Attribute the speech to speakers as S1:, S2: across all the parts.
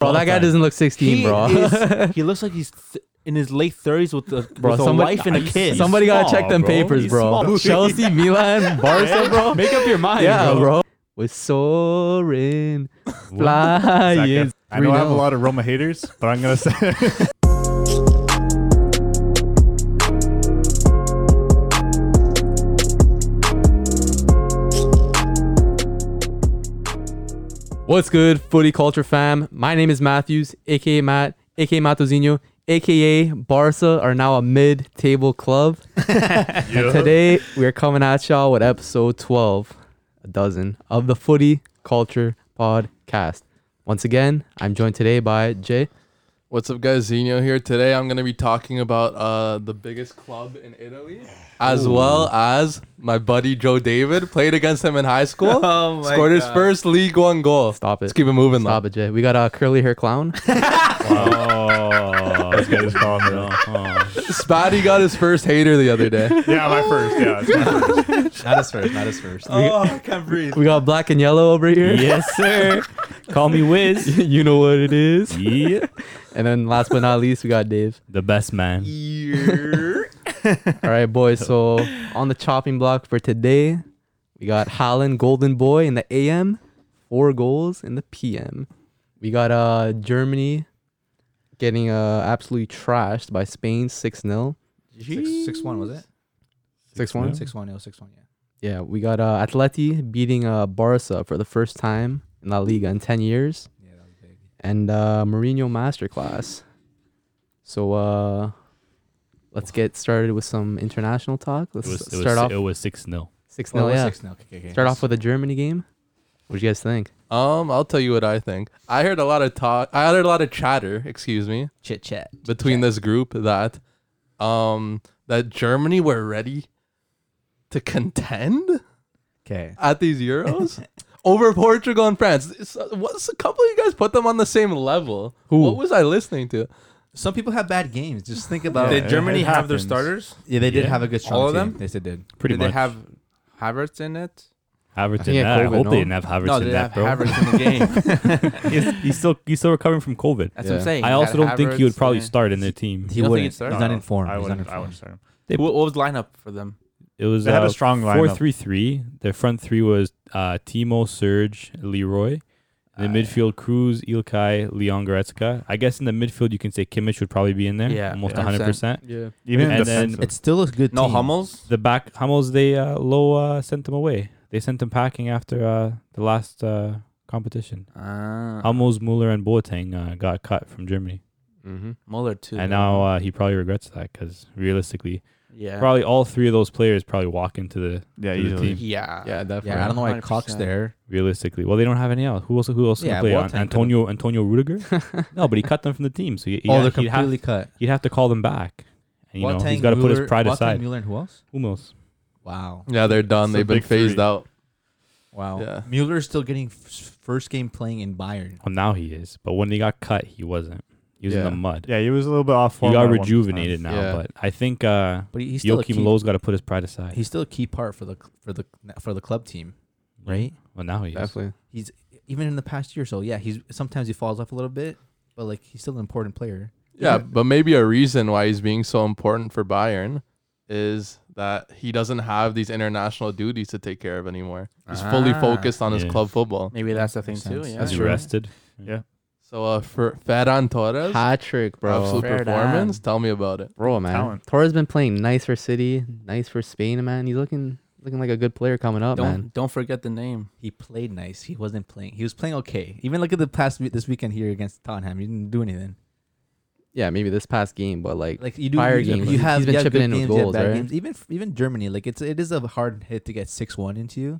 S1: Bro, that guy doesn't look 16,
S2: He
S1: bro.
S2: is- he looks like he's th- in his late thirties with a,
S1: Bro,
S2: with a
S1: somebody-
S2: wife and a kid.
S1: Somebody gotta
S3: small,
S1: check them
S3: bro.
S1: papers,
S3: He's
S1: bro.
S3: small.
S1: Chelsea, Milan, Barca, bro.
S3: Make up your mind.
S1: Yeah, bro. We're soaring, flying.
S3: Second. I know I have a
S1: 3-0.
S3: lot of Roma haters, but I'm gonna say
S1: What's good, footy culture fam? My name is Matthews, aka Matt, aka Matosino, aka Barca are now a mid-table club. And today we're coming at y'all with episode 12, a dozen of the Footy Culture Podcast. Once again, I'm joined today by Jay.
S4: What's up, guys? Zeno here. Today I'm going to be talking about uh, the biggest club in Italy, as well as my buddy Joe David. Played against him in high school.
S2: Oh my
S4: scored his
S2: God.
S4: first League One goal.
S1: Stop it.
S4: Let's keep it moving,
S1: Stop it, Jay. We got a curly hair clown.
S3: Oh, Uh-huh. this guy's calling me.
S4: though. Spatty got his first hater the other day.
S3: Yeah, my first. Yeah, it's my first.
S5: Not his first. Not his first.
S2: Oh, I can't breathe.
S1: We got black and yellow over here.
S2: yes, sir. Call me Wiz.
S1: you know what it is.
S2: Yeah,
S1: And then last but not least, we got Dave.
S2: the best man.
S1: All right, boys. So on the chopping block for today, we got Holland Golden Boy in the AM, four goals in the PM. We got uh Germany getting uh absolutely trashed by Spain 6 0.
S5: Six, six one was it?
S1: 6 1?
S5: Six one. It was six one. Yeah.
S1: Yeah, we got uh Atleti beating uh Barca for the first time in La Liga in 10 years.
S5: Yeah, that was big.
S1: and uh, Mourinho masterclass. So uh, let's get started with some international talk. Let's
S2: It was, it was,
S1: start off
S2: It was six 0
S1: six
S5: Well,
S2: Oh,
S1: nil.
S5: it was
S1: Yeah,
S5: six nil. Okay, okay,
S1: start off with a Germany game. What do you guys think?
S4: Um, I'll tell you what I think. I heard a lot of talk. I heard a lot of chatter. Excuse me.
S5: chit chat.
S4: between this group that um that Germany were ready to contend
S5: Okay.
S4: at these Euros over Portugal and France. It's- What's a couple of you guys put them on the same level?
S1: Who?
S4: What was I listening to?
S5: Some people have bad games. Just think about.
S6: Did
S3: it
S6: Germany have their
S3: happens.
S6: starters?
S5: yeah, they did
S3: Yeah.
S5: have a good strong
S6: All of
S5: team.
S6: them?
S5: Yes, they did.
S3: Pretty
S6: did
S3: much.
S6: they have Havertz in it?
S3: Havertz
S1: he
S3: in
S1: had
S3: that. I
S1: COVID,
S3: hope
S1: no?
S3: they didn't have Havertz
S6: no,
S3: in
S6: they did
S3: that,
S6: have
S3: bro.
S6: Havertz in the game.
S3: he's, he's still he's still recovering from COVID.
S6: That's
S1: Yeah.
S6: what I'm saying.
S3: I
S6: You
S3: also
S6: had
S3: don't think he would
S6: Havertz
S3: probably
S6: and-
S3: start in the
S5: He
S3: team.
S6: You don't think
S5: wouldn't.
S6: he'd
S5: He's
S6: start?
S3: No,
S5: not
S3: no,
S5: informed.
S3: I
S5: He's not
S3: wouldn't. I
S5: informed.
S3: wouldn't start him.
S6: Wh- What, was lineup for them?
S3: It was They had a strong four lineup. three three. Their front three was uh, Timo, Serge, Leroy. In the
S6: Uh,
S3: midfield, Cruz, Ilkay, Leon Goretzka. I guess in the midfield, you can say Kimmich would probably be in there.
S6: Yeah,
S3: almost
S6: yeah.
S3: 100. percent
S1: Yeah,
S3: Even and then
S5: It's still a good.
S6: No
S5: team.
S6: Hummels.
S3: the back Hummels, they uh, low uh, sent them away. They sent them packing after uh, the last uh, competition.
S1: Uh-huh.
S6: Ah,
S3: Hummels, Muller, and Boateng uh, got cut from Germany,
S1: mm-hmm.
S6: Muller too.
S3: and now uh, he probably regrets that because realistically,
S6: yeah,
S3: probably all three of those players probably walk into the
S7: Yeah,
S3: to the
S7: easily.
S3: team.
S6: yeah,
S1: yeah, definitely.
S5: Yeah, I don't know why Cox
S6: 100%.
S5: there.
S3: Realistically, well, they don't have any else. Who else? Who else
S5: Yeah,
S3: can play?
S5: Boateng
S3: An-
S5: could've-
S3: Antonio Antonio Rudiger? no, but he cut them from the team, so he, he,
S5: oh, they're
S3: he'd have
S5: completely cut.
S3: you'd have to call them back. And, you know, he's
S5: Boateng,
S3: got to put his
S5: Müller-
S3: pride
S5: Boateng,
S3: aside.
S5: Müller and who else?
S3: Hummels.
S5: Wow.
S4: Yeah, they're done.
S3: It's the
S4: They've been
S3: big three.
S4: phased out.
S5: Wow.
S4: Yeah.
S5: Mueller's still getting f- first game playing in Bayern.
S3: Well, now he is, but when he got cut, he wasn't. He was in the
S4: Yeah.
S3: mud.
S7: Yeah, he was a little bit off.
S3: he
S7: form at
S3: got
S7: one
S3: rejuvenated
S7: time.
S3: now,
S4: Yeah.
S3: but I think uh,
S5: But he- he's still a
S3: Joachim
S5: key-
S3: Lowe's got to put his pride aside.
S5: He's still a key part for the for the for the club team, right?
S3: Well, now he is.
S1: definitely.
S5: he's even in the past year or so. Yeah, he's sometimes he falls off a little bit, but like he's still an important player.
S4: Yeah, but maybe a reason why he's being so important for Bayern is that he doesn't have these international duties to take care of anymore. He's fully
S6: Ah.
S4: focused on his
S3: Yeah.
S4: club football.
S6: Maybe that's the thing
S5: Makes
S6: too.
S5: sense.
S6: Yeah,
S1: That's
S3: He's
S1: true.
S3: rested.
S4: So uh, for Ferran Torres,
S1: Hat trick, bro.
S4: absolute
S6: Ferran.
S4: performance. Tell me about it.
S1: Bro, man.
S7: Talent.
S1: Torres been playing nice for City, nice for Spain, man. He's looking looking like a good player coming up,
S6: don't
S1: man.
S6: don't forget the name.
S5: He played nice. He wasn't playing. He was playing okay. Even look at the past we- this weekend here against Tottenham. He didn't do anything.
S1: Yeah, maybe this past game, but like,
S5: Like you do.
S1: Prior
S5: you, you-
S1: games,
S5: you
S1: he's
S5: have
S1: been
S5: you have
S1: chipping
S5: good
S1: in with
S5: games, you have
S1: goals,
S5: bad
S1: right?
S5: games. Even even Germany, like it's it is a hard hit to get six one into you.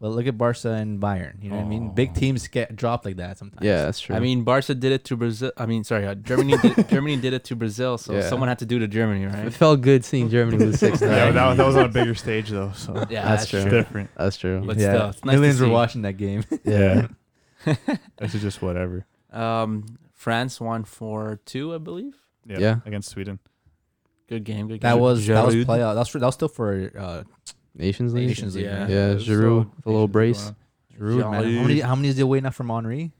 S5: But look at Barca and Bayern. You know what I mean? Big teams get dropped like that sometimes.
S1: yeah, that's true.
S6: I mean, Barca did it to Brazil. I mean, sorry, uh, Germany did, Germany did it to Brazil. So
S1: Yeah.
S6: someone had to do to Germany,
S1: it
S6: right?
S1: felt good seeing Germany lose six 0
S7: Yeah, but that, was, that was on a bigger stage though, so
S6: Yeah,
S1: That's
S6: that's
S1: true.
S6: true.
S7: it's different.
S1: That's true.
S6: But
S5: Yeah.
S6: still, it's nice to
S5: Millions were
S6: see.
S5: watching that game.
S3: Yeah.
S7: This is just whatever.
S6: Um, France won four two, I believe.
S7: Yeah,
S1: Yeah.
S7: against Sweden.
S6: Good game. Good game.
S5: that was that was
S6: Giroud.
S5: playoff. That was, for- that was still for uh,
S1: Nations League.
S5: Nations League.
S6: yeah.
S5: right?
S1: Yeah, Giroud
S7: There's still
S1: with a little brace.
S7: issues going
S5: Giroud,
S7: on.
S5: man. How many, how many is he away now from Henri?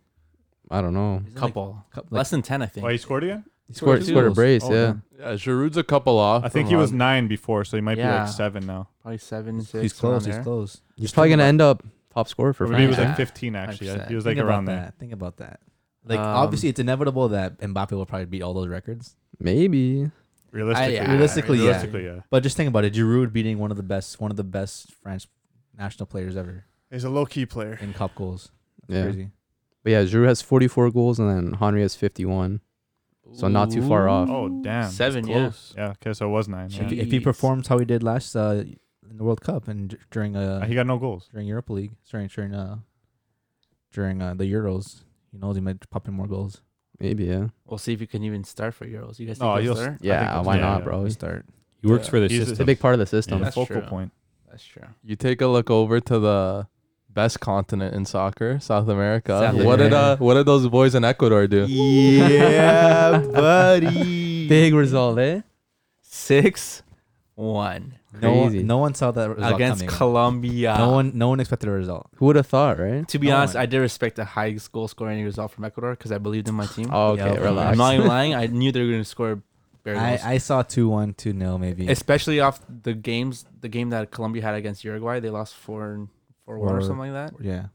S1: I don't know.
S5: Isn't it like-
S6: couple.
S5: cup- like-
S6: Less than 10, I think.
S7: Why he scored again?
S1: He scored,
S6: two
S1: scored a
S6: goals.
S1: brace,
S7: Oh,
S1: yeah.
S7: damn.
S4: Yeah, Giroud's a couple off.
S7: I think
S4: from
S7: he was
S4: Holland.
S7: nine before, so he might be
S6: Yeah.
S7: like seven now.
S6: Probably seven, six.
S5: he's
S6: around
S5: close. He's
S6: there.
S5: close.
S1: He's probably going to end up top scorer for
S7: Or maybe he was
S1: France.
S7: like
S1: right?
S7: 15 actually. I-
S5: 100%.
S7: He was like
S5: Think
S7: around
S5: about
S7: there.
S5: that. Think about that. Like
S6: Um,
S5: obviously, it's inevitable that Mbappe will probably beat all those records.
S1: Maybe.
S7: Realistically,
S5: yeah. Realistically, yeah.
S7: Realistically, yeah.
S5: But just think about it: Giroud beating one of the best, one of the best French national players ever
S7: He's a low key player.
S5: in cup goals. That's
S1: Yeah.
S5: crazy.
S1: But yeah, Giroud has 44 goals and then Henry has 51. So not too far off.
S7: Oh damn.
S6: Seven, yeah.
S7: Yeah. Okay, so it was nine.
S5: If,
S7: Yeah.
S5: he- if he
S6: Jeez.
S5: performs how he did last uh, in the World Cup and d- during
S7: Uh,
S5: uh,
S7: He got no goals.
S5: during Europa League, sorry, during uh, during uh, the Euros, you know, he might pop in more goals.
S1: Maybe, yeah.
S6: We'll see if you can even start for Euros. You guys
S7: No,
S6: think he'll
S7: you'll
S6: start?
S1: Yeah,
S7: that's-
S1: why
S7: yeah,
S1: not,
S7: yeah.
S1: bro?
S5: We
S1: It's
S5: start.
S3: He works
S4: Yeah.
S3: for the
S7: He's a-
S1: a
S3: system.
S1: big part of the
S7: Yeah,
S1: system.
S6: That's
S7: focal
S6: true.
S7: point.
S6: That's true.
S4: You take a look over to the best continent in soccer, South America.
S5: South
S4: what did uh,
S5: America.
S4: what did those boys in Ecuador do?
S1: Yeah, buddy. Big result, eh?
S6: Six, one
S5: No,
S1: Crazy.
S5: one- no one saw that result
S6: against
S5: coming.
S6: Colombia.
S5: no one, no one expected a result.
S1: Who would have thought, right?
S6: To be
S5: no
S6: honest,
S5: one.
S6: I did respect the high goal scoring result from Ecuador because I believed in my team.
S1: Oh, okay,
S5: Yeah,
S1: relax.
S6: I'm not even lying. I knew they were going to score bare
S5: I,
S6: goals.
S5: I saw 2 1, 2 0, maybe.
S6: Especially off the games, the game that Colombia had against Uruguay, they lost four and four one or
S5: Or-
S6: something like that.
S5: yeah.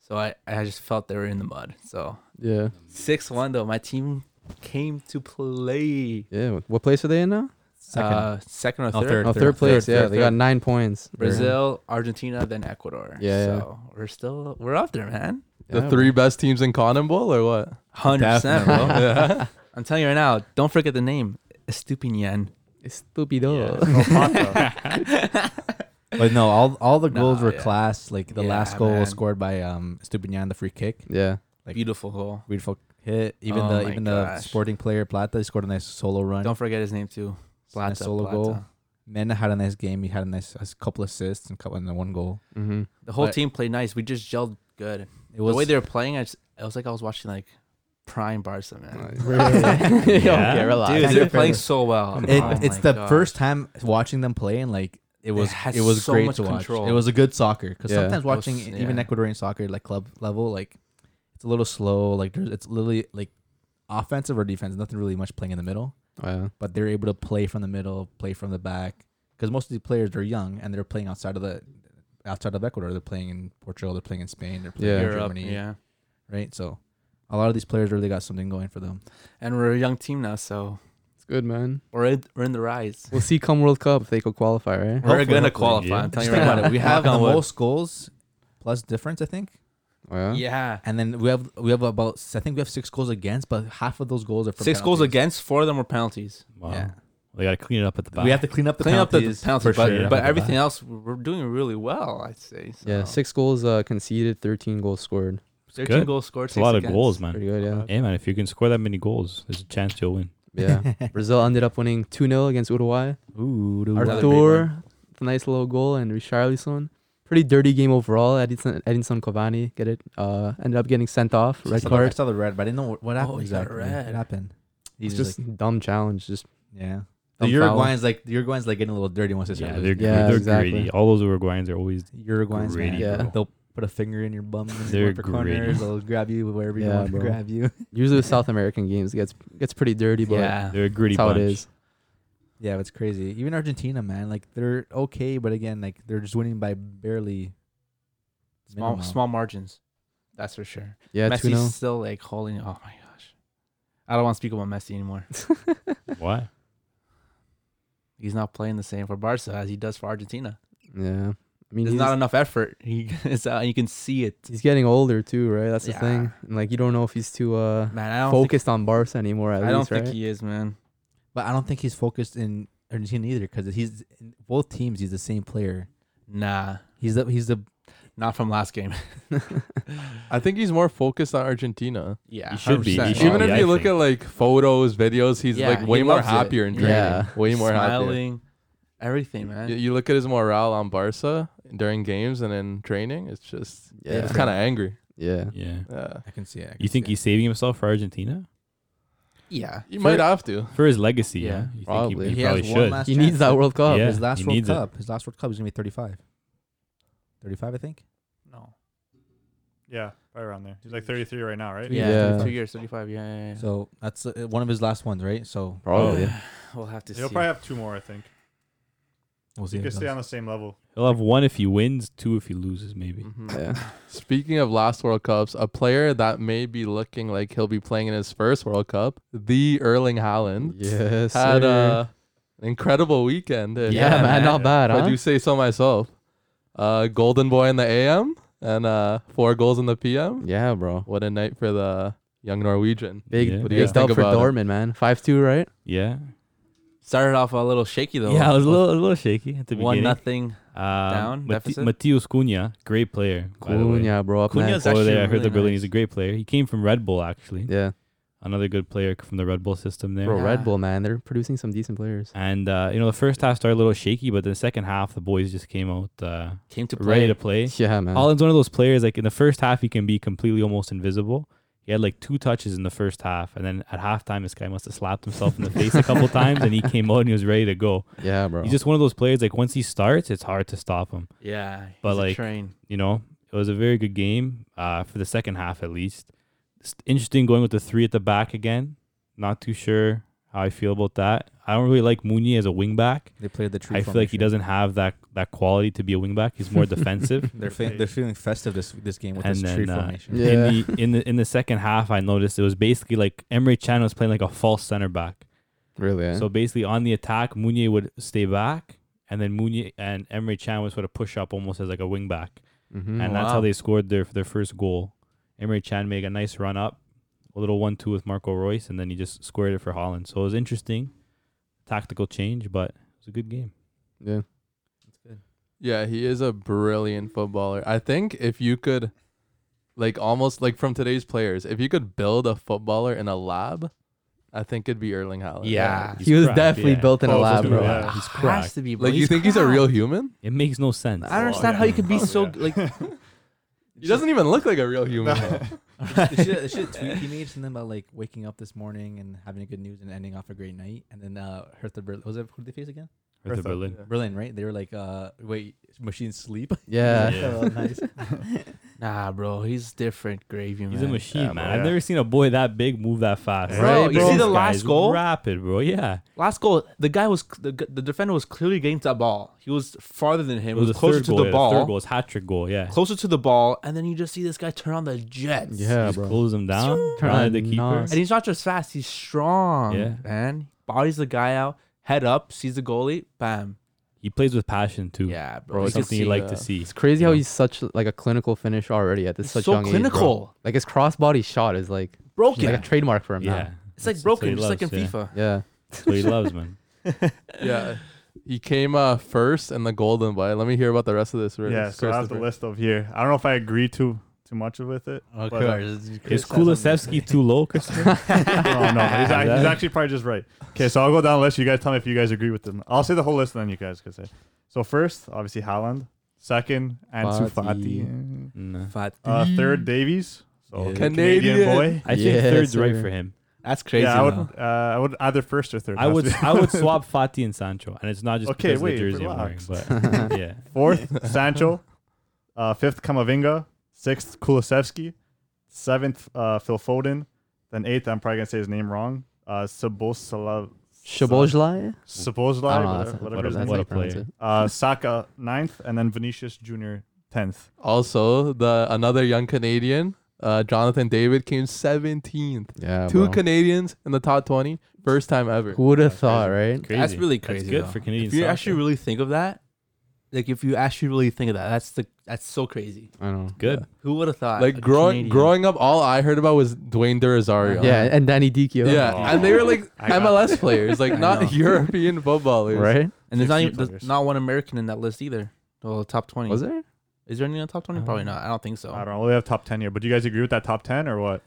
S6: So I, I just felt they were in the mud. So
S1: yeah.
S6: six one though, my team came to play
S1: Yeah. What place are they in now?
S5: Second.
S6: Uh, second or
S5: No,
S6: third.
S5: third.
S1: Oh, third place.
S6: Third,
S1: yeah,
S6: third,
S1: they got
S6: third.
S1: nine points. They're-
S6: Brazil, Argentina, then Ecuador.
S1: Yeah, yeah.
S6: So we're still we're up there, man.
S1: Yeah,
S4: the three best teams in Cotton Bowl or what?
S6: Hundred percent, bro.
S5: Definitely.
S6: I'm telling you right now. Don't forget the name, Estupinian.
S1: Stupido.
S7: No, Paco.
S5: but no, all all the goals
S6: Nah,
S5: were
S6: yeah.
S5: class. Like the
S6: Yeah,
S5: last goal
S6: man.
S5: was scored by um Stupinian, the free kick.
S1: Yeah.
S5: Like-
S6: Beautiful goal.
S5: Beautiful hit. Even
S6: Oh
S5: the
S6: my
S5: even the
S6: gosh.
S5: sporting player Plata he scored a nice solo run.
S6: Don't forget his name too. Plata.
S5: nice solo
S6: Plata.
S5: goal. Mena had a nice game. He had a nice a couple assists and couple and then one goal.
S1: Mm-hmm.
S6: The whole
S5: But-
S6: team played nice. We just gelled good.
S5: It was
S6: the way they were playing, I just, it was like I was watching like prime Barca, man.
S1: Okay, relax.
S6: Dude,
S5: Thank
S6: they're
S5: you.
S6: playing so well.
S5: it,
S6: Oh
S5: it's
S6: my
S5: the
S6: gosh.
S5: first time watching them play and like it was
S6: has
S5: it, was
S6: so
S5: great
S6: much
S5: to watch.
S6: control.
S5: It was a good soccer because
S1: Yeah.
S5: sometimes
S6: It was-
S5: watching e, even
S6: yeah.
S5: Ecuadorian soccer like club level like it's a little slow. Like there's it's literally like offensive or defense. Nothing really much playing in the middle,
S1: Wow.
S5: but they're able to play from the middle, play from the back because most of the players are young and they're playing outside of the outside of Ecuador. They're playing in Portugal. They're playing in Spain. They're playing
S1: Yeah.
S5: in
S6: Europe,
S5: Germany.
S6: yeah.
S5: Right. So a lot of these players really got something going for them.
S6: And we're a young team now, so
S1: It's good, man.
S6: we're in, we're in the rise.
S1: We'll see come World Cup if they could qualify, right?
S6: We're
S5: Hopefully,
S6: gonna
S5: hopefully,
S6: qualify.
S3: yeah.
S6: I'm telling
S5: Just
S6: you
S5: think
S6: right
S5: about
S6: now.
S5: it. We have the
S6: Knock on wood.
S5: most goals plus difference. I think.
S1: Wow.
S6: Yeah.
S5: And then we have we have about I think we have six goals against, but half of those goals are from
S6: Six goals
S5: penalties.
S6: against, four of them were penalties.
S3: Wow.
S5: Yeah.
S3: They got to clean it up at the back.
S5: We have to clean up the
S6: Clean up the
S5: penalties.
S6: penalties, but,
S3: sure. Yeah.
S6: but everything else, we're doing really well, I'd say. So.
S1: Yeah, six goals uh, conceded, 13 goals scored.
S6: 13
S3: good.
S6: goals scored.
S3: It's a lot of
S6: against.
S3: goals, man.
S1: Pretty good, yeah.
S3: Hey, man, if you can score that many goals, there's a chance you'll win.
S1: Yeah. Brazil ended up winning 2 0 against Uruguay.
S5: Ooh, dude.
S6: Another big
S1: Arthur, a nice little goal, and Richarlison. Pretty dirty game overall. Edinson, Edinson Cavani get it. Uh, ended up getting sent off,
S5: I
S1: red
S5: saw the- I
S1: card.
S5: saw the red, but I didn't know what, what happened
S6: Oh, he got
S5: exactly.
S6: red.
S5: What happened? He's
S1: It's
S5: just
S1: just dumb challenge. Just
S5: yeah. The
S1: dumb
S5: Uruguayans like the Uruguayans like getting a little dirty once they start.
S3: Yeah,
S5: Yeah,
S3: they're,
S1: Yeah,
S3: they're
S1: exactly.
S3: greedy. All those Uruguayans are always.
S5: Uruguayans,
S3: greedy,
S5: man.
S1: Yeah. bro.
S5: They'll put a finger in your bum in
S3: They're
S5: the upper corners.
S3: greedy.
S5: They'll grab you wherever you
S1: Yeah,
S5: want
S1: bro.
S5: to grab you.
S1: foul. Usually with South American games it gets gets pretty dirty, but
S6: Yeah.
S3: They're a gritty
S1: that's how
S3: bunch.
S1: it is.
S5: yeah, it's crazy. Even Argentina, man, like they're okay, but again, like they're just winning by barely.
S6: Small,
S5: minimal.
S6: small margins. That's for sure.
S1: Yeah,
S6: Messi's
S1: two 0
S6: still like holding. Oh my gosh, I don't want to speak about Messi anymore.
S3: Why?
S6: He's not playing the same for Barca as he does for Argentina.
S1: Yeah, I mean
S6: There's
S1: he's,
S6: not enough effort. He is out, and you can see it.
S1: he's getting older too, right? That's the
S6: Yeah.
S1: thing. And like you don't know if he's too uh
S6: Man, I don't
S1: focused on Barca anymore. At
S6: Think, I don't
S1: least, right?
S6: think he is, man.
S5: But I don't think he's focused in Argentina either because he's in both teams. He's the same player.
S6: Nah,
S5: He's the he's the
S6: not from last game.
S4: I think he's more focused on Argentina.
S6: yeah,
S3: He should be. He
S6: 100%.
S3: should
S4: Even
S3: be,
S4: if
S3: I
S4: you look
S3: think.
S4: at like photos, videos, he's
S6: Yeah,
S4: like
S6: he
S4: way more
S6: loves it.
S4: happier in training.
S1: Yeah.
S4: Way more happier.
S6: smiling, everything, man.
S4: You, you look at his morale on Barca during games and in training. It's just
S1: Yeah.
S4: it's kind of angry.
S1: yeah,
S3: Yeah.
S4: Yeah,
S5: I can see it. I can
S3: You think
S5: see it.
S3: he's saving himself for Argentina?
S6: Yeah,
S4: you might have to.
S3: For his legacy,
S6: Yeah,
S3: yeah. You
S1: probably.
S3: Think he-
S5: He
S3: he,
S5: has
S3: probably
S5: one
S3: should.
S5: last-
S1: he needs that World Cup.
S3: Yeah.
S5: his last
S3: he
S5: World
S3: needs it.
S5: Cup? His last World Cup is gonna be thirty five. Thirty five, I think.
S6: no,
S7: Yeah. Right around there. He's like 33 right now, right?
S1: Yeah.
S6: Yeah, two years, thirty-five. Yeah, yeah, yeah.
S5: So that's uh, one of his last ones, right? So
S1: Probably. yeah.
S6: we'll have to
S7: He'll
S6: see.
S7: probably have two more, I think.
S5: we'll see.
S7: He
S5: how
S7: can
S5: it
S7: stay on
S5: goes.
S7: the same level.
S3: He'll have one if he wins, two if he loses, maybe.
S6: Mhm.
S1: Yeah.
S4: Speaking of last World Cups, a player that may be looking like he'll be playing in his first World Cup, the Erling Haaland,
S1: Yes.
S4: had
S1: sir.
S4: uh, an incredible weekend. if-
S1: yeah, man, not bad,
S4: If I
S1: huh?
S4: do say so myself. Uh, golden boy in the AM and uh, four goals in the PM.
S1: Yeah, bro.
S4: What a night for the young Norwegian.
S1: Big,
S3: Yeah. What do you
S1: big
S4: guys think
S1: dub for
S4: about it?
S1: Dortmund, man. Five two, right?
S3: Yeah.
S6: Started off a little shaky though.
S3: Yeah, I was a little, a little shaky at the
S6: one
S3: beginning.
S6: nothing.
S3: Um,
S6: down,
S3: Mate-
S6: deficit.
S3: Matheus Cunha, great player. by the way.
S1: Cunha, bro. Up
S6: Cunha's
S1: next.
S3: Over
S6: actually
S3: there, I heard
S6: really
S3: the Berlin.
S6: nice.
S3: He's a great player. He came from Red Bull, actually.
S1: Yeah,
S3: Another good player from the Red Bull system there.
S1: bro.
S6: Yeah.
S1: Red Bull, man. They're producing some decent players.
S3: And uh, you know, the first half started a little shaky, but the second half, the boys just came out uh,
S6: Came to play.
S3: ready to play.
S1: Yeah, man.
S3: Holland's one of those players. Like in the first half, he can be completely almost invisible. He had like two touches in the first half, and then at halftime, this guy must have slapped himself in the face a couple times, and he came out and he was ready to go.
S1: yeah, bro.
S3: He's just one of those players. Like once he starts, it's hard to stop him.
S6: yeah,
S3: But,
S6: he's a
S3: like,
S6: train.
S3: You know, it was a very good game uh, for the second half at least. It's interesting going with the three at the back again. Not too sure how I feel about that. I don't really like Mooney as a wing back.
S5: They played the tree.
S3: I feel like he
S5: formation.
S3: doesn't have that that quality to be a wing back. He's more defensive.
S5: They're fe- they're feeling festive this this game with
S3: And
S5: this
S3: then,
S5: tree
S3: uh,
S5: formation.
S1: Yeah.
S3: In the in the in the second half, I noticed it was basically like Emre Chan was playing like a false center back.
S1: really. eh?
S3: So basically, on the attack, Mounier would stay back, and then Mounier and Emre Chan would sort of push up almost as like a wing back,
S1: Mhm.
S3: and that's how they scored their their first goal. Emre Chan made a nice run up, a little one two with Marco Royce, and then he just squared it for Holland. So it was interesting, tactical change, but it was a good game.
S1: yeah.
S4: Yeah, he is a brilliant footballer. I think if you could, like, almost like from today's players, if you could build a footballer in a lab, I think it'd be Erling Haaland.
S6: Yeah,
S3: He's
S1: he was
S3: cracked,
S1: definitely
S3: yeah.
S1: built in a
S7: Oh,
S1: lab,
S7: so
S1: bro.
S7: yeah.
S3: He's
S6: has
S3: cracked.
S6: to be. bro.
S4: Like, you think he's a
S6: cracked.
S4: real human?
S3: It makes no sense.
S6: I don't understand how you could be so like.
S4: He doesn't even look like a real human. though.
S5: they should, they should tweet he made something about like waking up this morning and having a good news and ending off a great night. And then uh, Hertha Berlin was it who did they face again?
S3: Hertha Berlin.
S5: Berlin, right? They were like, uh, wait, machines sleep.
S1: Yeah.
S5: Oh, nice.
S6: Nah, bro, he's different gravy man.
S3: He's a machine,
S7: Yeah,
S3: man.
S7: bro,
S3: I've
S7: yeah.
S3: never seen a boy that big move that fast.
S6: Bro,
S3: Right,
S6: you see the
S3: This
S6: last
S3: guy's
S6: goal?
S3: Rapid, bro. Yeah.
S6: Last goal, the guy was the, g- the defender was clearly getting to that ball. He was farther than him. It was,
S3: a
S6: closer
S3: third
S6: to
S3: goal,
S6: the
S3: yeah,
S6: ball.
S3: Third goal. It's hat trick goal. Yeah.
S6: Closer to the ball, and then you just see this guy turn on the jets.
S1: Yeah,
S3: Just
S1: bro.
S3: close him down.
S1: Turn
S3: run at
S1: on
S3: the keeper.
S1: Nas.
S6: And he's not just fast, he's strong.
S3: Yeah.
S6: Man. Bodies the guy out, head up, sees the goalie, bam.
S3: He plays with passion too.
S6: Yeah, bro.
S3: Bro,
S6: You
S3: it's
S6: can
S3: something you
S6: see
S3: like
S4: that.
S3: to see.
S1: It's crazy how
S3: Yeah.
S1: he's such like a clinical finish already at this
S6: It's
S1: such
S6: so
S1: young age, bro.
S6: clinical.
S1: Like his crossbody shot is like
S6: broken.
S1: like a trademark for him
S3: Yeah.
S1: now.
S6: it's like
S3: That's- that's what he
S6: broken, just like in
S3: loves, yeah.
S6: FIFA.
S1: Yeah.
S3: That's what he loves, man.
S4: yeah. He came uh, first in the Golden Boy. Let me hear about the rest of this. Riz-
S7: Yeah, so I have the
S4: Christopher.
S7: list of here. I don't know if I agree too too much with it.
S5: Of
S7: but, uh,
S5: course.
S3: Is Kulisevsky too low? Christopher?
S7: oh, no, he's, act-
S3: Yeah.
S7: he's actually probably just right. Okay, so I'll go down the list. You guys tell me if you guys agree with them. I'll say the whole list and then you guys can say. So first, obviously Haaland. Second, Ansu
S1: Fati.
S7: Fati.
S3: no.
S7: Uh, third, Davies. So
S1: Yeah.
S7: Canadian.
S4: Canadian.
S7: boy.
S3: I think
S1: Yes,
S3: third's right
S1: sir.
S3: for him.
S5: That's crazy.
S7: yeah, I
S5: though.
S7: would. Uh, I would either first or third.
S3: I
S7: Has
S3: would
S7: to be-
S3: I would swap Fati and Sancho, and it's not just
S7: Okay,
S3: because
S7: wait,
S3: of the jersey
S7: relax.
S3: I'm wearing, but yeah.
S7: Fourth, Sancho. Uh, fifth, Kamavinga. Sixth, Kulisevsky. Seventh, uh, Phil Foden. Then eighth, I'm probably gonna say his name wrong. Uh, Sabosala.
S1: Shabojlai? I don't know.
S7: Sabosala.
S1: That's
S7: Whatever
S1: that's
S7: his name. is.
S3: what
S1: how
S3: what
S1: you
S3: a
S1: pronounce
S3: player.
S1: it.
S7: Uh, Saka ninth, and then Vinicius Junior tenth.
S4: Also, the another young Canadian, uh, Jonathan David, came 17th.
S1: Yeah.
S4: Two
S1: bro.
S4: Canadians in the top 20. First time ever.
S1: Who would have thought, right?
S3: Crazy.
S6: That's really crazy.
S3: That's good
S6: though.
S3: for Canadian
S6: If you
S3: soccer.
S6: actually really think of that, like if you actually really think of that, that's the that's so crazy.
S1: I don't know.
S3: good.
S6: Who would have thought?
S4: Like
S6: a
S4: growing
S6: Canadian-
S4: growing up, all I heard about was Dwayne Durazario.
S1: Yeah, and Danny Dicchio.
S4: Yeah,
S7: Oh.
S4: and they were like
S7: I got
S4: MLS players, like
S6: I know.
S4: not European footballers.
S1: Right?
S6: and there's not
S7: 60
S6: even there's
S7: players.
S6: not one American in that list either. Well, top twenty.
S1: Was there?
S6: Is there any on top twenty? Probably
S3: Uh,
S6: not. I don't think so.
S7: I don't know. We have top ten here, but do you guys agree with that top ten or what?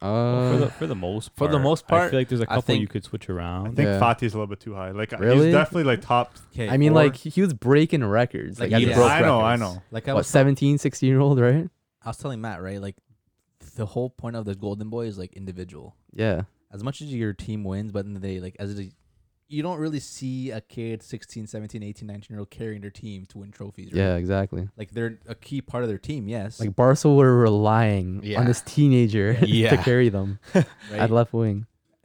S1: Uh,
S3: Oh, for, the, for the most
S6: for
S3: part,
S6: the most
S3: I
S6: part,
S3: feel like there's a
S6: I
S3: couple
S6: think-
S3: you could switch
S7: I
S3: around.
S7: think
S1: Yeah.
S7: Fati's a little bit too high. Like
S1: Really?
S7: he's definitely like top.
S5: Okay,
S1: I mean,
S5: or-
S1: like he was breaking records.
S5: Like,
S1: Like, as a
S5: yeah.
S1: broke
S7: I know. I
S1: records.
S7: know.
S5: like I
S1: What,
S5: was
S1: 17, 16 year old, right?
S5: I was telling Matt, right? Like the whole point of the Golden Boy is like individual.
S1: Yeah.
S5: As much as your team wins, but in the day, like as a you don't really see a kid 16, 17, 18, 19 year old carrying their team to win trophies. Right?
S1: Yeah, exactly.
S5: Like they're a key part of their team, yes.
S1: Like Barca were relying
S5: Yeah.
S1: on this teenager
S5: Yeah.
S1: to carry them
S5: right?
S1: at left wing.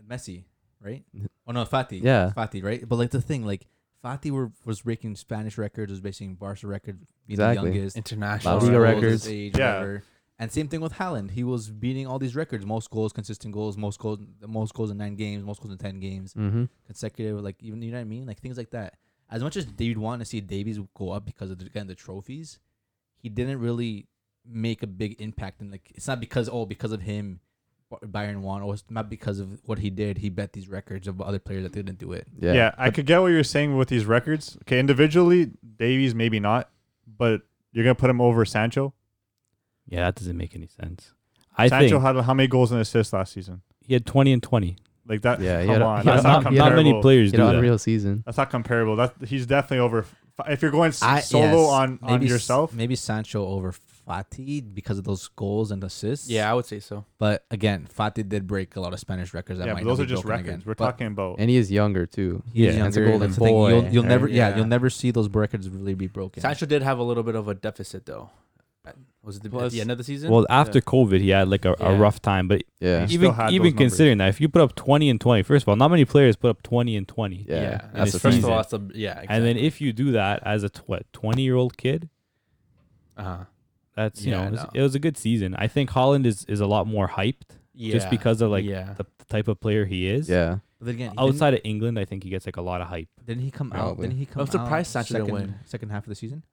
S5: Messi, right?
S1: N-
S5: Oh no, Fati.
S1: Yeah.
S5: Fati, right? But like the thing, like Fati were, was breaking Spanish records, was breaking Barca records, being
S1: Exactly.
S5: the youngest,
S6: International
S1: La Liga
S5: oldest
S1: records.
S5: age,
S7: Yeah.
S5: whatever. And same thing with Haaland. He was beating all these records: most goals, consistent goals, most goals, most goals in nine games, most goals in ten games,
S1: Mm-hmm.
S5: consecutive. Like even you know what I mean? Like things like that. As much as they'd want to see Davies go up because of the, again the trophies, he didn't really make a big impact. And like it's not because oh because of him, Bar- Bayern won, or it's not because of what he did. He bet these records of other players that didn't do it.
S1: Yeah.
S7: Yeah, I could get what you're saying with these records. Okay, individually, Davies maybe not, but you're gonna put him over Sancho.
S3: Yeah, that doesn't make any sense. I
S7: Sancho
S3: think
S7: had how many goals and assists last season?
S3: he had 20 and 20.
S7: Like that?
S1: Yeah, he
S7: come
S1: had a-
S7: on,
S1: he had
S7: that's
S1: a-
S7: not,
S1: he had a-
S7: comparable.
S3: not many players
S1: He
S3: do
S1: had an
S3: that.
S1: unreal season.
S7: That's not comparable. That he's definitely over. If you're going s-
S5: I-
S7: solo
S5: yes.
S7: on on
S5: s-
S7: yourself,
S5: Maybe Sancho over Fati because of those goals and assists.
S6: Yeah, I would say so.
S5: but again, Fati did break a lot of Spanish records. That
S7: yeah,
S5: might
S7: but
S5: not
S7: those
S5: be
S7: are just
S5: broken
S7: records.
S5: again.
S7: We're
S5: But
S7: talking about.
S1: And he is younger too.
S5: he's
S1: Yeah, that's a
S5: younger,
S1: golden
S5: that's the thing. You'll,
S1: boy.
S5: you'll never, yeah.
S6: Yeah.
S5: you'll never see those records really be broken.
S6: Sancho did have a little bit of a deficit though. At- Was it the, at
S4: Plus-
S6: the end of the season?
S3: Well, after COVID, he had like a, a
S6: Yeah.
S3: rough time, but
S1: Yeah.
S7: He's- still
S3: even
S7: had those
S3: even
S7: numbers.
S3: considering that, if you put up 20 and 20, first of all, not many players put up 20 and 20.
S1: Yeah.
S6: yeah.
S1: That's
S6: That's
S1: the
S6: first
S1: thing.
S6: of all, that's a, yeah. Exactly.
S3: And then if you do that as a tw- what, 20 year old kid,
S6: uh-huh.
S3: that's you
S6: Yeah, I
S3: know, it was,
S6: know.
S3: it was a good season. I think Holland is is a lot more hyped
S6: yeah.
S3: just because of like
S6: yeah.
S3: the, the type of player he is.
S1: Yeah.
S5: but then again, he didn't-
S3: Outside of England, I think he gets like a lot of hype.
S5: didn't, he come out?
S1: Probably.
S5: Didn't he come
S6: I'm surprised
S5: out
S6: Sancho didn't
S5: second,
S6: win.
S5: second half of the season.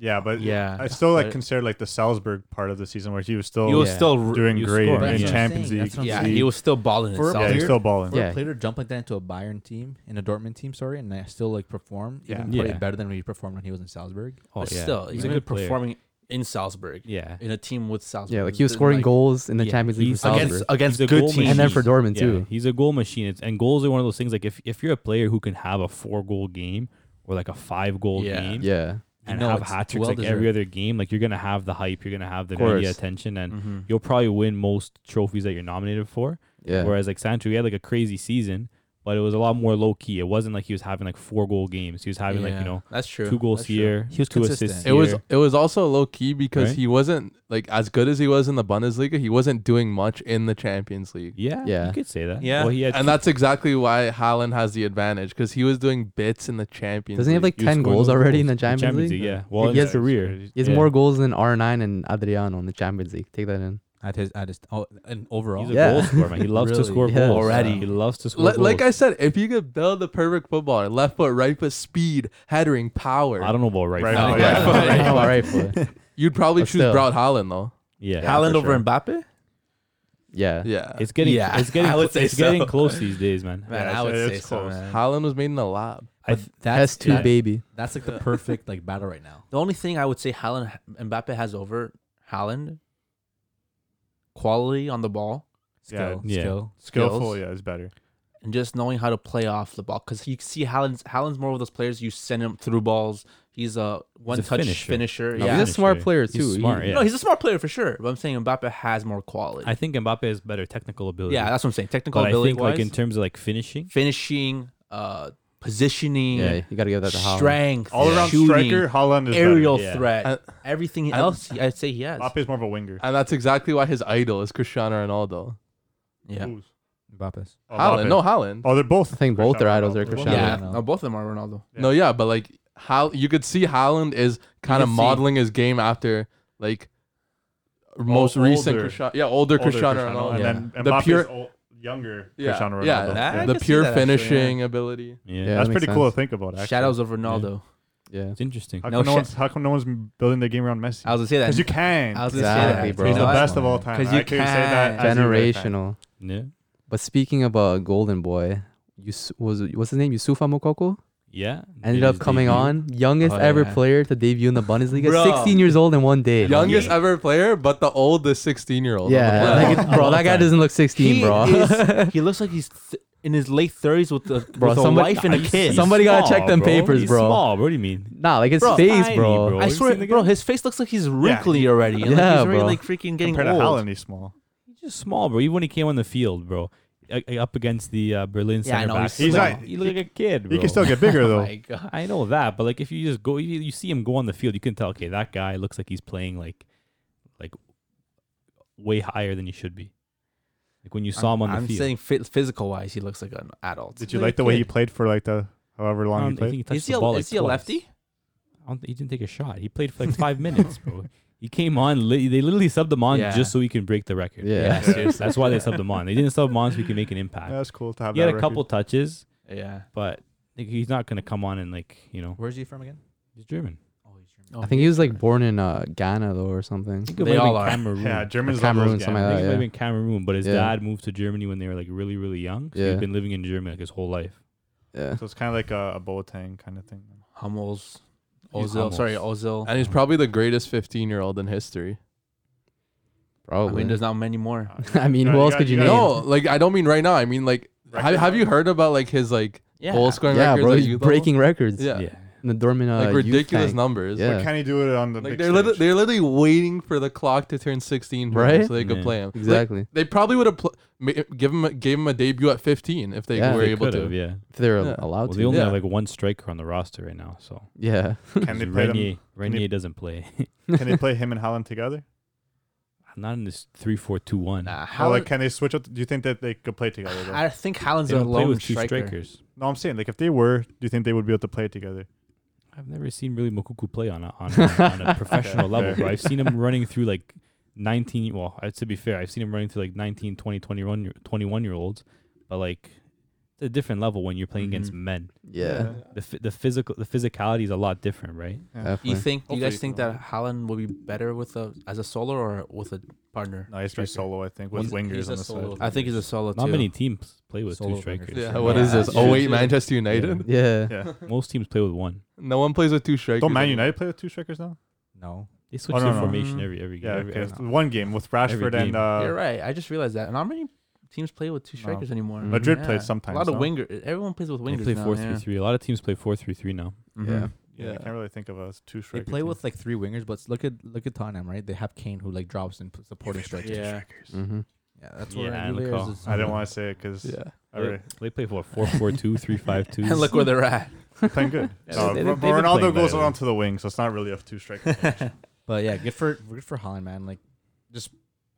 S7: yeah, but
S6: Yeah.
S7: I still like
S6: But-
S7: consider like the Salzburg part of the season where he was still
S6: he was
S7: yeah,
S6: still r-
S7: doing
S3: you
S7: great
S3: scored,
S7: in
S3: yeah.
S7: Champions
S5: That's
S7: League.
S5: what I'm
S6: yeah,
S5: saying.
S6: he was still balling
S5: For a
S7: Yeah,
S6: himself.
S7: he's
S5: player-
S7: still balling.
S5: For
S1: Yeah.
S5: a player to jump like that into a Bayern team in a Dortmund team, sorry, and I still like perform
S7: Yeah.
S5: even probably
S3: Yeah.
S5: better than when he performed when he was in Salzburg.
S3: Oh,
S6: But
S3: yeah.
S6: still,
S3: he's
S6: he's
S3: a
S6: even
S3: good player.
S6: performing in Salzburg
S3: Yeah.
S6: in a team with Salzburg.
S1: Yeah. Like he was
S6: Then,
S1: scoring
S6: like,
S1: goals in the
S6: yeah,
S1: Champions League for
S3: he's-
S1: Salzburg.
S6: against against
S3: He's a
S6: good
S3: goal
S6: teams.
S3: machine.
S1: And then for Dortmund
S3: Yeah,
S1: too.
S3: he's a goal machine. It's, and goals are one of those things. Like if, if you're a player who can have a four goal game or like a five goal
S6: Yeah.
S3: game
S1: Yeah.
S5: You
S3: and
S5: know
S3: have
S5: it's
S3: hat tricks like
S5: well-deserved.
S3: every other game, like you're gonna have the hype, you're gonna have the
S1: Of course.
S3: media attention, and
S6: Mhm.
S3: you'll probably win most trophies that you're nominated for.
S1: Yeah.
S3: Whereas like Sancho, he had like a crazy season, but it was a lot more low key. It wasn't like he was having like four goal games. He was having like
S6: Yeah,
S3: you know
S6: that's true.
S3: two goals
S6: That's true.
S3: here,
S5: He was
S3: two
S5: consistent.
S3: assists.
S4: It was
S3: here.
S4: it was also low key because
S3: Right?
S4: he wasn't like as good as he was in the Bundesliga. He wasn't doing much in the Champions League,
S3: yeah, yeah,
S1: Yeah.
S3: you could say that.
S6: Yeah.
S3: well, he had
S4: and
S3: two-
S4: that's exactly why Haaland has the advantage because he was doing bits in the Champions.
S1: Doesn't he have
S4: League.
S1: like ten
S3: scored
S1: goals
S3: those
S1: already in the
S3: goals
S1: Champions, League?
S3: Yeah, well, in
S1: He
S3: his
S1: has-
S3: career,
S1: He has
S3: yeah.
S1: more goals than R9 and Adriano in the Champions League. Take that in.
S5: At his, at his, oh, and overall,
S3: He's a
S1: Yeah.
S3: goal scorer, man. He loves to
S5: Really?
S3: score
S1: Yeah.
S3: goals.
S1: Already.
S3: He loves to score
S4: Li-
S3: goals.
S4: like I said, if you could build the perfect footballer, left foot, right foot, speed, headering, power,
S3: I don't know about right,
S7: Right now,
S3: now.
S7: yeah.
S1: Oh, right foot.
S4: you'd probably
S1: But
S4: choose
S1: still.
S4: Broad Haaland though.
S3: Yeah.
S6: Haaland over Mbappe?
S1: Yeah.
S4: Yeah,
S3: It's getting
S6: Yeah,
S3: it's getting
S6: I would
S3: cl-
S6: say
S3: it's getting
S6: so.
S3: close these days, man.
S6: Man,
S7: Yeah,
S6: I would
S7: it's-
S6: say
S7: it's
S6: so.
S7: close.
S6: man.
S4: Haaland was made in the lab.
S5: But
S3: I th-
S5: that's
S1: Has two
S5: yeah,
S1: baby.
S5: That's like the perfect like battle right now.
S6: The only thing I would say Haaland Mbappe has over Haaland quality on the ball
S7: Yeah,
S5: Skill,
S3: yeah.
S5: skill.
S7: Skillful,
S6: skills.
S7: yeah, is better.
S6: and just knowing how to play off the ball because you see Haaland's Haaland's more of those players you send him through balls. He's a one touch
S3: finisher.
S6: finisher.
S3: No,
S6: yeah.
S1: He's a smart
S3: Finisher.
S1: player
S3: He's
S1: too. He-
S3: smart, yeah.
S6: No, he's a smart player for sure. But I'm saying Mbappe has more quality.
S3: I think Mbappe has better technical ability.
S6: yeah, that's what I'm saying. Technical
S3: but I
S6: ability
S3: think
S6: wise,
S3: like in terms of like finishing,
S6: finishing, uh, positioning,
S1: Yeah, you gotta give that to Haaland.
S6: strength,
S7: All around
S6: shooting,
S7: striker, Holland is
S6: aerial
S3: Yeah.
S6: threat,
S4: And-
S6: everything
S4: and-
S6: else. I'd say he has.
S7: better. Mbappe is more of a winger.
S4: And that's exactly why his idol is Cristiano Ronaldo.
S6: Yeah.
S7: Who's?
S5: Mbappes.
S7: Oh,
S4: Haaland,
S7: Mbappe.
S4: no Haaland.
S7: Oh, they're both.
S1: I think both their
S7: Cristiano
S1: idols are
S7: Ronaldo.
S1: Cristiano.
S6: Yeah,
S5: Ronaldo.
S6: no, both of them are Ronaldo.
S7: Yeah.
S4: No, yeah, but like how you could see Holland is kind of
S6: could see-
S4: modeling his game after like most
S7: Oh,
S4: recent
S7: older.
S4: Cristiano, yeah, older,
S7: Older
S4: Cristiano Ronaldo.
S7: and
S4: Yeah.
S7: then
S4: The
S7: Mbappe's
S4: pure-
S7: ol- younger
S4: Yeah,
S7: Cristiano Ronaldo.
S4: yeah,
S6: that- I
S4: The
S6: could see
S4: pure
S6: that actually, yeah.
S4: finishing ability.
S3: yeah,
S1: Yeah.
S7: That's
S1: that
S7: pretty
S1: makes
S7: cool
S1: sense.
S7: to think about. Actually.
S6: Shadows of Ronaldo.
S1: Yeah.
S3: it's interesting.
S7: How
S6: No
S7: come, no
S6: shit.
S7: one's, how come no one's building the game around Messi?
S6: I was gonna say that.
S7: Because you can.
S6: I was
S7: He's
S6: gonna
S1: Exactly,
S6: say that.
S1: bro.
S7: the
S1: He's
S6: You know what?
S7: best of all time.
S6: 'Cause
S7: I
S6: you
S7: could say that as a Uruguay fan.
S1: Generational.
S3: Yeah,
S1: But speaking about Golden Boy, Yus- was was his name Yusufa Mokoko?
S3: yeah.
S1: Ended
S3: Made
S1: up
S3: his
S1: coming
S3: debut.
S1: on, youngest
S6: Oh,
S1: ever
S6: yeah.
S1: player to debut in the Bundesliga,
S6: Bro.
S1: 16 years old in one day.
S4: Youngest ever player, but the oldest 16 year old.
S1: Yeah, like,
S3: Yeah.
S1: bro, that guy doesn't look 16,
S6: He
S1: bro.
S6: is- he looks like he's th- in his late thirties with, a,
S1: Bro,
S6: with
S1: somebody-
S6: a wife and a kid.
S1: Somebody gotta
S3: Small,
S1: check them
S3: bro.
S1: papers,
S3: He's
S1: bro.
S3: Small, bro. What do you mean?
S1: nah, like his
S6: Bro,
S1: face,
S3: tiny,
S1: bro.
S3: bro.
S6: I
S3: Have you
S6: swear,
S3: seen the
S6: bro,
S3: guy?
S6: his face looks like he's wrinkly already. and, like,
S1: Yeah,
S6: he's already
S1: bro.
S6: like freaking getting
S7: Compared to
S6: old.
S7: Haaland, he's small.
S3: He's just small, bro. Even when he came on the field, bro. uh, up against the uh, Berlin
S5: Yeah, I
S3: center
S5: know,
S3: back.
S5: he's
S7: He's
S5: small.
S7: not-
S3: You look like a kid. Bro.
S7: He can still get bigger
S6: Oh
S7: though.
S6: my god.
S3: I know that, but like if you just go, you, you see him go on the field, you can tell. Okay, that guy looks like he's playing like, like, way higher than he should be. Like when you saw him on the
S6: I'm
S3: field.
S6: saying fi- physical wise, he looks like an adult.
S7: Did you
S3: like
S7: like
S3: a
S7: the way he
S3: kid.
S7: played for like the however
S3: I
S7: long
S3: don't-
S7: he
S3: I
S7: played?
S3: think Um, he touched
S6: Is he
S3: the
S6: a,
S3: ball like
S6: is he a
S3: twice.
S6: lefty?
S3: I don't, thi- he didn't take a shot. He played for like five minutes, bro. He came on. Li- they literally subbed him on
S6: Yeah.
S3: just so he can break the record.
S4: Yeah.
S6: Yeah, seriously.
S3: that's why they subbed him on. They didn't sub him on so he can make an impact.
S7: That's cool to have.
S3: he had
S7: that
S3: a
S7: record.
S3: couple touches,
S6: Yeah.
S3: but like, he's not gonna come on and like you know
S5: Where's he from again?
S3: he's German.
S5: Oh, he's German.
S1: I think he was like born in uh, Ghana though or something.
S3: I think it
S6: They
S3: might have
S6: all are.
S3: been Cameroon.
S7: Yeah, Germans love
S1: Cameroon,
S7: those
S1: something
S7: games.
S1: like
S3: I think it might
S1: that.
S3: have
S1: Yeah.
S3: been Cameroon, but his
S1: Yeah.
S3: dad moved to Germany when they were like really, really young. So
S1: Yeah.
S3: he's been living in Germany like his whole life.
S1: yeah.
S7: So it's kind of like a, a Boateng kind of thing.
S6: Hummels.
S3: He's
S6: Ozil. Sorry,
S3: Hummels.
S6: Ozil.
S4: And he's probably the greatest 15 year old in history.
S6: I
S1: Probably.
S6: mean, there's not many more.
S1: I mean,
S7: Yeah,
S1: who
S7: you
S1: else
S7: got-
S1: could you,
S7: you
S1: name?
S7: got-
S4: No, like I don't mean right now. I mean like have, have you heard about like his like
S6: Yeah.
S4: goal scoring
S1: yeah,
S4: records?
S1: bro,
S4: at
S1: he's
S4: youth level?
S1: breaking records.
S4: Yeah.
S3: Yeah.
S1: in the Dortmund uh,
S4: Like
S1: youth
S4: ridiculous
S1: tank.
S4: numbers.
S1: Yeah.
S7: But can he do it on the
S4: Like
S7: big
S4: they're literally,
S7: stage?
S4: they're literally waiting for the clock to turn 16 for him
S1: Right?
S4: so they could
S3: Yeah.
S4: play him. Like,
S1: Exactly.
S4: they probably would have pl- ma- give him a- gave him a debut at 15 if they
S1: Yeah.
S4: were
S1: They
S4: able to.
S3: Could've, yeah.
S1: if they're
S4: Yeah.
S1: allowed
S3: Well, they
S1: to.
S3: only
S4: Yeah.
S3: have like one striker on the roster right now, so
S1: yeah.
S7: Can they play them?
S3: Renier, Renier doesn't play.
S7: Can they play him and Holland together?
S3: Not in this three four two one.
S6: Nah,
S7: How like
S6: Haaland-
S7: can they switch up? Do you think that they could play together? Though?
S6: I think Haaland's
S3: They
S6: a
S3: don't play
S6: lone
S3: with two
S6: striker.
S3: strikers.
S7: No, I'm saying like if they were, do you think they would be able to play together?
S3: I've never seen really Mokuku play on a on a, on a professional
S7: Okay,
S3: level,
S7: fair.
S3: bro. I've seen him running through like 19 well, I- to be fair, I've seen him running through like 19, 20, 21 year, 21 year olds, but like it's a different level when you're playing against
S6: Mhm.
S3: men.
S1: Yeah.
S3: The phy- the physical the physicality is a lot different, right?
S6: Do you
S1: Definitely.
S6: think? Do you
S7: Hopefully
S6: guys think
S7: so.
S6: that Haaland will be better with a as a solo or with a partner?
S7: No, he's pretty solo. I think with
S6: He's-
S7: wingers
S5: he's a
S7: on the
S5: solo.
S7: side.
S6: I think he's a solo
S3: Not
S6: too.
S3: many teams play with
S5: Solo
S3: two strikers.
S5: wingers.
S4: Yeah, what is
S1: Yeah.
S4: this? Oh wait, Manchester United.
S1: Yeah.
S7: Yeah.
S3: Most teams play with one.
S4: No one plays with two strikers.
S7: Don't Man United play with two strikers now?
S5: No.
S3: They switch
S7: no,
S3: their
S7: no.
S3: formation
S6: Mm.
S3: every every game.
S7: Yeah.
S3: every-
S7: okay.
S3: every-
S7: It's One game with Rashford
S3: game.
S7: and uh,
S6: You're right. I just realized that. Not many teams play with two strikers anymore.
S1: Mhm.
S7: Madrid
S6: Yeah.
S7: plays sometimes.
S6: A lot of
S7: no?
S6: wingers. Everyone plays with
S3: They
S6: wingers
S3: play
S6: now.
S3: four three
S6: yeah.
S3: three. A lot of teams play four three three now.
S1: Yeah.
S7: Yeah, I can't really think of a two
S5: They
S7: striker.
S5: play
S7: team.
S5: with like three wingers, but look at look at Tottenham, right? They have Kane who like drops and p- supporting strikers.
S6: Yeah.
S1: Mm-hmm.
S5: Yeah, that's where
S3: Yeah, and
S5: Juve is
S3: Lukaku.
S5: is-
S7: I didn't want to say it because
S4: Yeah.
S7: I really
S3: They play for four four two three five two.
S6: And look where they're at.
S7: playing good.
S3: Yeah,
S7: No,
S3: they-
S7: Ro-
S3: they've been playing
S7: Ronaldo goes
S3: better.
S7: around to the wing, so it's not really a two striker.
S5: But yeah, good for good for Holland, man. Like just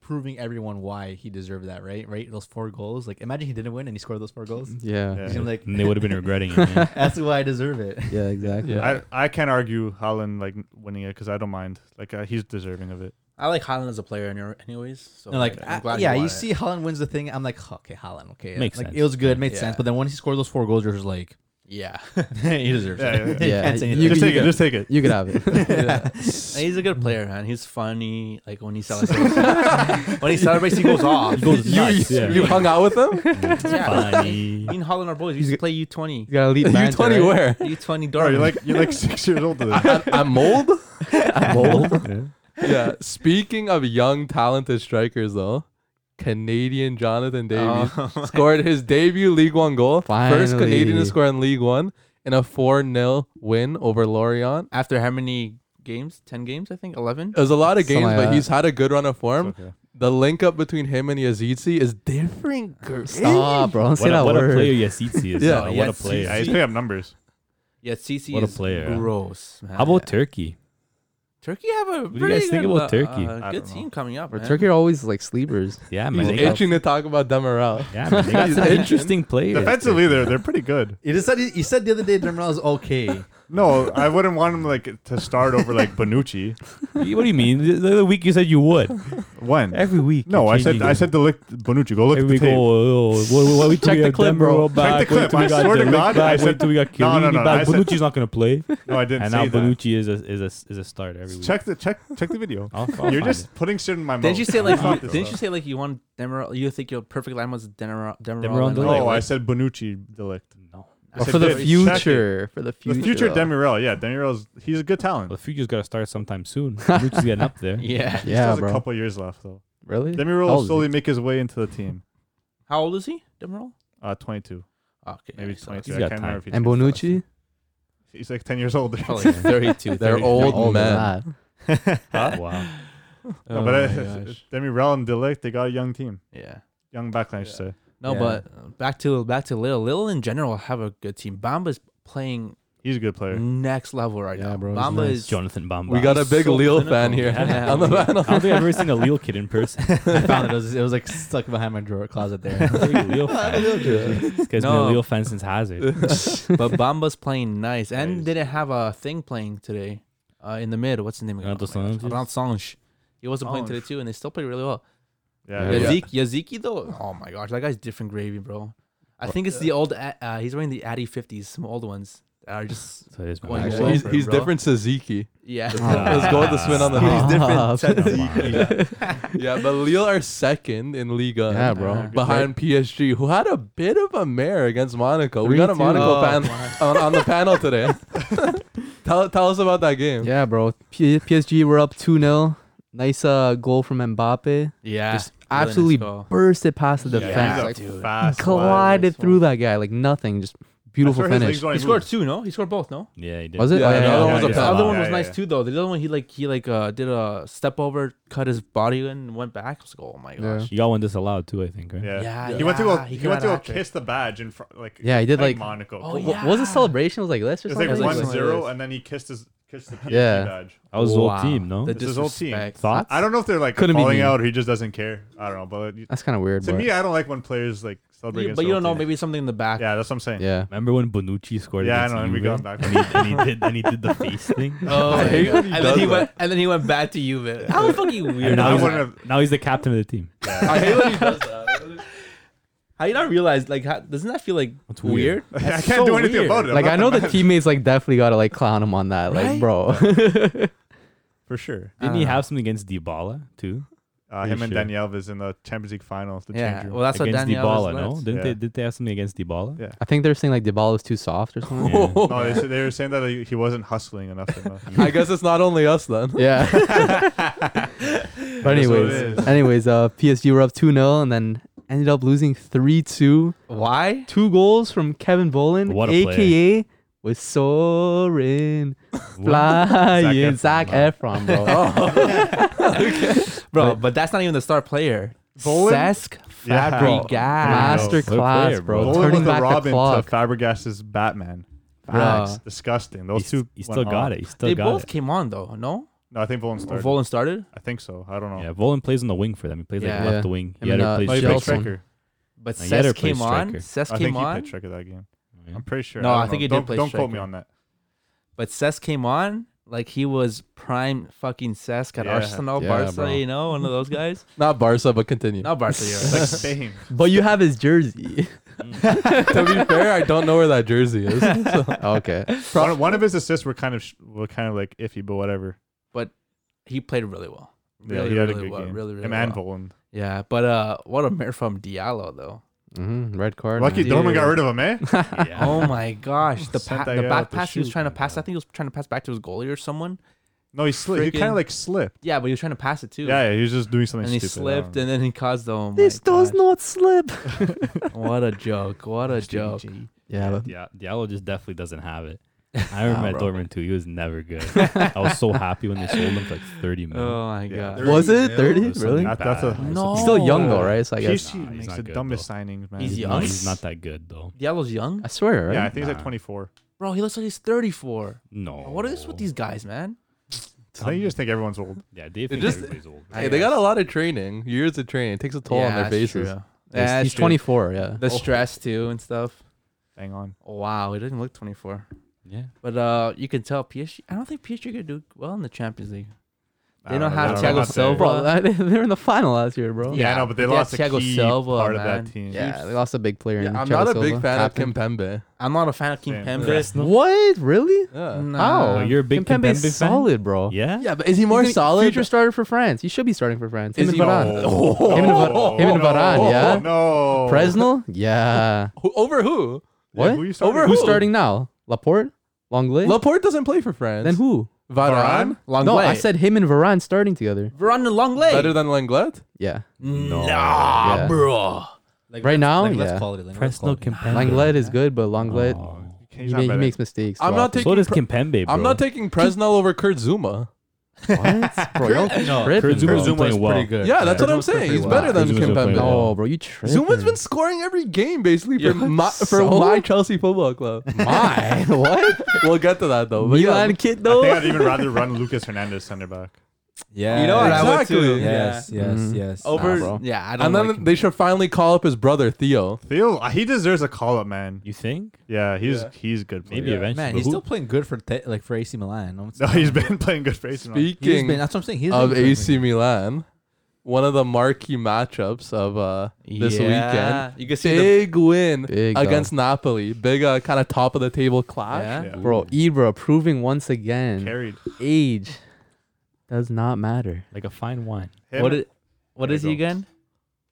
S5: proving everyone why he deserved that, right? Right? Those four goals. Like imagine he didn't win and he scored those four goals.
S6: Mm-hmm.
S1: Mm-hmm. Yeah.
S7: Yeah.
S5: He's gonna be like
S3: and they would have been regretting it. man.
S5: that's why I deserve it.
S1: Yeah, exactly.
S4: Yeah.
S7: I, I can't argue Holland like winning it because I don't mind. Like uh, he's deserving of it.
S6: I like Haaland as a player, any- anyways. So
S5: And like
S6: I'm
S5: I-
S6: glad he
S5: yeah,
S6: won
S5: you
S6: it.
S5: see Holland wins the thing. I'm like, "Huh, okay, Holland, okay.
S3: Makes
S5: like, It
S3: sense.
S5: was good, made
S6: Yeah.
S5: sense. But then once he scored those four goals, you're just like,
S6: Yeah.
S5: he deserves
S7: Yeah,
S5: it.
S7: yeah,
S1: yeah.
S5: Can't say
S1: You
S5: anything.
S7: just
S1: can-
S7: take it.
S1: you
S7: Just take it.
S1: You could have it.
S6: he's a good player, man. He's funny. Like when he celebrates, when he celebrates, he goes off.
S3: He goes
S6: Yeah.
S3: nuts. yeah.
S4: You hung out with him?
S6: Yeah.
S3: Funny.
S6: Me and Holland are boys. We used to play U twenty.
S1: You got a lead
S4: you 20 where?
S6: U twenty
S7: Bro,
S6: Dortmund.
S7: Oh, you're like you're like six years older than
S4: I, I'm old?
S3: Yeah.
S4: yeah. Speaking of young, talented strikers, though, Canadian Jonathan Davies scored his debut League One goal. First Canadian to
S1: Oh Finally.
S4: score in League One in a 4 0 win over Lorient.
S1: Ah,
S6: after how many games? Ten games, I think. Eleven.
S4: It was a lot of games,
S1: Something like
S4: but
S1: that.
S4: he's had a good run of
S7: It's
S4: form.
S7: okay.
S4: The link up between him and Yazidzi is different. gr-
S1: Stop, bro. Don't say
S3: What, a,
S1: that
S3: what a
S1: word.
S3: player Yassitsi is.
S4: Yeah,
S3: Yeah, what a
S6: Yassitsi.
S3: player.
S7: Yeah, he's picking up numbers.
S6: Yeah, CC
S3: What a
S6: is
S3: player.
S6: gross. Man.
S3: How about Turkey?
S6: Turkey? Have a
S3: do you guys think about Turkey?
S7: I
S6: good
S7: don't know.
S6: team coming up.
S1: Bro,
S6: man.
S1: Turkey are always like sleepers.
S3: Yeah, man.
S4: He's
S3: They got,
S4: itching to talk about Demerel.
S3: yeah, man. They got
S4: He's
S3: some
S4: itching.
S3: interesting players.
S7: Defensively, they're they're pretty good.
S5: You just said you said the other day Dermot was okay.
S7: No, I wouldn't want him like to start over like Bonucci.
S3: what do you mean? The the other week you said you would.
S7: When?
S3: Every week.
S7: No,
S3: you're
S7: I said
S3: changing
S7: I
S3: it.
S7: said to look Bonucci. Go look
S3: Every
S7: at the
S3: week. Oh,
S7: tape.
S3: oh, oh, what, what,
S1: Check the clip, bro.
S3: Roll
S1: Check
S3: back,
S7: the
S3: Wait
S7: clip.
S3: till we
S7: I
S3: got
S7: swear to
S3: Delic
S7: God, I
S3: Back,
S7: said-
S3: wait till we got
S7: No, no,
S3: Chiellini
S7: no, I
S3: back.
S7: said-
S3: Bonucci's not gonna play,
S7: No, I didn't
S3: and
S7: say
S3: now
S7: that.
S3: Bonucci is a is a is a starter every week.
S7: Check the check check the video.
S3: I'll- I'll
S7: You're
S3: find it.
S7: just putting shit in my mouth.
S6: Didn't you say like
S7: Stop
S6: you,
S7: this,
S6: didn't
S7: though.
S6: you say like you want Demerol? You think your perfect line was Demerol?
S3: Demerol
S6: Demerol?
S3: Delict.
S7: Oh,
S3: like-
S7: I said Bonucci delict.
S3: no.
S1: Or
S7: said
S1: for the
S7: Davies. Check it.
S1: future. For the
S7: The
S1: future.
S7: future
S6: uh,
S7: Demirel, yeah, Demirel's he's a good talent.
S3: Well, the future's got to start sometime soon. Bonucci's getting up there.
S6: Yeah.
S7: he still
S1: Yeah,
S7: has a
S1: bro.
S7: couple years left though.
S1: Really?
S7: Demirel
S1: How
S7: will
S1: old is
S7: slowly make his way into the team.
S6: How old is he? Demerol? Oh,
S7: Uh, 22,
S6: Okay.
S7: maybe
S6: so
S7: 22.
S3: he's
S7: I
S3: got
S7: can't remember
S3: time.
S7: if he
S1: And
S7: changed last
S1: Bonucci?
S7: name. He's like 10 years older.
S6: Probably like 32.
S4: They're
S6: 33.
S4: old
S1: Older than
S4: men.
S1: that.
S3: Huh? Wow.
S7: no, but uh, Demirel and Delict, they got a young team,
S6: Oh yeah.
S7: young backline, I should say.
S6: No,
S5: Yeah.
S6: but uh, back to back to Lil. Lil in general have a good team. Bamba's playing
S7: He's a good player.
S6: next level right
S5: Yeah,
S6: now.
S5: bro, he's
S6: Bamba
S5: nice.
S6: is
S3: Jonathan Bamba.
S4: We got a big
S6: so
S4: Lille
S6: clinical.
S4: fan here
S6: Yeah.
S4: on the panel.
S3: I don't think I've ever seen a Leo kid in person.
S5: I found it. It was, it was like stuck behind my drawer closet there.
S3: Big Leo fan. This guy's been
S6: No.
S3: a Leo fan since Hazard.
S6: but Bamba's playing nice and
S3: Nice.
S6: didn't have a thing playing today uh, in the mid. What's the name? again?
S3: Renato
S6: Oh my gosh,
S3: Sanches?
S6: Renato Sanches. He wasn't playing today too, and they still played really well. Mm-hmm.
S7: Yeah.
S4: Yeah.
S6: Yaziki, Yaziki though, oh my gosh, that guy's different gravy, bro. I think it's the old. a- Uh, he's wearing the Addy fifties, some old ones that are just
S3: So it is
S6: Well,
S3: mad.
S6: you-
S4: Actually, he's,
S6: Wilfred,
S4: he's
S6: bro.
S4: different to Zeke.
S6: yeah.
S4: Let's go with the spin on the
S7: He's
S4: nose.
S7: different. to Zeke.
S4: Yeah, but Lille are second in Liga.
S1: Yeah, bro.
S4: Behind PSG, who had a bit of a mare against Monaco. We got a
S1: 3-2.
S4: Monaco
S1: Oh,
S4: fan on, on the panel today. tell, tell us about that game.
S1: Yeah, bro. P- PSG were up 2 0. Nice uh, goal from Mbappe.
S6: yeah.
S1: Just absolutely burst it past the
S7: Yeah,
S1: defense.
S7: he's a
S1: Like,
S7: fast
S1: collided
S7: wide-
S1: through that guy like nothing. Just beautiful
S7: That's where his
S1: finish.
S7: legs only
S6: He scored
S7: move.
S6: two, no? He scored both, no?
S3: Yeah, he did.
S1: Was it?
S4: Yeah,
S1: Oh,
S4: the
S1: yeah, yeah,
S4: other one was
S1: yeah.
S4: a
S6: The
S4: penalty.
S6: other
S7: Yeah,
S6: one was
S7: yeah,
S6: nice
S7: yeah.
S6: too, though. The other one, he like he like uh, did a step over, cut his body, and went back. I was like, oh my
S1: Yeah.
S6: gosh.
S3: You got one disallowed too, I think, right?
S7: Yeah.
S6: Yeah,
S7: He went to go.
S6: yeah,
S7: He,
S6: he
S7: went
S6: got
S7: to go
S6: a hat-trick.
S7: kiss the badge in front, like
S1: Yeah, he did, like-
S7: Monaco.
S6: Oh,
S7: it
S1: Wh- What was the
S6: Yeah.
S1: celebration? It was like less or
S7: was
S1: something.
S7: like
S6: It was like
S7: one
S6: something like
S7: zero,
S6: this.
S7: and then he kissed his kissed the PSG
S1: Yeah.
S7: badge.
S3: That was the
S6: Wow.
S3: whole team, no?
S6: The
S7: It's his old team.
S6: disrespect.
S3: Thoughts?
S7: I don't know if they're like
S1: Couldn't be
S7: falling
S1: me.
S7: out or he just doesn't care. I don't know, but it-
S1: That's kind of weird.
S7: to
S1: but-
S7: me, I don't like when players like celebrate.
S6: Yeah,
S7: against
S6: but you
S7: their
S6: don't know,
S7: own team.
S6: maybe something in the back.
S7: Yeah, that's what I'm saying.
S1: Yeah.
S3: Remember when Bonucci scored
S7: Yeah, I
S3: against
S7: know, and we
S3: Juve?
S7: got back.
S3: and, he, and he did and he did the face thing.
S6: Oh,
S4: I hate when he
S6: and then
S4: does
S6: he
S4: that.
S6: went, and then he went back to Juve. How fucking weird!
S3: And now,
S7: I
S3: he's,
S7: wouldn't have.
S3: now he's the captain of the team.
S4: I hate when he does that.
S6: How you not realize? Like, how, doesn't that feel like
S3: That's
S6: weird?
S3: weird.
S7: I can't do anything about it.
S1: Like I know the teammates like definitely gotta like clown him on that. Like, bro.
S3: For sure.
S1: I
S3: Didn't
S1: don't
S3: he
S6: Uh.
S1: know.
S3: have something against Dybala too?
S7: Uh, him and
S3: Pretty
S7: Daniel Alves in the Champions League final. The
S6: Yeah.
S7: change room.
S6: Well, that's what
S3: against
S6: Daniel
S3: Dybala, no? Didn't
S7: Yeah.
S3: they did they have something against Dybala?
S7: Yeah.
S1: I think they're saying like Dybala was too soft or something.
S3: Yeah.
S7: no, they, said- they were saying that he he wasn't hustling enough. enough.
S4: I guess it's not only us then.
S1: yeah. but
S7: That's what
S1: anyways,
S7: it is.
S1: anyways, uh PSG were up 2-0 and then ended up losing 3-2.
S6: Why?
S1: Two goals from Kevin Boland,
S3: What a
S1: aka was soaring, flying, Zach Efron, bro.
S6: Bro, but that's not even the star player.
S7: Bowen?
S6: Sesk
S7: Yeah.
S6: Fabregas.
S1: Master
S3: Good
S1: class,
S3: player,
S1: bro.
S3: bro.
S7: Bowen
S1: Turning
S7: was the
S1: back
S7: Robin
S1: the clock.
S7: to Fabregas's Batman.
S6: Facts.
S7: Facts. Disgusting. Those
S3: He's,
S7: two.
S3: he
S7: went
S3: still
S7: off.
S3: got it. He still
S6: They
S3: got
S6: both
S3: it.
S6: came on though, no?
S7: No, I think Bowen
S6: Or
S7: started.
S6: Volan started,
S7: I think so. I don't know.
S3: Yeah, Volan plays on the wing for them. He plays
S6: Yeah.
S3: like left
S1: Yeah.
S3: wing.
S1: I
S3: He
S1: mean, uh,
S3: plays
S7: No, Oh, he
S1: Jelson.
S7: played
S3: right
S1: Gelson.
S7: striker.
S6: but
S3: Now, Yedder
S6: Sesk
S3: plays
S6: came on.
S3: striker.
S6: Sesk
S7: I
S6: came
S7: think he played
S6: on,
S7: striker that game.
S3: Yeah.
S7: I'm pretty sure.
S6: No, I
S7: don't
S6: think
S7: know.
S6: he did
S7: Don't-
S6: play
S7: Don't quote me
S6: striker.
S7: on that.
S6: but Sesk came on. Like he was prime fucking Sesk at
S7: Yeah.
S6: Arsenal,
S1: Yeah,
S6: Barca,
S1: bro.
S6: you know, one of those guys.
S4: Not Barca, but continue.
S6: Not Barca, yeah.
S7: It's like Spain.
S1: But you have his jersey.
S4: to be fair, I don't know where that jersey is.
S1: okay.
S7: one, one of his assists were kind of sh- were kind of like iffy, but whatever.
S6: he played really well.
S7: Yeah,
S6: Really,
S7: he had
S6: really
S7: a good
S6: well,
S7: game.
S6: really, really
S7: Him and
S6: well.
S7: Volan.
S6: Yeah, but uh, what a mirror from Diallo though.
S1: hmm Red card.
S7: Lucky
S1: man.
S7: Dorman got rid of him, eh?
S3: Yeah.
S6: Oh my gosh, the
S7: Sent
S6: pa-
S7: that
S6: the
S7: guy out
S6: back
S7: the
S6: pass he was
S7: shoot,
S6: trying to
S7: my
S6: pass.
S7: God.
S6: I think he was trying to pass back to his goalie or someone.
S7: No, he slipped. He
S6: Freaking-
S7: kind of like slipped.
S6: Yeah, but he was trying to pass it too.
S7: Yeah, yeah, he was just doing something
S6: and he
S7: stupid. I
S6: slipped,
S7: don't
S6: and then he caused the. Oh my
S1: This does
S6: gosh.
S1: not slip.
S6: What a joke! What a joke!
S1: Yeah, but
S3: Yeah, Diallo just definitely doesn't have it. I remember at
S6: bro.
S3: Dortmund too. He was never good. I was so happy when they sold him for like 30 million.
S6: Oh my
S7: Yeah.
S6: god!
S1: was it 30?
S3: It was
S1: Really?
S3: something
S7: That- that's a-
S3: bad. It's
S6: No.
S1: He's still young though,
S7: Oh.
S1: right? So I guess
S7: PSG
S3: Nah, he's
S7: makes
S3: not
S7: the
S3: good,
S7: dumbest signings, man.
S6: He's
S3: He's
S6: young.
S3: not, he's not that good though.
S6: Diallo's young.
S1: I swear, right?
S7: Yeah, I think he's like
S3: Nah.
S7: 24.
S6: Bro, he looks like he's 34.
S3: No.
S6: What is
S7: Oh.
S6: with these guys, man?
S7: I think you just think everyone's old.
S3: Yeah, they
S4: It
S3: think
S4: just-
S3: everybody's old.
S4: Hey, they got a lot of training, years of training. It takes a toll on their faces.
S1: he's,
S6: Yeah,
S1: he's 24. Yeah.
S6: The stress too and stuff.
S7: Hang on.
S6: Wow, he didn't look 24.
S3: Yeah.
S6: But uh, you can tell PSG. I don't think PSG could do well in the Champions League.
S7: I
S6: They don't
S7: know,
S6: have
S7: they're not there.
S6: Thiago Silva.
S1: Bro, they were in the final last year, bro.
S7: Yeah, I know, but they lost a
S6: Thiago
S7: key
S6: Silva,
S7: part
S6: man.
S7: of that team.
S1: Yeah, they lost a big player. in
S4: I'm
S1: Thiago
S4: not a big
S1: Silva,
S4: fan
S1: captain.
S4: of Kimpembe.
S6: I'm not a fan of King
S7: Same.
S6: Pembe.
S1: What? Really?
S4: Yeah.
S6: Mm.
S1: How?
S3: Oh, you're a big
S1: Kimpembe
S3: Kimpembe fan?
S1: solid, bro.
S3: Yeah?
S4: yeah, but is he more
S1: He's a
S4: solid?
S1: Future starter for France. He should be starting for France. Him
S4: Is
S1: and
S4: he-
S1: Varane.
S7: Oh,
S1: Him and Va- him and
S7: no.
S1: Varane, yeah?
S7: No.
S1: Oh. Presnel? Yeah.
S4: Who- over who?
S7: Yeah,
S1: What?
S7: who you starting?
S4: Over who?
S1: Who's starting now? Laporte? Longley?
S4: Laporte doesn't play for France.
S1: then who?
S4: Varane?
S7: Varane?
S6: Long
S1: No, I said him and Varane starting together.
S6: Run the long leg.
S4: Better than Lenglet?
S1: Yeah.
S3: No.
S6: Nah,
S1: Yeah.
S6: bro.
S1: Right
S5: Like, that's-
S1: now,
S5: like,
S1: yeah.
S5: That's quality. Like, that's
S3: Fresno
S5: quality.
S3: Kimpembe.
S1: Langlet is good, but Longlet,
S3: Oh.
S1: he,
S7: He's
S1: ma-
S7: not
S1: he
S7: better.
S1: makes mistakes.
S4: I'm
S1: throughout
S4: not
S1: the-
S4: taking
S3: So does
S4: Pre-
S3: Kimpembe, bro.
S4: I'm not taking Presnel over Kurt Zuma.
S1: What? bro, y'all
S5: No,
S1: tripping,
S3: Kurt Zouma
S1: bro.
S3: was playing well.
S5: pretty good.
S4: Yeah, that's what
S5: Kurt
S4: I'm
S5: Zuma's pretty
S4: saying. He's
S5: well.
S4: better than
S3: Zuma's
S4: Kim
S3: been playing
S4: Pembe.
S3: well.
S1: No, bro, you tripping.
S4: Zuma's been scoring every game basically for my for
S1: so?
S4: my Chelsea football club.
S1: my what?
S4: we'll get to that though. But yeah,
S1: Milan kid
S7: I think
S1: though.
S7: I'd even rather run Lucas Hernandez center back.
S5: Yeah.
S6: You know what I would
S4: Exactly.
S6: too.
S5: Yes, yes,
S1: Mhm.
S5: yes.
S6: Yeah. Over.
S1: bro.
S6: yeah, I don't.
S4: and then
S6: like him.
S4: they should finally call up his brother Theo.
S7: Theo, uh, he deserves a call up, man.
S3: You think?
S7: Yeah, he's
S4: Yeah.
S7: he's good. Player.
S3: Maybe eventually.
S5: Man,
S3: but
S5: he's
S3: who-
S5: still playing good for te- like for AC Milan. No, it's
S7: No,
S5: not-
S7: he's been playing good for AC Milan.
S5: He's
S4: Speaking
S5: been. That's what I'm saying. He's
S4: of
S5: been good.
S4: AC Milan, one of the marquee matchups of uh, this
S6: Yeah.
S4: weekend.
S6: You can see the
S4: Big win
S1: Big, though.
S4: against Napoli. Big uh, kind of top of the table clash.
S1: Yeah.
S7: Yeah.
S1: Bro, Ibra proving once again
S7: Carried.
S1: age does not matter.
S3: Like a fine wine.
S7: Him.
S6: what? Is, what
S7: There
S6: is
S7: you
S6: he
S7: go.
S6: again?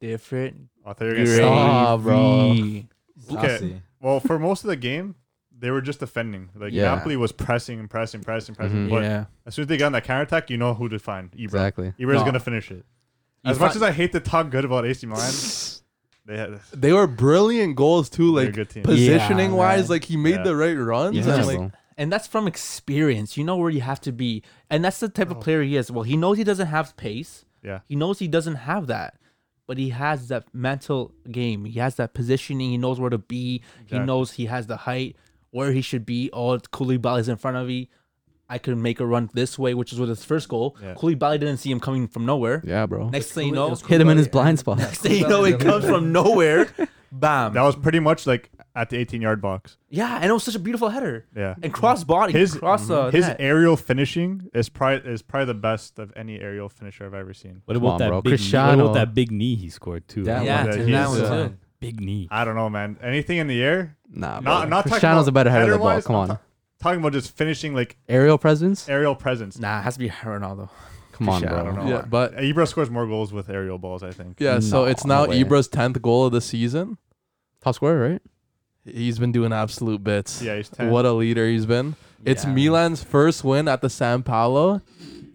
S6: Different.
S7: I thought you were gonna say-
S1: Great. Stop, bro.
S6: gravy.
S7: Okay. Well, for most of the game, they were just defending. Like
S1: Yeah.
S7: Napoli was pressing and pressing, pressing, pressing.
S1: Mhm.
S7: But
S6: Mm-hmm. Yeah.
S7: as soon as they got on that counter attack, you know who to find. Ibra.
S1: Exactly.
S7: Ibra's
S6: No.
S7: gonna finish it.
S6: You
S7: As much
S6: fi-
S7: as I hate to talk good about AC Milan, they had
S4: They were brilliant goals too,
S7: they're a
S4: like
S7: good team.
S4: positioning wise.
S6: right.
S4: Like he made
S7: Yeah.
S4: the right runs.
S1: Yeah,
S4: and,
S6: just-
S4: like,
S1: bro.
S6: and that's from experience. You know where you have to be, and that's the type of player he is. Well, he knows he doesn't have pace.
S7: Yeah.
S6: He knows he doesn't have that, but he has that mental game. He has that positioning. He knows where to be.
S7: Exactly.
S6: He knows he has the height where he should be. Oh, it's Koulibaly is in front of me. I could make a run this way, which is with his first goal.
S7: Yeah.
S6: Koulibaly didn't see him coming from nowhere.
S1: Yeah, bro.
S6: Next thing you know,
S1: Hit him in his blind spot.
S6: next thing you know, it comes from nowhere. Bam.
S7: That was pretty much like at the 18 yard box.
S6: yeah, and it was such a beautiful header.
S7: Yeah.
S6: And cross body,
S7: His-
S6: cross uh,
S7: His
S6: net.
S7: aerial finishing is probably is probably the best of any aerial finisher I've ever seen.
S3: What
S1: Come
S3: about
S1: on,
S3: that
S1: bro.
S3: big knee?
S1: Cristiano.
S3: What about that big knee he scored too?
S1: That
S3: right?
S6: yeah,
S7: one.
S6: to
S7: Yeah,
S6: that
S7: he's,
S6: one
S7: uh,
S6: too.
S3: Big knee.
S7: I don't know, man. Anything in the air?
S1: Nah, bro.
S7: Not not talking
S1: Cristiano's
S7: about
S1: a better header of the ball.
S7: header-wise,
S1: Come
S7: I'm
S1: on.
S7: ta- talking about just finishing like
S1: Aerial presence?
S7: aerial presence.
S6: Nah, it has to be Ronaldo.
S1: Come on,
S7: I
S1: bro.
S7: don't know.
S4: yeah, but
S7: Ibra Uh, scores more goals with aerial balls, I think.
S4: yeah. so
S1: No,
S4: it's now
S1: no way.
S4: Ibra's tenth goal of the season.
S1: Top scorer, right?
S4: He's been doing absolute bits.
S7: Yeah, he's 10.
S4: What a leader he's been. It's
S6: Yeah.
S4: Milan's first win at the San Paolo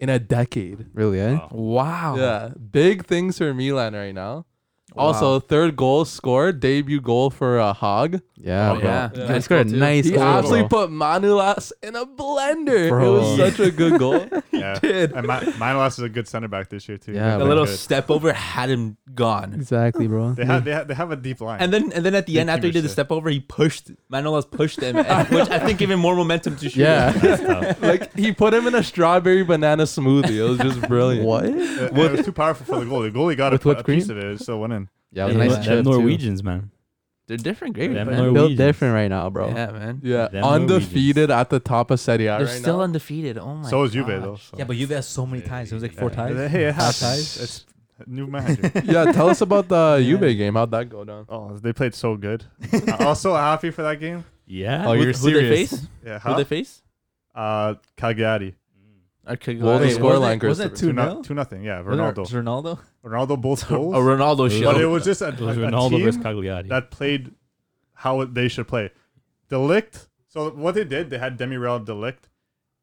S4: in a decade.
S1: Really, eh?
S7: Wow.
S6: Wow.
S4: Yeah, big things for Milan right now.
S6: Wow.
S4: Also, third goal scored, debut goal for uh, Hog.
S1: Yeah,
S7: Oh,
S1: bro.
S6: yeah.
S1: Yeah,
S4: Nice
S1: he scored a
S4: goal, too.
S1: nice
S4: He
S1: goal,
S4: absolutely
S1: bro.
S4: put Manolas in a blender. It
S1: Bro.
S4: was such a good goal.
S7: Yeah. And Ma- Manolas is a good center back this year too.
S1: Yeah,
S7: They're
S1: bro.
S6: a little
S7: good.
S6: step over had him gone.
S1: Exactly, bro.
S7: They have, they have they have a deep line.
S6: And then and then at the
S7: Big
S6: end, after he
S7: keeper
S6: did the
S7: save.
S6: step over, he pushed Manolas pushed him, and- which I think gave him more momentum to shoot.
S1: Yeah.
S4: like he put him in a strawberry banana smoothie. It was just brilliant.
S1: what?
S7: Uh, and it was too powerful for the goal. The goalie got a,
S1: With
S7: p-
S1: whipped
S7: a piece
S1: cream?
S7: of it. It still went in.
S1: Yeah, it was
S3: Them
S1: a
S3: Nor-
S1: nice
S3: them
S1: chip, too.
S3: Norwegians, man.
S6: They're different,
S3: Them
S6: gravy. but-
S1: They're built
S3: Norwegians.
S1: different right now, bro.
S6: Yeah, man.
S4: Yeah,
S3: Them
S4: undefeated at the top of Serie A
S6: They're
S4: right
S6: still
S4: now.
S6: undefeated. Oh my.
S7: so was
S6: gosh.
S7: Juve though. So.
S5: Yeah, but you've asked so many times. It was like four
S7: Yeah.
S5: times.
S7: Hey,
S5: Five
S7: it happens.
S5: ties?
S7: It's new manager.
S4: yeah, tell us about the Juve game. How'd that go down?
S7: oh, they played so good. I was so happy for that game.
S3: Yeah.
S4: Oh,
S6: Who-
S4: you're
S6: who they
S4: serious.
S6: face?
S7: Yeah,
S6: Who
S7: huh?
S6: they face?
S7: uh, Cagliari.
S6: Okay,
S4: Well, the
S6: Wait,
S4: score
S6: wasn't
S4: line
S6: it-
S4: goes
S6: wasn't it
S7: Two,
S6: two
S7: no-
S6: nil?
S7: two nothing. Yeah,
S5: Wasn't it
S7: Ronaldo.
S5: Ronaldo.
S7: Ronaldo both
S6: A
S7: goals.
S6: Oh, Ronaldo
S3: Those
S6: show.
S7: But it was just a,
S3: It was
S7: a- a
S3: Ronaldo versus
S7: team
S3: Cagliari.
S7: that played how it- they should play. Delict. So what they did, they had Demirel Delict.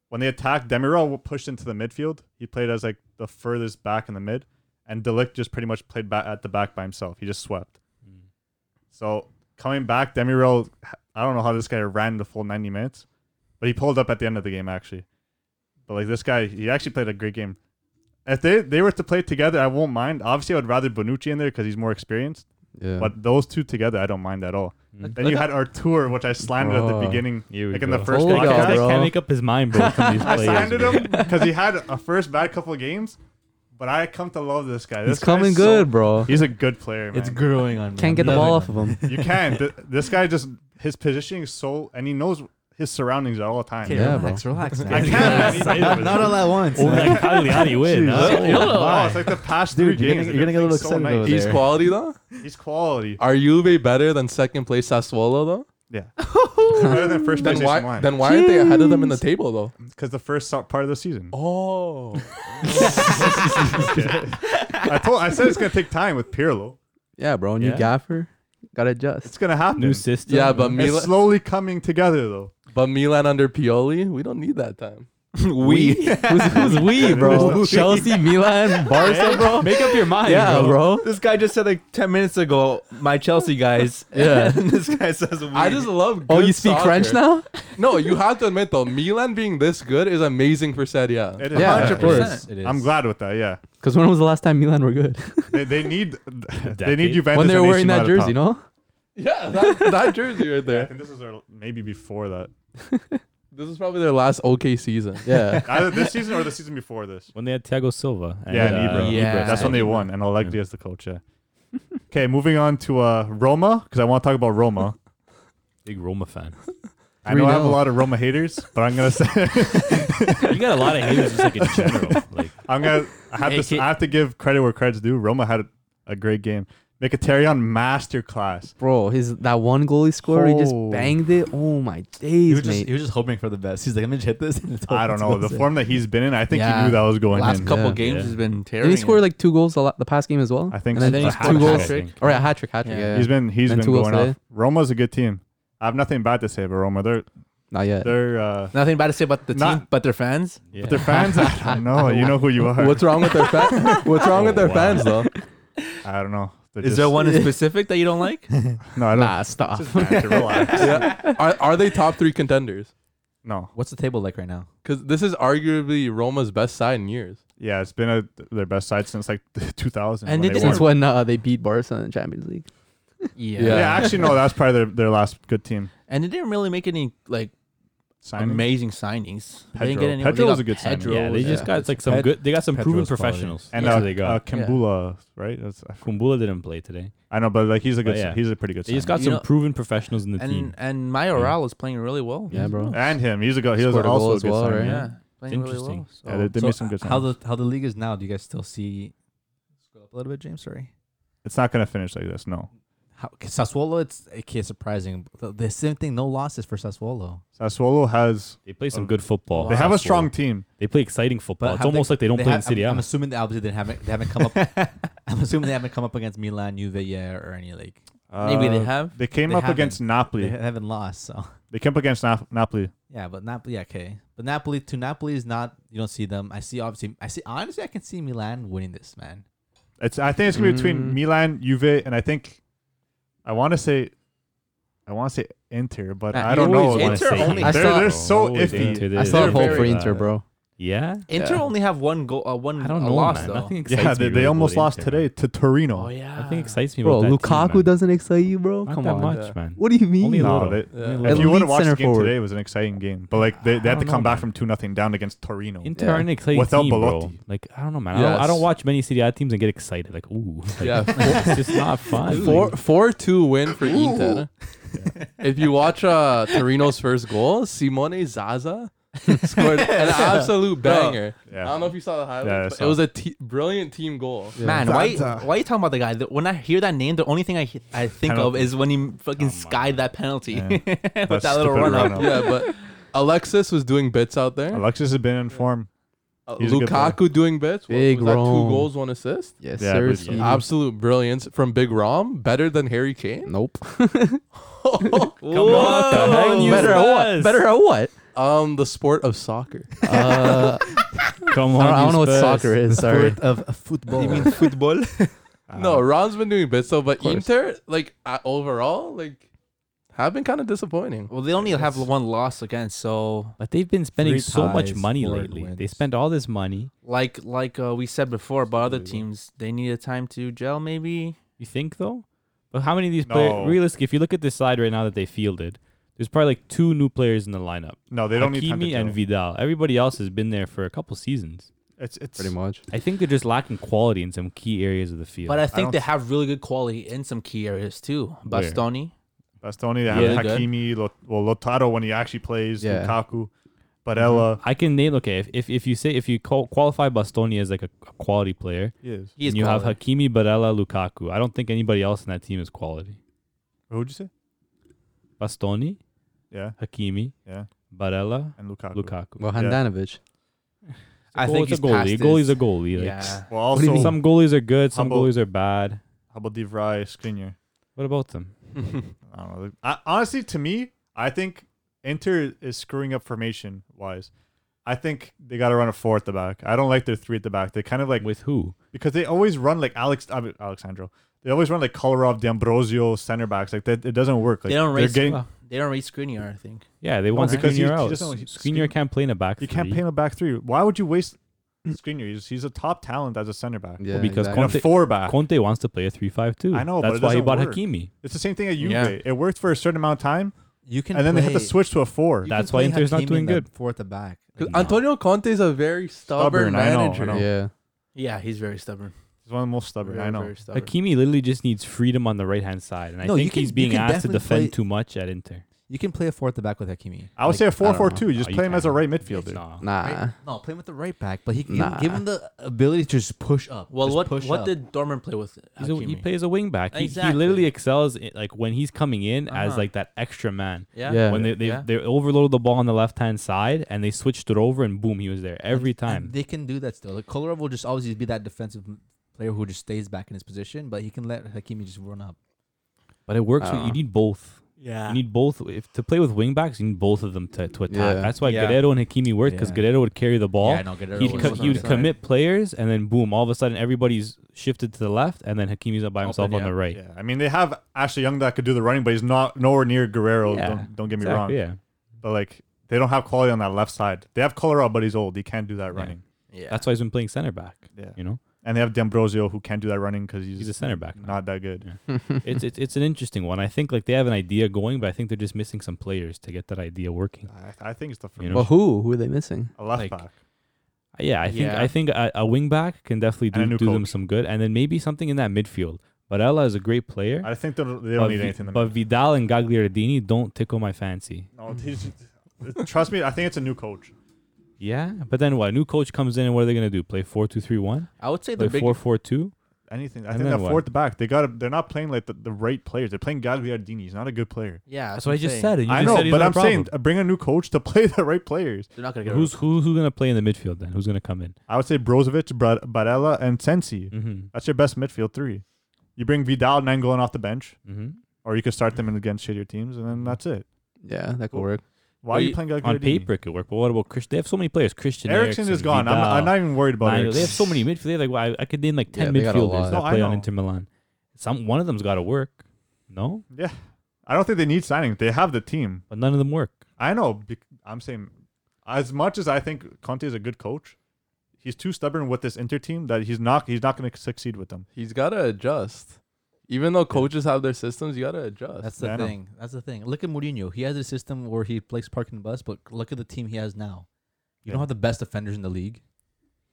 S7: When they attacked, Demirel w- pushed into the midfield. He played as like the furthest back in the mid, and Delict just pretty much played back at the back by himself. He just swept.
S3: Mm.
S7: So coming back, Demirel. h- I don't know how this guy ran the full ninety minutes, but he pulled up at the end of the game actually. But like this guy, he actually played a great game. If they, they were to play together, I won't mind. Obviously, I would rather Bonucci in there because he's more experienced.
S1: Yeah.
S7: But those two together, I don't mind at all.
S3: Mm.
S7: Then you had Artur, which I slandered at
S1: Bro.
S7: the beginning,
S3: Here we
S7: like
S3: go.
S7: in the first
S1: Hold
S3: I can't,
S1: on,
S7: podcast.
S1: bro.
S3: can't make up his mind, bro. from these
S7: I
S3: players,
S7: slandered
S3: bro.
S7: him because he had a first bad couple of games, but I come to love this guy. This
S1: He's coming
S7: guy's so-
S1: good, bro.
S7: he's a good player, man.
S5: It's growing on me.
S1: Can't get the ball off of him.
S7: you can. Th- this guy just his positioning is so, and he knows his surroundings at all times.
S1: Yeah,
S5: relax, relax.
S7: I can't. Man. He knows it.
S5: Not all at once.
S3: Oh, that Cagliari win. huh?
S7: Oh,
S3: Oh,
S7: wow,
S3: my.
S7: it's like the past
S1: Dude,
S7: three
S1: you're gonna-
S7: games. they've
S1: you're
S7: been
S1: gonna get a
S7: playing
S1: little excited over
S7: nice.
S4: He's
S1: there.
S4: quality though.
S7: He's quality.
S4: Are Juve better than second place Sassuolo though?
S7: Yeah, better than first place.
S4: Then why?
S7: Milan.
S4: Then why aren't they ahead of them in the table though?
S7: because the first so- part of the season.
S4: Oh,
S7: I told, I said it's gonna take time with Pirlo.
S1: Yeah, bro. New
S3: Yeah.
S1: gaffer. Got to adjust.
S7: It's gonna happen.
S3: New
S7: It's
S3: system.
S4: yeah, but Milan,
S7: slowly coming together though.
S4: but Milan under Pioli, we don't need that time.
S6: we.
S1: Who's, who's we, bro? Chelsea, Milan, Barca, bro.
S3: Make up your mind.
S1: Yeah, bro.
S6: This guy just said like ten minutes ago, my Chelsea guys.
S1: Yeah.
S6: and this guy says, we.
S4: I just love.
S1: Oh,
S4: good
S1: you speak
S4: soccer.
S1: French now?
S4: No, you have to admit though, Milan being this good is amazing for Serie A.
S7: It is.
S1: Yeah,
S7: Yeah,
S1: of course.
S5: It is.
S7: I'm glad with that. Yeah,
S1: Because when was the last time Milan were good?
S7: they, they need they need
S3: decade.
S7: Juventus
S1: when they were wearing
S7: and AC
S1: that
S7: Milan at the
S1: jersey,
S7: top.
S1: no?
S4: Yeah, that, that jersey
S7: Yeah,
S4: right
S7: I
S4: there.
S7: think this is their, maybe before that.
S4: This is probably their last OK season.
S1: Yeah.
S7: Either this season or the season before this.
S3: When they had Thiago Silva. uh,
S7: Yeah, and Ibra.
S5: Yeah.
S7: That's when they won, and Allegri as the coach. Yeah. Okay, moving on to uh, Roma because I want to talk about Roma.
S3: Big Roma fan.
S7: I know I have a
S1: 3-0.
S7: lot of Roma haters, but I'm gonna say
S3: you got a lot of haters just like in general. Like
S7: I'm gonna I have to I have to give credit where credit's due. Roma had a, a great game. Mkhitaryan masterclass.
S1: Bro, his that one goal he scored, he just
S7: Oh.
S1: banged it. Oh my
S5: He
S1: days,
S5: was, just,
S1: mate.
S5: he was just hoping for the best. He's like, I'm gonna hit this. And it's
S7: I don't know
S5: hoping
S7: the
S5: it's in.
S7: form that he's been in. I think he
S5: Yeah.
S7: knew that was going
S6: last
S7: in.
S6: couple
S1: Yeah.
S6: games
S3: Yeah.
S6: has been terrible.
S1: and he scored like two goals the, la- the past game as well.
S7: I think
S1: And then
S7: so.
S1: he
S7: A
S1: was
S7: hat-trick,
S1: two
S7: I
S1: goals.
S7: think.
S1: All right, hat trick, hat trick.
S5: Yeah.
S1: Yeah.
S7: He's been he's
S1: And
S7: been
S1: two goals
S7: going off.
S1: today.
S7: Roma's a good team. I have nothing bad to say about Roma. They're
S1: Not yet.
S7: they're uh,
S6: Nothing bad to say about the team,
S7: Not-
S6: but their fans.
S3: yeah.
S7: but their fans. I don't know. You know who you are.
S4: What's wrong with their fans? What's wrong with their
S3: Oh, wow.
S4: fans though?
S7: I don't know. They're
S6: Is
S7: just-
S6: there one in specific that you don't like?
S7: No, I don't.
S1: Nah, stop.
S7: Just banter, relax.
S4: Yeah. Are are they top three contenders?
S7: No.
S5: What's the table like right now?
S4: Because this is arguably Roma's best side in years.
S7: Yeah, it's been a, their best side since like 2000.
S6: And
S7: when
S6: they
S7: they
S1: Since
S7: won.
S1: when uh, they beat Barca in the Champions League.
S4: Yeah.
S7: Yeah, actually, no, that's probably their, their last good team.
S6: And they didn't really make any like
S7: Signing.
S6: amazing signings. They didn't
S7: Pedro.
S6: get any.
S7: Pedro
S6: they
S7: was
S6: got
S7: a good signing.
S6: Pedro
S3: Yeah, they
S6: was-
S3: just got like some
S5: Ped-
S3: good. They got some proven
S5: Pedro's quality.
S3: professionals.
S7: And
S3: That's
S7: uh,
S3: what they
S7: uh,
S3: got.
S7: Kambula, right? That's, I,
S3: Kumbula didn't play today.
S7: I know, but like he's a good,
S3: But yeah.
S7: he's a pretty good.
S3: They
S7: signing.
S3: just got
S6: You
S3: some
S6: know-
S3: proven professionals in the team.
S6: and and Mayoral is playing really well.
S1: Yeah, bro.
S7: and him. He's a good. He was
S1: Scored a goal
S7: also a
S1: as
S7: good
S1: well,
S7: signing.
S1: right?
S7: Yeah,
S6: Yeah, playing really
S3: interesting.
S6: well. So-
S7: they, they
S5: So,
S7: made some good
S5: How
S7: signings.
S5: the how the league is now? Do you guys still see? Scroll up a little bit, James. Sorry.
S7: It's not gonna finish like this. No,
S5: How, 'cause Sassuolo, it's okay, surprising. The, the same thing, no losses for Sassuolo.
S7: Sassuolo has.
S3: They play some
S7: Oh.
S3: good football.
S7: They have a
S3: That's
S7: strong
S3: what-
S7: team.
S3: They play exciting football. It's
S5: have
S3: almost like they don't play in
S5: have-
S3: City
S5: I'm, I'm
S3: A.
S5: assuming they obviously they haven't they haven't come up. I'm assuming they haven't come up against Milan, Juve, yeah, or any like
S6: Maybe they
S7: Uh,
S6: have.
S7: They came
S5: They
S7: up against
S5: they
S7: Napoli.
S5: haven't lost. So
S7: They came up against Nap- Napoli.
S5: yeah, but Napoli, yeah, okay, but Napoli to Napoli is not. You don't see them. I see obviously. I see honestly, I can see Milan winning this man.
S7: It's. I think it's gonna be
S1: Mm.
S7: between Milan, Juve, and I think. I want to say. I want to say Inter, but
S5: Nah,
S7: I
S5: you
S7: don't
S5: always
S7: know.
S5: wanna
S7: Like,
S6: Inter only-
S7: They're,
S1: I saw-
S7: they're so
S3: Always
S7: iffy.
S3: Inter,
S1: I
S3: they-
S1: still
S3: they're
S1: have hope
S3: very
S1: for
S3: bad.
S1: Inter, bro.
S3: Yeah,
S6: Inter
S1: Yeah.
S6: only have one goal, uh, one
S3: I don't
S6: a
S3: know.
S6: loss
S3: man.
S6: though.
S3: Nothing excites
S7: Yeah,
S3: me
S7: they,
S3: really
S7: they almost
S3: about
S7: lost
S3: Inter.
S7: today to Torino.
S6: Oh yeah,
S3: Nothing excites me
S1: Bro,
S3: about that
S1: Lukaku
S3: team, man.
S1: doesn't excite you, bro.
S3: Not
S1: Come
S3: that
S1: on.
S3: much, man.
S1: What do you mean?
S3: Only a
S7: No,
S3: little.
S7: they-
S4: Yeah.
S3: Only a
S7: If
S1: Elite
S7: you would have watched the
S1: center
S7: game
S1: forward.
S7: today, it was an exciting game. But like they,
S3: I
S7: they had to
S3: don't
S7: come
S3: know,
S7: back
S3: man.
S7: from two nothing down against Torino.
S3: Inter
S1: Yeah.
S3: are an exciting
S7: Without
S3: team, bro.
S7: Belotti.
S3: Like I don't know, man. I,
S4: Yeah,
S3: don't, I don't
S4: it's-
S3: watch many City A teams and get excited. Like ooh, like,
S4: Yeah, four-
S3: it's just not fun.
S4: Four four two win for Inter. If you watch uh, Torino's first goal, Simone Zaza scored an absolute banger. I
S7: Yeah.
S4: don't know if you saw the highlights,
S7: Yeah, I
S4: but
S7: saw.
S4: it was a te- brilliant team goal.
S6: man, why why are you talking about the guy? The- When I hear that name, the only thing I he- I think of
S7: Penalty. Oh
S6: is when he
S3: Come
S6: fucking
S3: on.
S6: skied that penalty
S7: Yeah.
S6: with
S7: That
S6: that little
S7: stupid
S6: run up.
S7: run-up.
S4: Yeah, but Alexis was doing bits out there.
S7: Alexis has been in form.
S4: Uh,
S7: he's a good player.
S4: Lukaku doing bits. What,
S1: Big
S4: was that two
S1: Rome. Mm-hmm.
S4: goals, one assist.
S1: Yes,
S7: Yeah,
S1: sir.
S7: but-
S1: Steve.
S4: Absolute brilliance from Big Rom. Better than Harry Kane.
S1: Nope.
S4: Come
S3: What the
S4: on.
S3: heck, you
S1: Better at what?
S3: Spurs?
S1: Better at what?
S4: Um, the sport of soccer.
S1: Uh,
S3: Come
S1: I
S3: on,
S1: don't, I don't
S3: you
S1: know what
S3: Spurs.
S1: soccer is. Sorry.
S5: of football.
S6: football?
S7: Uh,
S4: No, Ron's been doing bits though, but
S1: course.
S4: Inter, like uh, overall, like have been kind of disappointing.
S6: Well, they only have one loss against. So
S3: But they've been spending
S5: Three
S3: so much
S5: ties,
S3: money
S5: four
S3: lately. They
S5: wins.
S3: spend all this money.
S6: like like uh, we said before about other
S3: Absolutely.
S6: teams, they need a time to gel. Maybe
S3: You think though? But how many of these players?
S7: No.
S3: Realistically, if you look at this side right now that they fielded, there's probably like two new players in the lineup.
S7: No, they don't need time to
S3: Hakimi
S7: gel.
S3: and Vidal. Everybody else has been there for a couple seasons.
S7: It's it's
S1: Pretty much.
S3: I think they're just lacking quality in some key areas of the field.
S6: but I think
S7: don't
S6: they
S7: s-
S6: have really good quality in some key areas too.
S3: Where?
S6: Bastoni.
S7: Bastoni. They
S4: Yeah,
S7: have
S4: they're good.
S7: Hakimi. Lot, well, Lotaro when he actually plays.
S1: Yeah.
S7: Lukaku, Barella.
S3: I can name okay if, if, if you say if you call, qualify Bastoni as like a, a quality player,
S7: Yes.
S6: He is
S3: and you
S6: quality.
S3: have Hakimi, Barella, Lukaku. I don't think anybody else in that team is quality.
S7: Who would you say?
S3: Bastoni,
S7: Yeah,
S3: Hakimi,
S7: Yeah.
S3: Barella,
S7: and Lukaku.
S3: Lukaku.
S1: Well,
S7: Yeah.
S1: Handanovic.
S6: I
S3: Goal-
S6: think
S3: it's
S6: he's
S3: a goalie.
S6: past
S3: Goalie's a
S6: his-
S3: goalie. Like,
S6: Yeah.
S7: Well,
S1: What do you
S7: also
S1: mean?
S7: some
S3: Some goalies are good. Some
S7: Humble.
S3: goalies are bad.
S7: how about Devry, Skriniar?
S3: What about them?
S7: I don't know. I, honestly, to me, I think Inter is screwing up formation wise. I think they got to run a four at the back. I don't like their three at the back. They kind of like
S3: With who?
S7: because they always run like Alex I mean, Alexandro. They always run like Kolarov, D'Ambrosio, center backs. Like that, it doesn't work. Like
S6: they don't
S7: they're
S6: rate.
S7: getting-
S6: Getting, they don't rate Skriniar. I think.
S3: Yeah, they want
S7: because he-
S3: Skriniar
S7: he
S3: out.
S7: doesn't want-
S3: Skriniar can't play in a back.
S7: you can't
S3: three.
S7: paint a back three. Why would you waste Skriniar? He's, he's a top talent as a center back.
S1: Yeah,
S3: because
S7: And
S3: Conte-
S7: a four back.
S3: Conte wants to play a three-five-two.
S7: I know, but
S3: That's
S7: it
S3: why he
S7: doesn't
S3: bought
S7: work.
S3: Hakimi.
S7: It's the same thing at Juve.
S4: Yeah.
S7: It worked for a certain amount of time,
S5: You can
S7: and then they had to
S5: play-
S7: switch to a four.
S5: you
S3: That's
S5: can
S3: why
S5: play
S3: Inter's not
S5: Hakimi
S3: doing
S5: in the
S3: good.
S5: Four at the back.
S4: Because
S5: Like, no.
S4: Antonio Conte is a very stubborn,
S7: Stubborn, I know, I
S4: manager.
S7: know.
S1: yeah.
S6: Yeah, he's very stubborn.
S7: He's one of the most stubborn.
S6: Very,
S7: I know.
S6: Very stubborn.
S3: Hakimi literally just needs freedom on the right-hand side, and I
S5: No, you
S3: think
S5: can-
S3: he's
S5: you
S3: being
S5: can
S3: asked to
S5: definitely
S3: defend
S5: play-
S3: too much at Inter.
S5: You can play a four at the back with Hakimi.
S7: I would
S5: Like,
S7: say a
S1: don't know.
S7: four-four-two. You just
S3: No, you
S7: play him as a
S3: can't.
S7: right midfielder.
S3: Nah.
S1: Nah.
S5: No, play him with the right back, but he can
S1: Nah.
S5: give him the ability to just push up.
S6: Well,
S5: just
S6: what
S5: push
S6: what
S5: up.
S6: did Dortmund play with
S3: He's a, he
S6: Hakimi?
S3: plays a wing back. He, he
S6: Exactly.
S3: literally excels in, like when he's coming in as
S6: Uh-huh.
S3: like that extra man.
S6: yeah.
S1: Yeah.
S3: When they they,
S6: Yeah.
S3: they overloaded the ball on the left hand side and they switched it over and boom he was there every
S5: And
S3: time.
S5: they can do that still. Like Kolarov will just always be that defensive m- player who just stays back in his position, but he can let Hakimi just run up.
S3: But it works.
S1: I
S3: when-
S1: don't
S3: you
S1: know.
S3: need both.
S6: Yeah.
S3: You need both if to play with wing backs. You need both of them to, to attack.
S1: Yeah.
S3: That's why
S6: Yeah.
S3: Guerrero and Hakimi worked because
S5: Yeah.
S3: Guerrero would carry the ball.
S5: yeah, I know. Guerrero
S3: He'd,
S5: was
S3: co-
S5: on
S3: he would
S5: the-
S3: commit players, and then boom! All of a sudden, everybody's shifted to the left, and then Hakimi's up by himself
S6: Open,
S3: on the
S6: yeah.
S3: right.
S7: Yeah, I mean they have Ashley Young that could do the running, but he's not nowhere near Guerrero.
S3: Yeah,
S7: Don't, don't get me wrong.
S3: Exactly, yeah.
S7: But like they don't have quality on that left side. They have Kolarov, but he's old. He can't do that running.
S6: Yeah.
S3: That's why he's been playing center back.
S7: Yeah.
S3: You know,
S7: And they have D'Ambrosio who can't do that running because he's,
S3: he's a center back. now.
S7: not that good.
S3: it's, it's it's an interesting one. I think like they have an idea going, but I think they're just missing some players to get that idea working.
S7: I, I think it's the first.
S3: You know?
S1: But who? Who are they missing?
S7: a left
S3: like,
S7: back.
S3: Uh, Yeah, I think
S6: Yeah.
S3: I think a, a wing back can definitely
S7: And a
S3: do,
S7: new
S3: do them
S7: coach.
S3: some good, and then maybe something in that midfield. But Ella is a great player.
S7: I think they don't, they
S3: but,
S7: don't need
S3: Vi-
S7: anything. in the
S3: but Vidal and Gagliardini don't tickle my fancy.
S7: mid- no, he's- trust me. I think it's a new coach.
S3: Yeah, but then what? A new coach comes in, and what are they gonna do? Play four two three one?
S6: I would say the
S3: Play
S6: big
S3: four four two?
S7: Anything. I
S3: And
S7: think
S3: then
S7: that
S3: what?
S7: fourth back. They got. They're not playing like the, the right players. They're playing Gagliardini. He's not a good player.
S6: Yeah,
S3: That's what I
S6: I'm
S3: just
S6: saying.
S3: said. And you
S7: I
S3: just
S7: know,
S3: said he's
S7: but
S3: not a
S7: I'm saying
S3: problem.
S7: uh, bring a new coach to play the right players.
S6: They're not gonna get
S3: who's who, who's gonna play in the midfield then? Who's gonna come in?
S7: I would say Brozovic, Bar- Barella, and Sensi.
S3: Mm-hmm.
S7: That's your best midfield three. You bring Vidal and going off the bench,
S3: Mm-hmm.
S7: or you could start
S3: Mm.
S7: them in against shittier teams, and then that's it.
S1: Yeah, that could
S7: Who-
S1: work.
S7: Why are
S6: Well,
S7: you
S6: you-
S7: playing
S3: On
S7: Gagliardini?
S3: paper, it could work, but what about Christian? They have so many players. Christian
S7: Eriksen is gone. I'm,
S3: Vidal,
S7: I'm not even worried about
S3: Manuel.
S7: Eriksen.
S3: They have so many midfielders. They have, Like well, I, I could name like
S1: Yeah,
S3: ten
S1: they got a lot.
S3: midfielders that
S7: No, I
S3: play on
S7: know.
S3: Inter Milan. Some one of them's got to work. No,
S7: Yeah, I don't think they need signing. They have the team.
S3: but none of them work.
S7: I know. bec- I'm saying, as much as I think Conte is a good coach, he's too stubborn with this Inter team that he's not. He's not going to succeed with them.
S4: He's gotta adjust. Even though coaches have their systems, you gotta adjust.
S5: That's the
S7: Yeah, I know.
S5: thing. That's the thing. Look at Mourinho. He has a system where he plays park and bus, but look at the team he has now. You
S7: Yeah.
S5: don't have the best defenders in the league,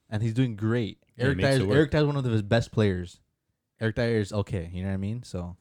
S5: and he's doing great.
S3: Yeah, he
S5: Eric
S3: makes
S5: Dyer.
S3: it work.
S5: Eric Dyer is one of his best players. Eric Dyer is okay. You know what I mean? So,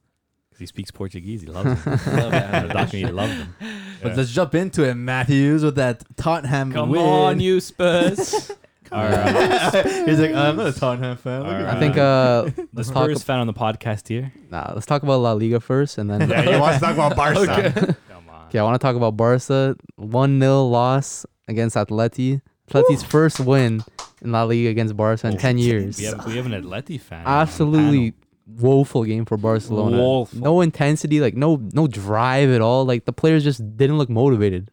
S3: 'Cause He speaks Portuguese. He loves them.
S5: Love
S3: The
S5: it.
S3: document, he loves them.
S5: but
S7: Yeah.
S5: let's jump into it, Matthews, with that Tottenham win.
S3: you Spurs. Our, uh,
S5: He's like, I'm not a Tottenham fan.
S3: our,
S1: I think
S3: uh,
S1: uh
S3: the
S1: let's talk
S3: Spurs fan on the podcast here.
S1: nah, let's talk about La Liga first and then
S7: Yeah, he wants to talk about Barca.
S3: Come on.
S1: Okay, I want to talk about Barca. 1 0 loss against Atleti. Atleti's first win in La Liga against Barca in 10 years.
S3: We have, we have an Atleti fan. on the
S1: Absolutely
S3: panel.
S1: woeful game for Barcelona.
S3: Woeful.
S1: No intensity, like no no drive at all. Like the players just didn't look motivated.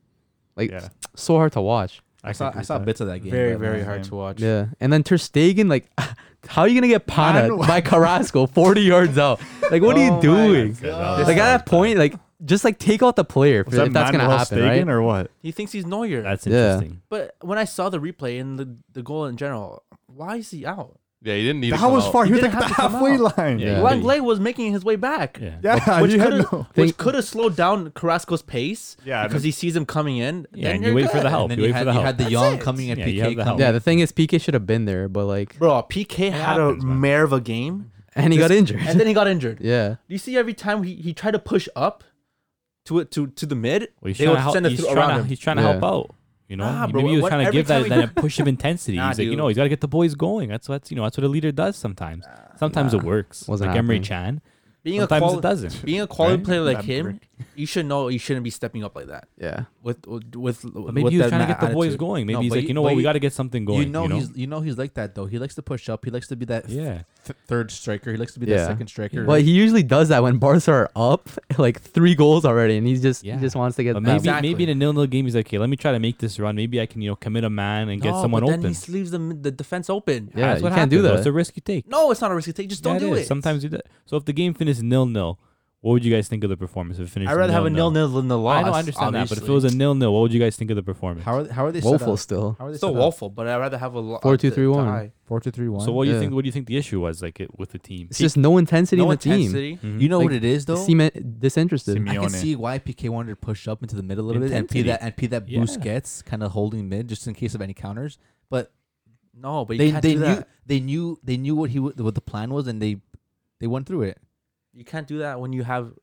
S1: Like
S7: Yeah.
S1: so hard to watch.
S5: I saw, I saw bits of that game.
S6: very
S5: but,
S6: very
S5: uh,
S6: hard to watch.
S1: Yeah. And then Ter Stegen, like how are you gonna get
S7: know.
S1: panned by Carrasco 40 yards out? Like what are
S7: Oh
S1: you
S7: my
S1: doing?
S7: God.
S1: Like at that point, like just like take out the player if,
S7: Was that
S1: if that's gonna
S7: Manuel
S1: happen,
S7: Stegen
S1: right?
S7: or what?
S6: He thinks he's Neuer.
S3: That's
S1: Yeah.
S3: interesting.
S6: but when I saw the replay and the, the goal in general, why is he out?
S4: yeah, he didn't need. to
S7: That
S4: come
S7: was
S4: out.
S7: far. He was
S6: He
S7: like
S6: didn't
S7: the
S6: have to come
S7: halfway
S6: out.
S7: line.
S3: Yeah.
S6: Langley was making his way back.
S3: Yeah.
S7: Yeah,
S6: Which
S7: you had
S6: could've-
S7: no-
S1: Think-
S6: Which could have slowed down Carrasco's pace
S7: Yeah, I
S6: because
S7: mean-
S6: he sees him coming in.
S3: Yeah,
S6: then
S3: and you
S6: you're
S3: wait for the
S6: good.
S3: help.
S5: And then
S3: You
S5: you
S3: wait for
S5: had,
S3: the
S5: you
S3: help.
S5: had the Young coming at
S3: Yeah, you
S5: PK
S3: have the
S5: coming.
S3: help.
S1: Yeah, the thing is, PK should have been there, but like,
S6: Bro, PK had
S3: happens,
S6: a
S3: man.
S6: mare of a game,
S1: and he got injured.
S6: and then he got injured.
S1: yeah,
S6: Do you see every time he, he tried to push up to it to to the mid,
S3: Well, he's
S6: they
S3: trying
S6: would
S3: to help.
S6: send it
S3: He's
S6: through-
S3: trying
S6: around
S3: to,
S6: him.
S3: he's trying to help out. You know,
S6: Nah,
S3: He-
S6: bro,
S3: maybe he was
S6: what-
S3: trying to
S6: every
S3: give that
S6: time
S3: that
S6: he-
S3: a push of intensity.
S6: Nah,
S3: he's like, you
S6: dude.
S3: know, he's got to get the boys going. That's what you know. That's what a leader does sometimes. Sometimes it works.
S1: wasn't
S3: like Emery
S1: happening.
S3: Chan,
S6: being a
S3: Sometimes
S6: quali-
S3: it doesn't.
S6: being a quality
S3: right?
S6: player like
S7: That
S6: him,
S7: brick.
S6: you should know you shouldn't be stepping up like that.
S1: Yeah.
S6: With with with
S3: But maybe
S6: with
S3: he was
S6: that
S3: trying to
S6: ma-
S3: get the boys
S6: attitude.
S3: going. Maybe
S5: No,
S3: he's
S5: but
S3: like,
S5: you-
S3: you know
S5: but
S3: what, we
S5: you-
S3: got to get something going.
S5: you know, he's you know he's like that though. He likes to push up. He likes to be that
S3: yeah.
S5: th- third striker. He likes to be
S1: Yeah.
S5: that second striker.
S1: But he usually does that when Barca are up like three goals already, and he's just
S3: Yeah.
S1: he just wants to get
S3: But
S1: that
S3: maybe
S1: one.
S3: maybe in a nil nil game he's like, okay, let me try to make this run. Maybe I can you know commit a man and get
S6: No,
S3: someone
S6: but
S3: open.
S6: Then he leaves the the defense open.
S1: Yeah,
S3: That's
S1: you
S3: what
S1: can't do
S3: happens, though. It's
S1: that.
S3: a risk you take.
S6: No, it's not a risky take. Just don't
S3: Yeah,
S6: do
S3: is.
S6: it.
S3: Sometimes you do. So if the game finished nil nil, what would you guys think of the performance? If it finished,
S6: I'd rather have a
S3: nil-nil?
S6: nil nil than a loss.
S3: I don't understand that, but if it
S6: obviously.
S3: was a nil nil, what would you guys think of the performance?
S8: How are how are they set
S1: woeful
S8: up?
S1: still.
S8: How are they
S6: It's still
S8: set up?
S6: woeful, but I'd rather have a lo-
S1: Four, two,
S6: a
S1: three, one.
S6: tie.
S8: Four two three one.
S3: so what do you
S1: Yeah.
S3: think? What do you think the issue was like it, with the team?
S1: It's just no intensity
S6: No
S1: in the team.
S6: intensity.
S3: Mhm.
S5: you know
S1: Like,
S5: what it is though.
S1: Seem disinterested.
S7: Simeone.
S5: I can see why PK wanted to push up into the middle a little
S3: Intensity.
S5: bit and P that and P that
S3: Yeah.
S5: Busquets kind of holding mid just in case of any counters. But
S6: No, but you
S5: they
S6: can't
S5: they
S6: do
S5: knew
S6: that.
S5: they knew they knew what he w- what the plan was and they they went through it.
S6: You can't do that when you have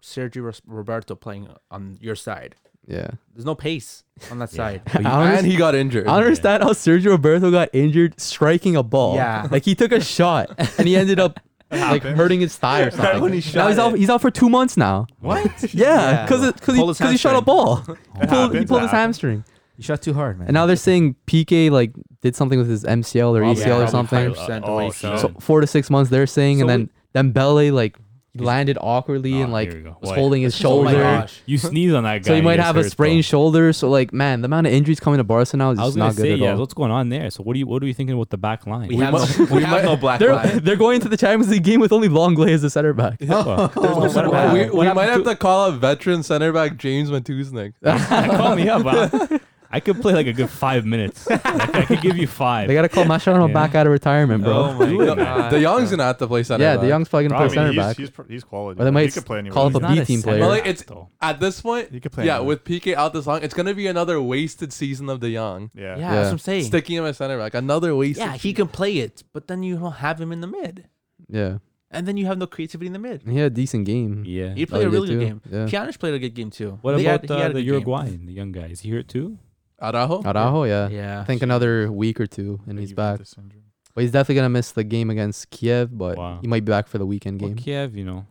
S6: Sergio Ros- Roberto playing on your side.
S1: Yeah.
S6: There's no pace on that
S3: Yeah.
S6: side.
S1: I don't
S4: and
S1: understand-
S4: he got injured.
S1: I don't understand how Sergio Roberto got injured striking a ball.
S6: Yeah.
S1: Like he took a shot and he ended up like hurting his thigh or something.
S6: when he
S1: now
S6: shot
S1: he's out.
S6: it.
S1: He's out for two months now.
S3: What?
S1: Yeah, because because he,
S6: Pulled his
S1: 'cause he shot a
S6: hamstring.
S1: ball. He pulled, he
S7: happens,
S1: pulled
S7: it
S1: his
S7: happens.
S1: hamstring,
S5: You shot too hard, man.
S1: and now they're saying PK like did something with his MCL or
S3: Probably-
S1: ACL or
S3: probably
S1: something.
S3: high-
S6: 100%
S3: oh,
S6: away
S3: so-
S1: So four to six months they're saying,
S6: So
S1: and then Dembele like
S3: He's-
S1: landed awkwardly
S3: Ah,
S1: and like
S3: here we go.
S1: was
S3: Why?
S1: holding his
S6: Oh my
S1: shoulder.
S6: gosh.
S3: you sneeze on that guy.
S1: so he
S3: you
S1: might
S3: get
S1: have a
S3: hurt,
S1: sprained
S3: bro.
S1: shoulder. So like, man, the amount of injuries coming to Barca now is
S3: I was
S1: just
S3: gonna
S1: not
S3: say,
S1: good
S3: yeah,
S1: at all.
S3: what's going on there? So what do you what are you thinking with the back line?
S6: We, have, no, we have no black
S1: They're,
S6: line.
S1: they're going to the Champions League game with only Longley as the center back.
S3: Well, there's no
S6: my
S3: center
S6: God.
S3: back.
S4: We, we
S3: Oh, What
S4: might have
S3: happened
S4: to call up veteran center back James Matusnik.
S3: to- call me up. huh? I could play like a good five minutes. Like, I could give you five.
S1: They gotta call Mascherano
S3: Yeah.
S1: back out of retirement, bro.
S6: Oh my
S3: Dude,
S6: god.
S4: The Young's gonna have to play center.
S1: yeah,
S4: back.
S1: the Young's probably gonna
S7: I
S1: play
S7: mean,
S1: center
S7: he's,
S1: back.
S7: He's, pr- he's quality.
S1: Or they might
S7: he
S1: s-
S7: could play anywhere.
S1: call up
S3: He's
S1: a
S3: not
S1: B team
S3: center
S1: player.
S4: Well, like,
S3: back,
S4: it's-
S3: though.
S4: At this point,
S7: You could play.
S4: yeah,
S7: anywhere.
S4: with PK out this long, it's gonna be another wasted season of the Young.
S7: yeah.
S6: yeah, that's
S1: Yeah.
S6: what I'm saying.
S4: Sticking him as center back, another wasted.
S6: yeah, he
S4: season.
S6: can play it, but then you don't have him in the mid.
S1: Yeah,
S6: And then you have no creativity in the mid.
S1: he had a decent game.
S3: Yeah.
S6: He
S1: That
S6: played a
S1: was
S6: really good
S1: too.
S6: game.
S1: Yeah.
S6: Pjanic played a good game too.
S3: What
S6: They
S3: about
S6: had- he
S3: uh,
S6: had a
S3: the
S6: good game.
S3: Uruguayan, the young guy? Is he hurt too?
S4: Araujo.
S1: Araujo, yeah.
S6: Yeah.
S1: I think another week or two, and he's back.
S7: Juventus syndrome.
S1: But he's definitely gonna miss the game against Kiev, but
S3: Wow.
S1: he might be back for the weekend
S3: Well,
S1: game.
S3: Kiev, you know.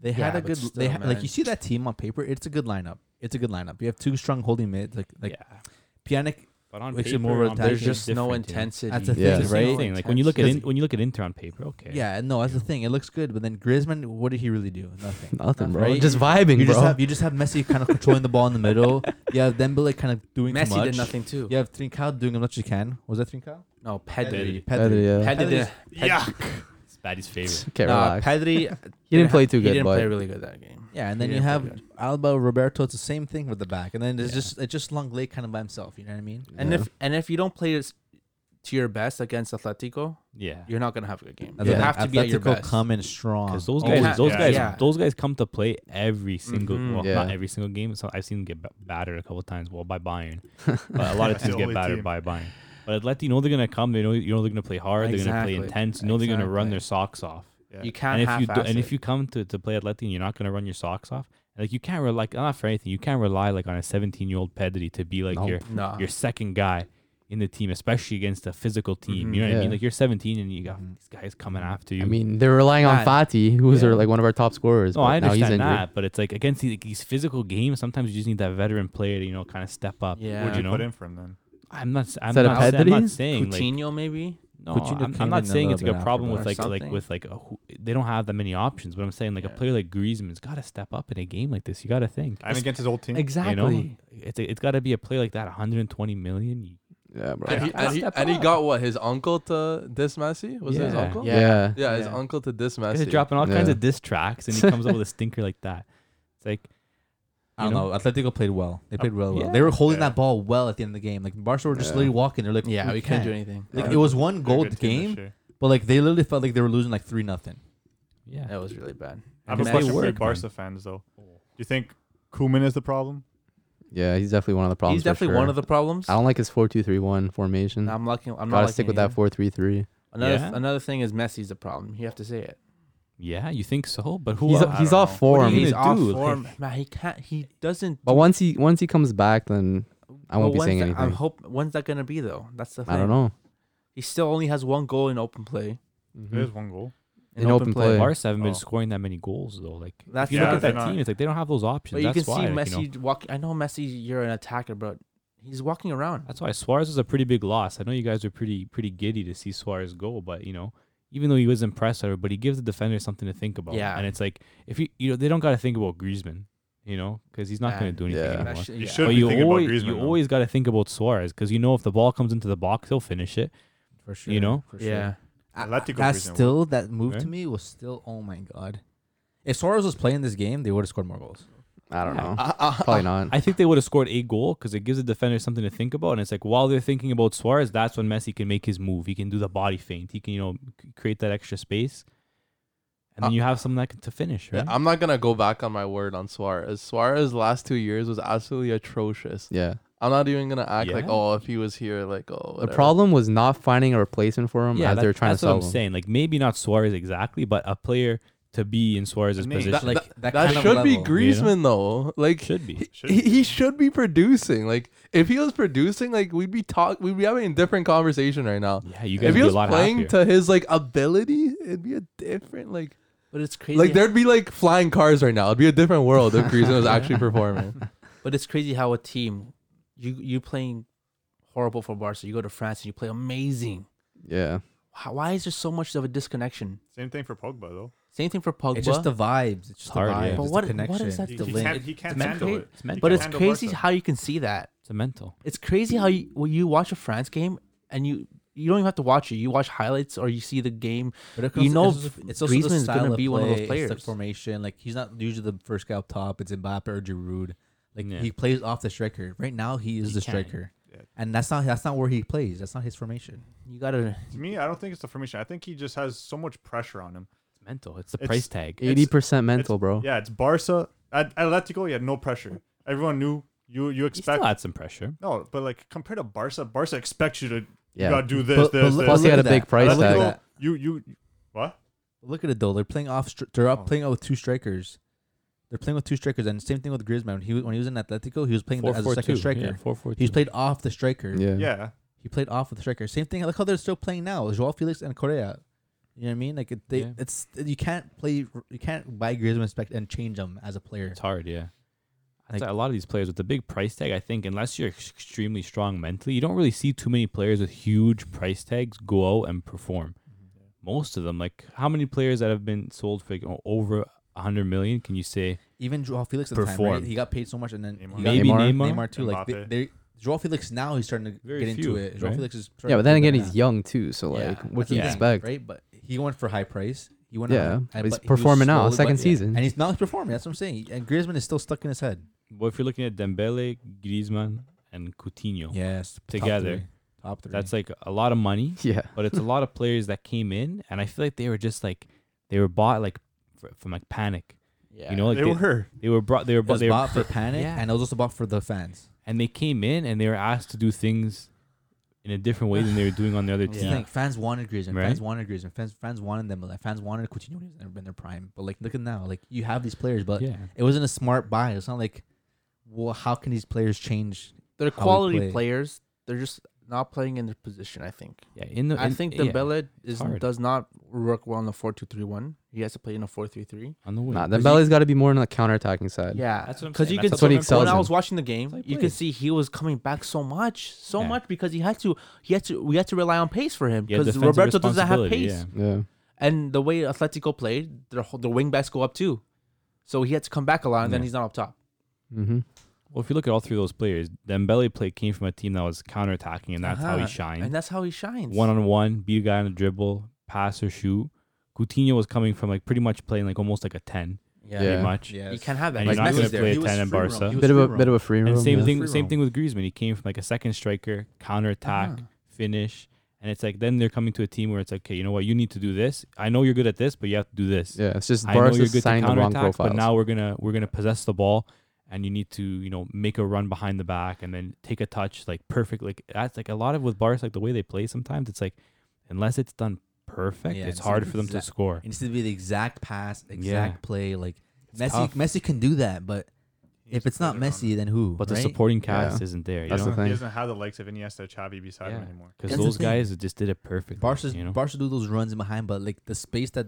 S5: They
S6: Yeah,
S5: had a
S6: but
S5: good. they
S6: still,
S5: ha- like
S6: man.
S5: you see that team on paper. It's a good lineup. It's a good lineup. You have two strong holding mids. Like like
S3: yeah.
S5: Pjanic.
S3: But on
S5: Makes it
S3: paper,
S5: more
S3: on
S5: attacking.
S6: There's
S3: paper, it's
S6: just no
S3: different, you know?
S6: intensity.
S5: That's the
S1: Yeah.
S5: thing,
S3: It's the
S5: right?
S3: same thing. Like when you look at in, when you look at Inter on paper, okay.
S5: Yeah, no, that's the thing. It looks good, but then Griezmann, what did he really do? Nothing.
S1: Nothing, bro.
S5: right?
S1: Just vibing,
S5: You
S1: bro.
S5: just have you just have Messi kind of controlling the ball in the middle. You have Dembele kind of doing too
S6: Messi
S5: much.
S6: did nothing too.
S5: You have Trincao doing as much as you can. Was that Trincao?
S6: No, Pedri.
S5: Pedri.
S1: Better,
S5: Pedri.
S1: yeah.
S6: Pedri did.
S7: Yeah.
S3: It's Batty's favorite.
S1: Okay,
S6: Nah,
S1: relax.
S6: Pedri.
S1: He didn't play too
S6: He
S1: good,
S6: didn't
S1: but
S6: play really good that game.
S5: Yeah, and then
S6: Yeah,
S5: you have
S6: pretty
S5: Alba, Roberto. It's the same thing with the back, and then it's
S3: Yeah.
S5: just it's just Longley kind of by himself. You know what I mean?
S6: And
S1: Yeah.
S6: if and if you don't play this to your best against Atletico,
S3: Yeah.
S6: you're not gonna have a good game.
S5: That's
S6: You
S5: the thing.
S6: have to be at your
S5: Atletico
S6: best.
S5: come in strong.
S3: Because those
S5: Oh,
S3: guys,
S6: yeah.
S3: those
S7: Yeah.
S3: guys,
S6: Yeah.
S3: those guys come to play every single,
S7: Mm-hmm.
S6: Mhm.
S3: well,
S1: Yeah.
S3: not every single game. So I've seen them get ba- battered a couple times. Well, by Bayern, but a lot of
S7: That's the
S3: teams get
S7: only
S3: battered
S7: team.
S3: by Bayern. But Atleti, you know they're gonna come. They know you know they're gonna play hard. They're gonna play
S6: Exactly.
S3: intense. You know they're gonna run
S6: Exactly.
S3: their socks off.
S7: Yeah.
S6: You
S3: And
S6: can't
S3: if
S6: half
S3: you do, and if you come to, to play Atleti and you're not gonna run your socks off, like you can't rely not for anything. You can't rely like on a 17 year old Pedri to be like
S1: No.
S3: your
S6: no,
S3: your second guy in the team, especially against a physical team.
S6: Mhm.
S3: You know what I
S1: Yeah. Mm-hmm.
S3: mean? Like you're 17 and you got these guys coming after you.
S1: I mean, they're relying on
S6: Nah.
S1: Fati, who's
S3: Yeah.
S1: our- like one of our top scorers.
S3: No,
S1: but
S3: Oh, I
S1: now he's
S3: understand
S1: injured.
S3: that, but it's like against these, these physical games, sometimes you just need that veteran player to you know kind of step up.
S6: Yeah.
S7: Would
S3: you
S7: you
S3: know?
S7: put in for him then?
S3: I'm not. s- I'm
S1: Instead of
S3: not, sa- I'm
S1: Pedri?
S3: not saying like
S6: Coutinho maybe.
S3: no.
S5: Coutinho
S3: I'm, I'm
S5: came
S3: not
S5: in a
S3: saying
S5: little
S3: it's like
S5: bit
S3: a
S5: after
S3: problem
S5: that.
S3: with
S6: Or
S3: like like
S6: something.
S3: with like a, who- they don't have that many options. But I'm saying like a
S6: Yeah.
S3: player like Griezmann's got to step up in a game like this. You got to think.
S7: And against his old team.
S1: Exactly.
S3: You know, it's it's got to be a player like that. 120 million. You-
S1: Yeah, bro.
S4: And, he, and, he, and he got what his uncle to this Messi was it his
S3: Yeah.
S4: uncle?
S1: Yeah.
S4: Yeah, his
S6: Yeah.
S4: uncle to this
S3: Guys are
S4: Messi.
S3: dropping all kinds
S1: Yeah.
S3: of diss tracks, and he comes up with a stinker like that. It's like
S5: I don't
S3: You know?
S5: know. Atletico played well. They played real well.
S3: yeah.
S5: They were holding
S7: Yeah.
S5: that ball well at the end of the game. Like Barca were just
S1: Yeah.
S5: literally walking. They're like,
S6: Yeah, we, can't do anything.
S5: Like it was one goal game, but like they literally felt like they were losing like three nothing.
S3: yeah.
S6: That was really bad.
S7: I have a
S3: They
S7: question for you
S3: work,
S7: Barca fans though. Do you think Kuman is the problem?
S1: Yeah, he's definitely one of the problems.
S6: He's definitely one of the problems.
S1: I don't like his four-two-three-one formation.
S6: I'm lucky. I'm not
S1: Gotta
S6: liking
S1: stick with
S6: it.
S1: that four-three-three.
S6: Another
S3: Yeah.
S6: another thing is Messi's the problem. You have to say it.
S3: Yeah, you think so? But who
S1: He's
S3: else?
S1: he's off
S3: What
S1: form,
S3: do you
S6: He's
S3: gonna
S6: off
S3: do?
S6: form. Man, he can't. He doesn't.
S1: but once he once he comes back, then I won't
S6: But
S1: be saying
S6: when's that-
S1: anything.
S6: I hope. When's that gonna be though? That's the thing.
S1: I don't know.
S6: He still only has one goal in open play.
S1: Mhm.
S7: There's one goal.
S1: In open play.
S3: Barca haven't
S7: Oh.
S3: been scoring that many goals though. Like
S6: That's
S3: if you
S7: Yeah,
S3: look at
S7: they're
S3: that
S7: not.
S3: team, it's like they don't have those options.
S6: But you
S3: that's
S6: can see
S3: why, like, you know,
S6: Messi walk. I know Messi, you're an attacker, but he's walking around.
S3: That's why Suarez was a pretty big loss. I know you guys were pretty pretty giddy to see Suarez go, but you know, even though he was impressive, but he gives the defender something to think about.
S6: Yeah.
S3: and it's like if you you know they don't got to think about Griezmann, you know, because he's not
S6: Yeah.
S3: going to do anything
S4: Yeah.
S3: anymore.
S7: You
S6: Messi- yeah.
S7: should
S3: but
S7: be
S3: you
S7: thinking
S3: always
S7: about Griezmann.
S3: you
S7: though.
S3: always got to think about Suarez because you know if the ball comes into the box, he'll finish it.
S5: for sure.
S3: You know?
S5: for sure.
S6: Yeah.
S5: I-
S7: Atletico
S5: that
S7: Brazil.
S5: still that move
S3: Right?
S5: to me was still oh my god. If Suarez was playing this game, they would have scored more goals.
S1: I don't know.
S4: Uh, uh,
S1: Probably not.
S3: I think they would have scored a goal because it gives the defender something to think about, and it's like while they're thinking about Suarez, that's when Messi can make his move. He can do the body feint. He can you know c- create that extra space, and then
S4: Uh,
S3: you have something that can, to finish. Right?
S4: Yeah, I'm not gonna go back on my word on Suarez. Suarez last two years was absolutely atrocious.
S1: Yeah.
S4: I'm not even gonna act like
S3: Yeah.
S4: oh if he was here like oh
S1: The
S4: whatever.
S1: problem was not finding a replacement for him um, as
S3: that-
S1: they were trying
S3: that's
S1: to
S3: what
S1: sell
S3: I'm
S1: him.
S3: saying. Like maybe not Suarez exactly, but a player to be in Suarez's
S7: I mean,
S3: position
S4: that,
S5: Like, that
S4: that, that
S5: kind of
S4: should be
S5: level, you
S3: know?
S4: Griezmann though. Like
S3: should be.
S4: he,
S7: Should
S4: he-
S7: be.
S4: he should be producing. Like if he was producing, like we'd be talk we'd be having a different conversation right now.
S3: Yeah, you guys
S4: If he
S3: would be a
S4: was
S3: lot
S4: playing to
S3: happier.
S4: his like ability, it'd be a different like
S6: But it's crazy.
S4: like there'd be like flying cars right now. It'd be a different world if Griezmann was actually performing.
S6: But it's crazy how a team, you you playing horrible for Barca, you go to France and you play amazing.
S1: Yeah.
S6: Why- Why is there so much of a disconnection?
S7: Same thing for Pogba though.
S6: Same thing for Pogba.
S5: It's just the vibes. It's just
S3: hard,
S5: the vibes.
S3: yeah. But
S5: it's
S6: what-
S5: the
S6: what
S5: connection.
S6: is that
S7: He,
S6: the
S7: he
S6: link.
S7: can't, he can't
S3: It's
S7: handle
S3: mental.
S7: it.
S3: It's mental.
S6: but
S7: He
S6: it's
S7: can't handle
S6: crazy
S7: Barca.
S6: how you can see that.
S3: It's a mental.
S6: It's crazy how you when you watch a France game and you you don't even have to watch it. You watch highlights or you see the game.
S5: But it
S6: You know
S5: it's also- it's also the
S6: Griezmann's gonna
S5: style of
S6: be one of those
S5: play, it's the
S6: players.
S5: formation, like he's not usually the first guy up top. It's Mbappe or Giroud. Like
S3: Yeah.
S5: he plays off the striker. Right now, he is
S3: He
S5: the
S3: can.
S5: striker,
S7: Yeah.
S5: and that's not that's not where he plays. That's not his formation.
S6: You gotta.
S7: To me, I don't think it's the formation. I think he just has so much pressure on him.
S3: It's mental. It's the
S7: It's-
S3: price tag.
S7: It's-
S1: Eighty percent
S7: it's-
S1: mental, bro.
S7: Yeah, it's Barca. At Atletico, he had no pressure. Everyone knew you. You
S3: He still
S7: expect
S3: had some pressure.
S7: no, but like compared to Barca, Barca expects you to you
S1: Yeah.
S7: gotta do this,
S5: But- but
S7: this,
S5: look-
S1: Plus,
S7: this.
S1: he had a
S5: at
S1: big
S5: that.
S1: price
S5: Look at
S1: tag.
S5: that.
S7: Atletico, you you what?
S5: Look at it though. They're playing off. stri- They're up
S7: Oh.
S5: playing out with two strikers. They're playing with two strikers, and same thing with Griezmann. He was, when he was in Atletico, he was playing the, as a second
S3: 4-4-2.
S5: striker.
S3: Yeah, 4-4-2.
S5: He's played off the striker.
S1: Yeah.
S7: Yeah,
S5: He played off with the striker. Same thing. Look how they're still playing now. Joao Felix and Correa. You know what I mean? Like it, they,
S3: Yeah.
S5: it's you can't play. You can't buy Griezmann respect and change him as a player.
S3: It's hard, yeah. That's
S5: Like-
S3: why a lot of these players with the big price tag, I think, unless you're ex- extremely strong mentally, you don't really see too many players with huge price tags go out and perform.
S5: Mm-hmm.
S3: Most of them, like how many players that have been sold for like, o- over hundred million, can you say?
S5: Even Joao Felix at the time, right?
S3: Performed.
S5: He got paid so much, and then he
S7: Neymar.
S5: got
S3: Maybe
S1: Neymar.
S3: Neymar.
S5: Neymar too. Like they,
S7: Mbappe.
S5: they, Joao Felix now he's starting to
S3: Very
S5: get into
S3: few,
S5: it. Joao
S3: right?
S5: Felix is starting
S1: Yeah,
S5: to
S1: but then
S5: do
S1: again,
S5: that
S1: he's
S5: now.
S1: young too. So like,
S5: Yeah,
S1: what
S5: that's
S1: do you
S5: the thing,
S1: expect?
S5: Right, but he went for high price. He went.
S1: Yeah,
S5: on,
S1: but he's
S5: he was
S1: performing now,
S5: slowly-
S1: second
S5: yeah.
S1: season.
S5: and he's not performing. That's what I'm saying. And Griezmann is still stuck in his head.
S3: Well, if you're looking at Dembele, Griezmann, and Coutinho,
S5: Yes, top
S3: Together.
S5: three. Top three.
S3: that's like a lot of money.
S1: Yeah.
S3: but it's a lot of players that came in, and I feel like they were just like they were bought like fr- from like panic.
S6: Yeah.
S3: You know, like
S7: they
S3: they, they,
S7: were.
S3: were brought. They were
S5: it was
S3: brought. They were,
S5: bought for panic,
S3: Yeah.
S5: and it was also bought for the fans.
S3: and they came in and they were asked to do things in a different way than they were doing on the other
S5: That's the
S3: team.
S5: thing. Fans wanted Griezmann.
S3: Right?
S5: Fans wanted Griezmann. Fans fans wanted them. Like, fans wanted Coutinho when he was in- in their prime. But like, look at now. Like you have these players, but
S3: Yeah,
S5: it wasn't a smart buy. It's not like, well, how can these players change?
S6: They're
S5: How we
S6: quality
S5: play.
S6: players. They're just not playing in their position. I think.
S3: yeah. In the
S6: I
S3: in-
S6: think
S3: yeah,
S6: Dembele is
S3: hard.
S6: does not work well in the four two three one. He has to play in a four three three.
S3: on the wing.
S1: Nah, Dembele's got to be more on the counterattacking side.
S6: Yeah,
S3: That's what I'm
S6: because
S3: saying.
S6: you
S3: That's
S6: can.
S1: what he
S6: when
S1: excels
S6: I
S1: in.
S6: was watching the
S3: That's
S6: game,
S3: how he
S6: you could
S3: plays.
S6: see he was coming back so much, so
S3: Yeah.
S6: much because he had to. He had to. We had to rely on pace for him
S3: Yeah,
S6: because
S3: defensive
S6: Roberto doesn't have
S3: responsibility,
S6: pace.
S3: yeah.
S1: Yeah.
S6: And the way Atletico played, their whole- their wing backs go up too, so he had to come back a lot, and then
S3: Yeah.
S6: he's not up top.
S1: Mm-hmm.
S3: Well, if you look at all three of those players, Dembele play came from a team that was counterattacking, and that's how he
S6: Uh-huh.
S3: shined.
S6: and that's how he shines.
S3: one on one, beat a guy on a dribble, pass or shoot. Coutinho was coming from like pretty much playing like almost like a ten,
S1: Yeah.
S3: pretty much.
S6: you can't have that.
S3: And you're
S6: Like
S3: not
S5: Messi's
S3: going to
S5: there.
S3: play
S5: He
S3: a
S5: was
S3: ten in
S5: free roam.
S3: Barca.
S5: He was
S1: Bit of a
S5: free
S1: bit
S5: roam.
S1: of a free room.
S3: And same
S1: yeah.
S3: thing,
S5: Free
S3: same
S5: roam.
S3: thing with Griezmann. He came from like a second striker, counter attack,
S5: Ah.
S3: finish, and it's like then they're coming to a team where it's like, okay, you know what, you need to do this. I know you're good at this, but you have to do this.
S1: Yeah, it's just
S3: I know you're
S1: Barca
S3: good to
S1: signing the wrong
S3: counterattack,
S1: profiles.
S3: but now we're gonna we're gonna possess the ball, and you need to you know make a run behind the back and then take a touch like perfect. Like that's like a lot of with Bars like the way they play sometimes. It's like unless it's done perfect,
S5: Yeah,
S3: it's
S5: it's
S3: hard
S5: like
S3: for them to
S5: exact-
S3: score.
S5: It needs to be the exact pass, exact
S3: Yeah.
S5: play. Like
S3: It's
S5: Messi,
S3: tough.
S5: Messi can do that, but
S7: He
S5: if
S7: just
S5: it's not
S7: plays around him.
S5: Messi, then who?
S3: But the
S5: right?
S3: supporting cast
S1: Yeah.
S3: isn't there. You
S1: That's
S3: know?
S1: the thing.
S7: he doesn't have the likes of Iniesta, Xavi beside him
S3: Yeah.
S7: anymore.
S3: Because
S5: That's the
S3: those
S5: thing.
S3: guys just did it perfect.
S5: Barca's
S3: you know?
S5: Barca do those runs in behind, but like the space that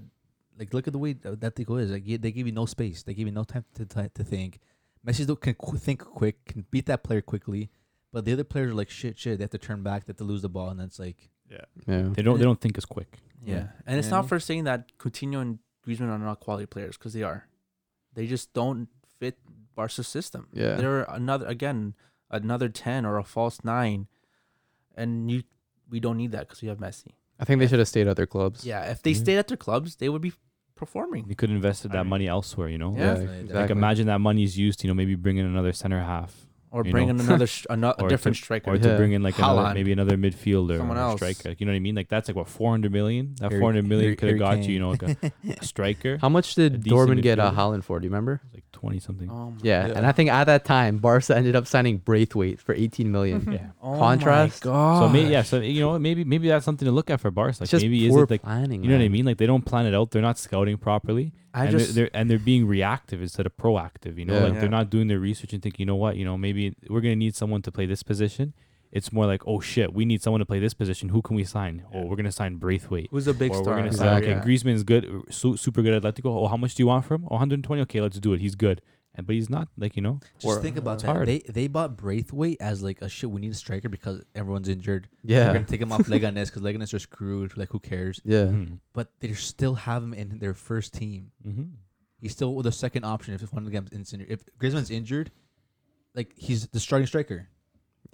S5: Like, look at the way th- that they go is. Like, yeah, they give you no space. They give you no time to ti- to think. Messi though can qu- think quick, can beat that player quickly, but the other players are like shit, shit. They have to turn back, they have to lose the ball, and then it's like,
S1: Yeah.
S3: They don't. They don't think as quick.
S6: Yeah.
S5: Yeah.
S6: And it's
S5: Yeah.
S6: not for saying that Coutinho and Griezmann are not quality players because they are. They just don't fit Barca's system.
S1: Yeah.
S6: They're another again another 10 or a false 9 and you we don't need that cuz we have Messi.
S1: I think they should have stayed at their clubs.
S6: Yeah, if they
S3: Yeah.
S6: stayed at their clubs, they would be performing.
S3: They could invest
S7: I
S3: that
S7: mean-
S3: money elsewhere. You know.
S6: Yeah.
S1: Yeah,
S5: Definitely,
S1: exactly.
S3: Like imagine that money is used. to, You know, maybe bring in another center half,
S6: Or
S3: You
S6: bring
S3: know.
S6: in another sh- ano-
S3: Or
S6: a
S3: to-
S6: different striker.
S3: or to
S1: Yeah.
S3: bring in like another,
S6: Haaland.
S3: maybe another midfielder,
S6: Someone
S3: or
S6: else.
S3: striker. Like, you know what I mean? Like that's like what four hundred million. That
S1: Harry-
S3: four hundred million
S1: Harry-
S3: could have
S1: Harry
S3: got you. You know, like a, a striker.
S1: How much
S3: A
S1: did
S3: decent
S1: Dorman get a
S3: midfielder.
S1: Holland for? Do you remember?
S3: Like twenty something.
S6: Oh my,
S1: Yeah.
S4: Yeah.
S1: and I think at that time, Barca ended up signing Braithwaite for 18 million.
S3: Yeah.
S6: oh my
S1: Contrast.
S6: God.
S3: So maybe yeah. So you know, maybe maybe that's something to look at for Barca. Like
S1: Oh, It's just
S3: maybe is
S1: poor
S3: it like
S1: planning.
S3: you know what I
S1: man.
S3: mean? Like they don't plan it out. They're not scouting properly.
S6: I
S3: and
S6: just
S3: they're, they're and they're being reactive instead of proactive. You know,
S1: Yeah.
S3: like
S6: Yeah.
S3: they're not doing their research and think, you know what, you know, maybe we're gonna need someone to play this position. It's more like, oh shit, we need someone to play this position. Who can we sign?
S7: Yeah.
S3: Oh, we're gonna sign Braithwaite.
S6: who's a big
S3: or
S6: star.
S3: we're gonna
S1: Exactly.
S3: sign okay, Griezmann's good, su- super good at Atletico. Oh, how much do you want from? Oh, 120. Okay, let's do it. He's good, and but he's not like you know.
S5: just think about
S3: it's
S5: that.
S3: hard.
S5: They they bought Braithwaite as like a shit. We need a striker because everyone's injured. We're
S1: Yeah.
S5: gonna take him off Leganes because Leganes are screwed. Like, who cares?
S1: Yeah.
S3: Hmm.
S5: But they still have him in their first team.
S3: Mm-hmm.
S5: He's still the second option if one of them's injured. If Griezmann's injured, like he's the starting striker.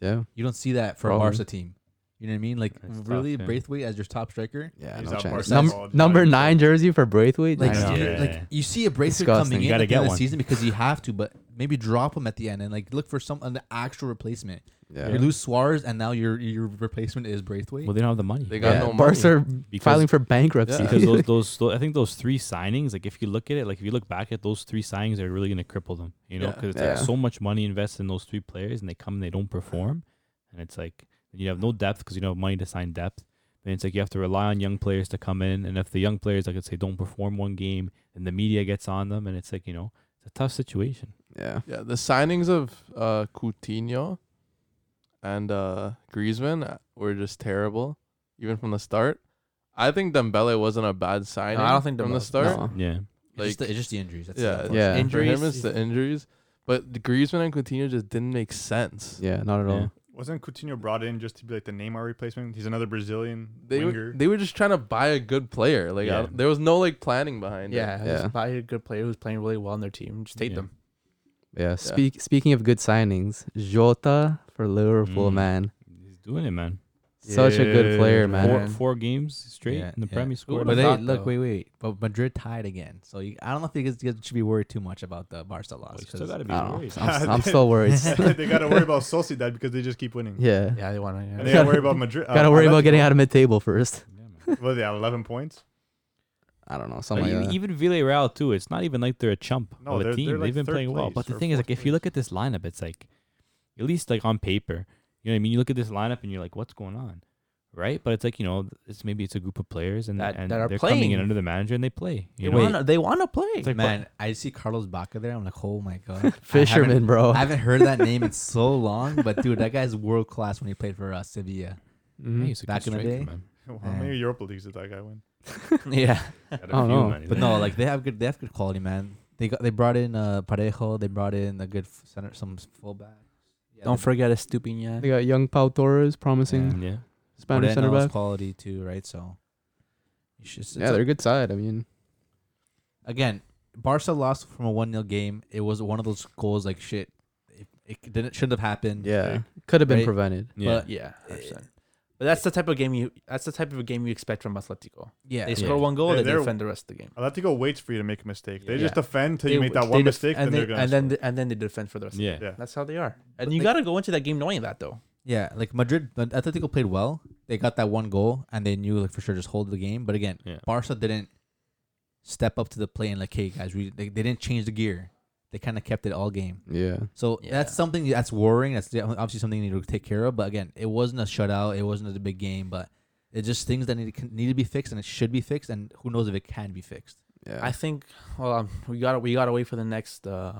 S1: Yeah.
S5: You don't see that for a
S1: Probably.
S5: Barca team. You know what I mean? Like
S3: It's tough,
S5: really,
S3: yeah.
S5: Braithwaite as your top striker.
S1: Yeah.
S7: He's
S1: no
S7: at
S1: chance.
S7: Barca
S1: Num-
S7: all the
S1: number
S7: time,
S1: nine jersey for Braithwaite?
S5: Like,
S1: I know.
S5: you,
S3: Yeah.
S5: like you see a Braithwaite
S1: Disgusting.
S5: coming
S1: You
S5: in
S3: gotta
S5: at the end
S3: get
S5: of the
S3: one.
S5: season because you have to, but maybe drop him at the end and like look for some an actual replacement.
S1: Yeah.
S5: You lose Suarez, and now your your replacement is Braithwaite.
S3: Well, they don't have the money.
S4: They got
S1: Yeah.
S4: no money.
S1: Barca are
S3: Because-
S1: filing for bankruptcy.
S3: because those, those those I think those three signings, like if you look at it, like if you look back at those three signings, they're really gonna cripple them, you know,
S4: Yeah.
S3: because it's
S1: Yeah.
S3: like so much money invested in those three players, and they come and they don't perform, and it's like you have no depth because you don't have money to sign depth. Then it's like you have to rely on young players to come in, and if the young players, like I say, don't perform one game, then the media gets on them, and it's like you know, it's a tough situation.
S1: yeah.
S4: Yeah, the signings of uh, Coutinho and uh, Griezmann uh, were just terrible, even from the start. I think Dembele wasn't a bad signing.
S6: I don't think
S4: from the
S6: Dembele's-
S4: start.
S1: No.
S3: Yeah,
S5: it's, just
S4: like-
S5: the, it's just the injuries. That's
S4: Yeah,
S5: the-
S1: Yeah.
S4: For him, it's
S6: injuries.
S4: the injuries. But Griezmann and Coutinho just didn't make sense.
S1: Yeah. Not at
S3: Yeah.
S1: all.
S7: Wasn't Coutinho brought in just to be like the Neymar replacement? He's another Brazilian
S4: They were,
S7: winger.
S4: they were just trying to buy a good player. Like I
S3: Yeah.
S4: don't- there was no like planning behind it.
S6: Yeah,
S1: Yeah.
S6: just buy a good player who's playing really well on their team. Just take
S3: Yeah.
S6: them.
S1: Yeah. Speak, Speaking of good signings, Jota for Liverpool,
S3: Mm.
S1: man.
S3: he's doing it, man.
S1: Such a good
S7: Yeah,
S1: player, man.
S3: Four,
S6: Man.
S3: four games straight
S5: Yeah,
S3: in the
S5: yeah.
S3: Premier scored.
S5: But
S6: Would've
S5: hey,
S6: thought,
S5: look,
S6: though.
S5: wait, wait. But Madrid tied again, so you, I don't know if you guys you guys should be worried too much about the Barca
S3: Well,
S5: loss.
S3: you
S5: 'cause-
S3: still gotta be
S1: I don't know.
S3: worried.
S1: I'm, s- I'm still worried.
S7: they got to worry about Sociedad because they just keep winning.
S1: yeah.
S6: Yeah, they want to.
S7: And they got to worry about Madrid.
S1: Gotta worry about getting out of mid table first.
S3: Yeah, man.
S7: What are they at? Eleven points.
S1: I don't know. Something
S3: Like,
S1: like that.
S3: even, even Villarreal too. It's not even like they're a chump
S7: No,
S3: of a
S7: they're-
S3: team.
S7: they're, like,
S3: They've been
S7: third
S3: playing well.
S7: place
S3: But the
S7: or
S3: thing is,
S7: fourth
S3: like, if you look at this lineup, it's like, at least like on paper, you know what I mean. You look at this lineup and you're like, what's going on, right? But it's like you know, it's maybe it's a group of players and
S6: That-
S3: and
S6: that are
S3: they're coming in
S6: playing.
S3: under the manager and they play. You
S6: They
S3: know,
S6: want to. They want to play.
S3: It's like,
S5: Man, I see Carlos Baca there. I'm like, oh my god, I haven't-
S1: Fisherman, bro.
S5: I haven't heard that name in so long, but dude, that guy's world class when he played for uh, Sevilla.
S3: hey,
S1: Mhm.
S3: he's a good
S5: Back in the
S3: striker,
S5: day.
S3: man.
S7: How many Europa leagues did that guy win?
S1: Mm-hmm.
S5: yeah,
S3: Got a
S1: don't
S3: few,
S1: know.
S3: man.
S5: but no, like they have good, they have good quality, man. They got they brought in uh, Parejo, they brought in a good f- center, some s- fullback. Yeah,
S6: Don't
S5: they-
S6: forget a Stupinian.
S1: They got young Pau Torres, promising
S5: Yeah.
S3: yeah,
S1: Spanish center
S5: Moreno's
S1: back.
S5: quality too, right? So, you should, it's
S1: Yeah,
S5: a-
S1: they're a good side. I mean,
S5: again, Barca lost from a one 0 game. It was one of those goals like shit. It, it didn't shouldn't have happened.
S1: yeah, could have been
S5: Right.
S1: prevented.
S3: yeah.
S5: But
S6: Yeah, 100%. but that's the type of game you. That's the type of game you expect from Atletico.
S5: yeah,
S6: They
S5: yeah.
S6: score one goal,
S7: They-
S6: they
S7: they're-
S6: defend the rest of the game.
S7: Atletico waits for you to make a mistake. They
S6: Yeah.
S7: just defend till you
S6: They-
S7: make that
S6: they
S7: one
S6: def-
S7: mistake,
S6: and
S7: then they're
S6: they-
S7: gonna.
S6: and then
S7: score.
S6: th- and then they defend for the rest. of
S3: yeah,
S6: the
S7: Yeah.
S6: game. That's how they are. And
S5: But
S6: you
S5: they-
S6: got to go into that game knowing that though.
S5: Yeah, like Madrid, but Atletico played well. They got that one goal, and they knew like for sure just hold the game. But again,
S3: Yeah.
S5: Barca didn't step up to the play and like, hey guys, we they, they didn't change the gear. They kind of kept it all game.
S1: Yeah,
S5: So
S6: Yeah.
S5: that's something that's worrying. That's de- obviously something you need to take care of. But again, it wasn't a shutout. It wasn't a big game, but it's just things that need to, need to be fixed, and it should be fixed. And who knows if it can be fixed?
S1: yeah.
S6: I think. Well, um, we got to we got to wait for the next uh,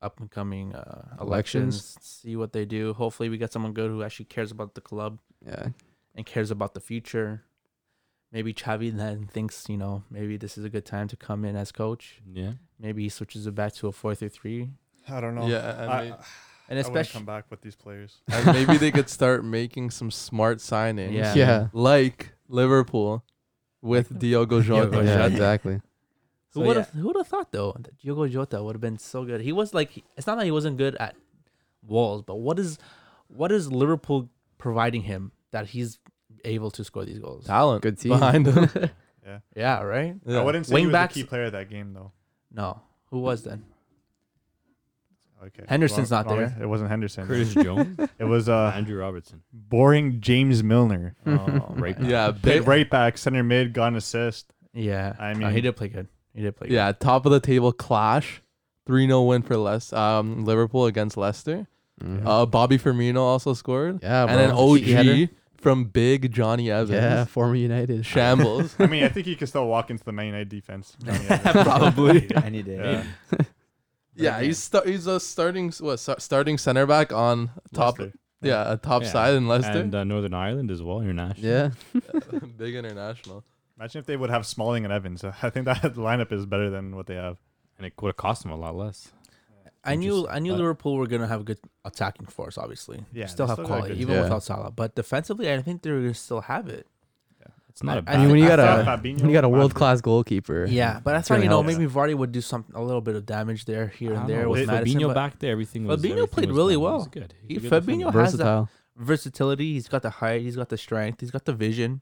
S6: up and coming uh,
S1: Elections.
S6: elections. See what they do. Hopefully, we get someone good who actually cares about the club
S1: yeah,
S6: and cares about the future. Maybe Xavi then thinks, you know, maybe this is a good time to come in as coach.
S3: Yeah.
S6: Maybe he switches it back to a four three three.
S7: I don't know.
S4: Yeah, and
S7: I,
S4: they-
S6: And
S7: I wouldn't come
S6: especially
S7: back with these players.
S4: and maybe they could start making some smart signings.
S6: Yeah.
S1: Yeah.
S4: Like Liverpool with Diogo Jota.
S1: Yeah, exactly.
S4: So,
S6: who would have who would have thought though that Diogo Jota would have been so good. He was like it's not that he wasn't good at walls, but what is what is Liverpool providing him that he's able to score these goals?
S4: Talent
S1: Good team.
S4: behind them.
S6: Yeah, right?
S7: I
S4: Yeah.
S7: wouldn't say
S6: Wing
S7: he was
S6: backs-
S7: the key player of that game though.
S6: No. Who was then?
S7: Okay.
S6: Henderson's
S7: Wrong-
S6: not
S7: wrong-
S6: there.
S7: It wasn't Henderson.
S3: Curtis Jones,
S7: It was uh
S3: Andrew Robertson.
S7: boring James Milner.
S6: Oh,
S3: Right.
S6: man.
S4: Yeah,
S7: Played
S4: big,
S7: right back, center mid, got an assist.
S6: Yeah.
S7: I
S6: No, he
S7: mean-
S6: did play good. He did play
S4: yeah, top of the table clash. 3-0 win for Les um Liverpool against Leicester.
S1: Mhm.
S4: Uh Bobby Firmino also scored.
S1: yeah,
S4: and then
S1: bro. He had her.
S4: OG from big Johnny Evans.
S1: Yeah, former United.
S4: Shambles.
S7: I mean, I think he could still walk into the Man United defense.
S5: Probably. Any day.
S7: Yeah.
S4: yeah, he's sta- he's a starting s- what sta- starting center back on top
S7: Leicester.
S4: yeah, a top
S3: Yeah.
S4: side in Leicester.
S3: And uh, Northern Ireland as well, international.
S1: Yeah.
S4: big international.
S7: Imagine if they would have Smalling and Evans. I think that lineup is better than what they have.
S3: And it would have cost them a lot less.
S6: I knew
S3: Interesting.
S6: I knew
S3: Uh,
S6: Liverpool were gonna have a good attacking force. Obviously,
S7: Yeah,
S6: still
S7: they
S6: have
S7: still got a
S6: quality
S7: good
S6: even
S1: team.
S6: without Salah. But defensively, I think they're gonna still have it.
S3: It's not a
S6: I-
S1: I
S6: I
S1: mean,
S3: bad-
S1: when you got
S7: thought
S1: a
S7: Fabinho
S1: when you got a
S7: might be-
S1: world class goalkeeper.
S6: Yeah, but that's
S1: It's
S6: why
S1: gonna
S6: you know
S1: help.
S6: maybe Vardy would do some a little bit of damage there,
S3: I
S6: here and
S3: don't
S6: there
S3: know,
S6: with
S3: with
S6: Madison.
S3: Fabinho
S6: but
S3: back there, everything was.
S6: Fabinho
S3: everything
S6: played
S3: was
S6: really
S3: good. He was
S6: well.
S3: good. He
S6: He-
S3: could be on the
S6: Fabinho
S3: front
S6: has
S1: versatile.
S6: Versatility. He's got the height. He's got the strength. He's got the vision.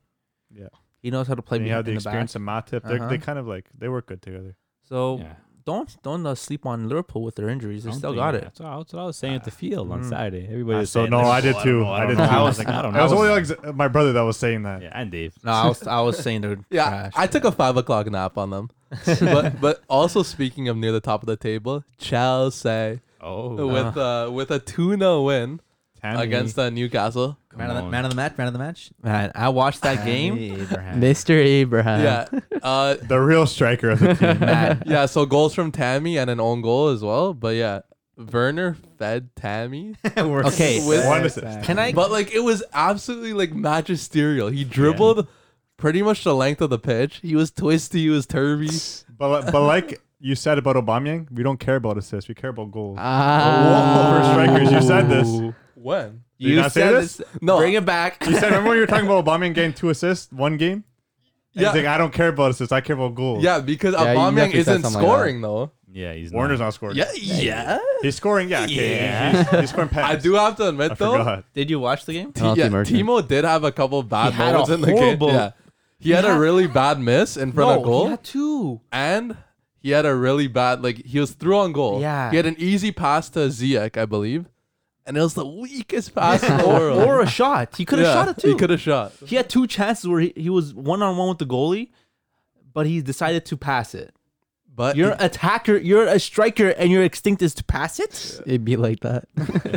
S7: Yeah.
S6: he knows how to play
S7: And you
S6: behind
S7: have the
S6: in the back.
S7: experience of Matip. They're
S6: Uh-huh.
S7: They kind of like they work good together.
S6: So
S3: Yeah.
S6: don't don't uh, sleep on Liverpool with their injuries. They
S3: I don't
S6: still
S3: think-
S6: got it.
S3: That's what, I- that's what I was saying at the
S7: Ah.
S3: field on
S6: Mm.
S3: Saturday. Everybody
S7: Ah,
S3: was
S7: so
S3: saying,
S7: no,
S3: like,
S7: I did
S3: "Oh,
S7: too.
S3: don't know,
S7: I did
S3: don't know."
S7: too.
S3: I was like, I don't know.
S7: It was only like my brother that was saying that.
S3: yeah, and Dave.
S6: No, I was I was saying they're
S4: Yeah,
S6: trash.
S4: I took a five o'clock nap on them. but but also speaking of near the top of the table, Chelsea
S3: Oh,
S4: with uh with a 2-0 win
S7: Tammy.
S4: against uh, Newcastle.
S3: come
S5: Man of, the,
S3: on.
S5: man of the match. Man of the match.
S6: man. I watched that game.
S5: Tammy Abraham.
S1: Mr. Abraham.
S4: Yeah. Uh
S7: the real striker of the team.
S6: Man,
S4: yeah, so goals from Tammy and an own goal as well, but yeah, Werner fed Tammy.
S6: Okay.
S4: With-
S7: One assist.
S6: can I
S4: But like it was absolutely like magisterial. He dribbled pretty much the length of the pitch. He was twisty, he was turvy.
S7: But li- but like you said about Aubameyang, we don't care about assists. We care about goals.
S1: Ah.
S7: For strikers, you said this. Did
S4: When?
S7: you, not say this?
S4: No.
S6: bring it back?
S7: You said remember when you were talking about Aubameyang getting two assists one game? And
S4: Yeah.
S7: He's like, I don't care about assists. I care about goals.
S4: Yeah, because
S1: Yeah, you
S4: Aubameyang
S1: actually said
S4: isn't
S1: something like that.
S4: scoring though.
S3: yeah, he's not.
S7: Warner's not scoring.
S4: Yeah, yeah.
S7: He's scoring. Yeah. Okay.
S3: Yeah.
S7: He's, he's scoring
S4: I
S7: passes.
S4: do have to admit
S7: I
S4: though,
S7: forgot.
S6: Did you watch the game?
S4: T-
S1: Penalty
S4: yeah,
S1: margin.
S4: Timo did have a couple bad
S6: He had
S4: moments
S6: a
S4: in the
S6: horrible-
S4: game. Yeah. He, had,
S6: had-
S4: a really bad miss in front
S6: no,
S4: of goal,
S6: he had two.
S4: and he had a really bad like he was through on goal.
S6: Yeah.
S4: he had an easy pass to Ziyech, I believe, and it was the weakest pass in the
S6: or,
S4: world.
S6: or a shot. He could have
S4: Yeah,
S6: shot it too.
S4: He could have shot.
S6: He had two chances where he, he was one on one with the goalie, but he decided to pass it.
S4: But
S6: You're an attacker, you're a striker, and your instinct is to pass it?
S1: It'd be like that.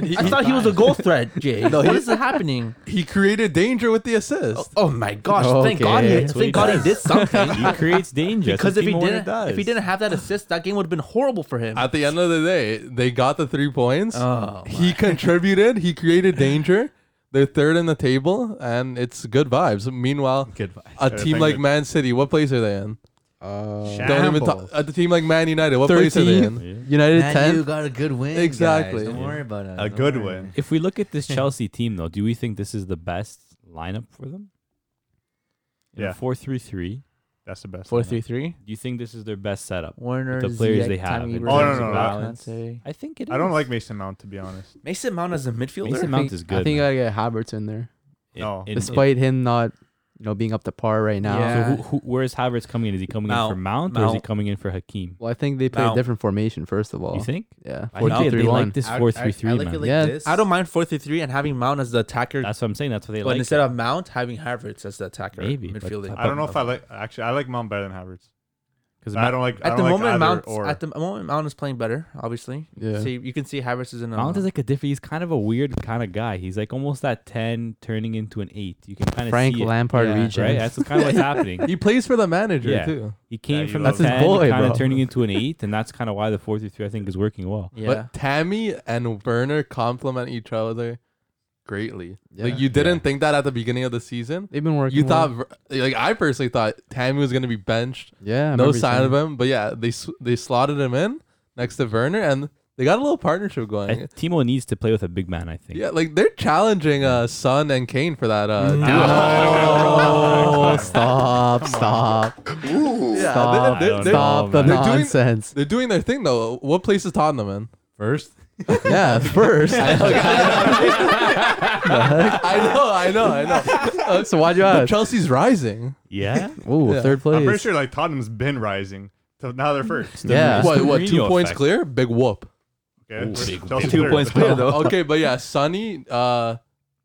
S4: he,
S6: I thought he was a goal threat, Jay. what is happening?
S4: he created danger with the assist.
S6: Oh my gosh. Thank God
S1: Okay.
S6: he,
S1: That's
S3: what he
S6: thank God he
S3: does.
S6: did something.
S3: He creates danger. That's
S6: because
S3: what
S6: if he
S3: Timo Werner
S6: didn't
S3: does.
S6: if he didn't have that assist, that game would have been horrible for him.
S4: At the end of the day, they got the three points.
S6: oh.
S4: he contributed. He created danger. They're third in the table, and it's good vibes. Meanwhile,
S7: Good vibes.
S4: a team like Man City, what place are they in? Don't even talk. A team like Man United, what place are they in?
S3: Yeah.
S1: United
S5: Man, you
S1: 10th.
S5: got a good win. guys.
S4: Exactly.
S5: Don't worry about it.
S7: A
S5: Don't
S7: good
S5: worry.
S7: win.
S3: If we look at this Chelsea team, though, do we think this is the best lineup for them? In
S7: Yeah.
S3: a four-three-three.
S7: That's the best.
S6: Four
S7: lineup.
S6: three three.
S3: Do you think this is their best setup?
S6: Werner,
S3: With the players
S6: Ziyech,
S3: they have
S6: Tammy
S3: in
S7: Oh, no,
S6: Abraham,
S7: no, no.
S6: Valance.
S3: I think it is.
S7: I don't like Mason Mount to be honest.
S6: Mason Mount as a midfielder.
S3: Mason
S1: I
S3: Mount
S1: think,
S3: is good.
S1: I think
S3: man.
S1: I get Havertz in there,
S3: In-
S7: No.
S3: in- in-
S1: despite him not, you know, being up to par right now.
S6: Yeah.
S3: So who, who, where is Havertz coming in? Is he coming
S6: Mount.
S3: in for Mount, or is he
S6: Mount.
S3: coming in for Hakim?
S1: Well, I think they play
S6: Now-
S1: a different formation first of all.
S3: You think?
S1: Yeah,
S3: I
S1: four two
S3: think they
S1: three one.
S3: like this
S5: Oh. I-
S3: four three three
S5: I, I
S3: man.
S5: like it like
S1: Yeah.
S5: this.
S6: I don't mind four three three and having Mount as the attacker,
S3: That's what I'm saying. That's what they
S6: but
S3: like.
S6: instead of Mount, having Havertz as the attacker,
S3: Maybe, but-
S6: midfielder.
S7: I don't know if I like. Actually, I like Mount better than Havertz.
S3: because
S7: I don't like. I
S6: At the
S7: don't like
S6: moment,
S7: either
S6: Mount
S7: or.
S6: at the moment Mount is playing better. Obviously,
S1: Yeah.
S6: see you can see Havertz is in. A,
S3: Mount is like a different. He's kind of a weird kind of guy. He's like almost that ten turning into an eight. You can kind of
S1: Frank
S3: see it,
S1: Lampard
S6: Yeah.
S1: region.
S3: right? That's kind of what's happening.
S4: He plays for the manager
S3: Yeah.
S4: too.
S3: He came
S7: you
S3: from
S7: love
S3: the
S1: him. That's his
S3: ten,
S1: boy,
S3: kind
S1: bro.
S3: of turning into an eight, and that's kind of why the four three three I think is working well.
S6: yeah.
S4: But Tammy and Werner complement each other greatly.
S8: Yeah.
S4: Like you didn't think that at the beginning of the season.
S1: They've been working.
S4: You
S1: well.
S4: thought like I personally thought Tammy was gonna be benched.
S8: Yeah, I
S4: no
S8: remember you
S4: sign of
S8: saying-
S4: him. But yeah, they s- they slotted him in next to Werner, and they got a little partnership
S3: I,
S4: going.
S3: Timo needs to play with a big man. I think.
S4: Yeah, like they're challenging uh Son and Kane for that. Uh, duo.
S1: Oh, stop! Stop! Stop!
S4: yeah, they- they-
S3: I don't
S4: they-
S1: stop the
S4: man. They're doing-
S1: nonsense.
S4: They're doing their thing though. What place is Tottenham in?
S2: First,
S1: yeah, first.
S4: I know, I know, I know.
S1: so why'd you
S4: But
S1: ask?
S4: Chelsea's rising.
S3: Yeah.
S1: Ooh,
S4: Yeah.
S1: third
S7: I'm pretty
S1: place.
S7: sure like Tottenham's been rising. So now they're first.
S1: Yeah.
S4: what? What? Two
S3: Mourinho
S4: points
S3: effect.
S4: clear. Big whoop.
S7: Okay.
S3: Ooh,
S7: Chelsea
S3: big-
S7: third.
S2: two points clear though.
S4: Oh, okay, but yeah, Sonny uh,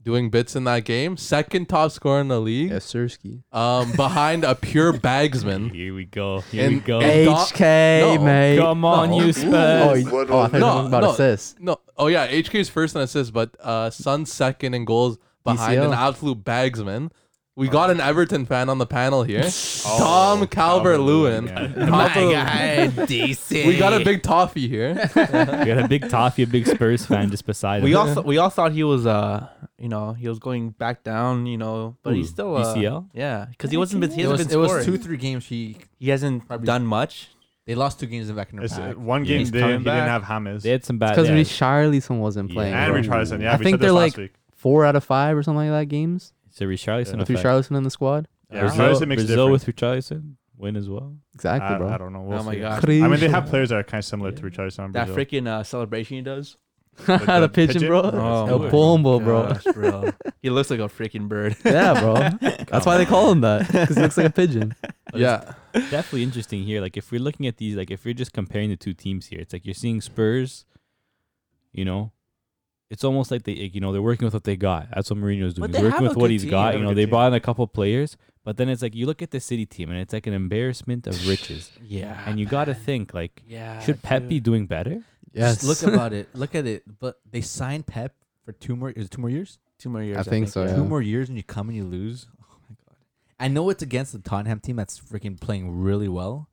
S4: doing bits in that game. Second top scorer in the league,
S1: Yeah, Sersky.
S4: um, behind a pure bagsman.
S3: Here we go. Here we
S4: And-
S3: go.
S4: and-
S1: HK,
S4: No.
S1: mate.
S3: Oh. Come on,
S4: No.
S3: you
S1: Oh,
S3: Spurs.
S1: you- oh, I thought
S4: No,
S1: no, about
S4: no.
S1: assists.
S4: No, oh yeah, HK's first in assists, but uh, Sun second in goals behind
S1: DCL.
S4: an absolute bagsman. We got an Everton fan on the panel here,
S7: Oh,
S6: Oh,
S4: Tom Calvert Lewin.
S3: Yeah.
S6: DC.
S4: We got a big toffee here.
S3: we got a big Toffee, a big Spurs fan just beside
S6: We
S3: him.
S6: all th- we all thought he was uh you know he was going back down you know but he's
S3: Who?
S6: still uh,
S3: DCL?
S6: yeah because he wasn't been he
S5: It
S6: hasn't
S5: was,
S6: been
S5: it was
S6: scoring.
S5: two, three games. He
S6: he hasn't
S5: Probably-
S6: done much
S5: they lost two games in back in their
S7: It's, uh,
S5: pack.
S7: one
S3: Yeah.
S7: game
S3: He's
S7: they, he
S3: coming
S7: didn't
S3: back.
S7: have Hammers.
S3: They had some bad. uh,
S1: Because
S3: yeah.
S1: Richarlison wasn't
S3: Yeah.
S1: playing.
S3: And
S1: bro.
S7: And Richardson, yeah,
S1: I
S7: we
S1: think
S7: said this
S1: they're like-
S7: last week.
S1: Four out of five or something like that games.
S3: It's a Richarlison
S1: With
S3: effect.
S1: Richarlison in the squad.
S7: Yeah,
S3: Brazil,
S7: Richarlison makes
S3: Brazil
S7: difference.
S3: with Richarlison win as well.
S1: Exactly,
S7: I,
S1: bro.
S7: I don't know. We'll
S6: oh my
S7: see.
S6: gosh
S7: I mean, they have players that are kind of similar to
S3: Yeah.
S7: Richardson. on
S6: that
S7: Brazil.
S6: freaking uh, celebration he does
S7: With
S1: the pigeon, bro.
S6: Oh,
S1: El
S6: my
S1: Pombo, bro.
S6: Gosh, bro he looks like a freaking bird
S1: yeah, bro. That's why they call him that. Because he looks like a pigeon.
S4: yeah,
S3: Definitely interesting here. Like if we're looking at these, like if you're just comparing the two teams here, it's like you're seeing Spurs. You know, it's almost like they, you know, they're working with what they got. That's what Mourinho's doing.
S6: But
S3: He's
S6: they
S3: working
S6: have
S3: with
S6: a
S3: what
S6: good
S3: he's
S6: team.
S7: They
S3: got. You
S7: have a
S3: know,
S7: good
S3: they
S7: team.
S3: brought in a couple players, but then it's like you look at the City team and it's like an embarrassment of riches.
S6: yeah
S3: and you got to think like,
S6: yeah
S3: should Pep be doing better?
S1: Yes.
S5: Just look about it. Look at it. But they signed Pep for two more. Is it two more years?
S6: two more years
S1: I think so.
S5: Two
S1: yeah.
S5: more years, and you come and you lose. Oh my god! I know it's against the Tottenham team that's freaking playing really well,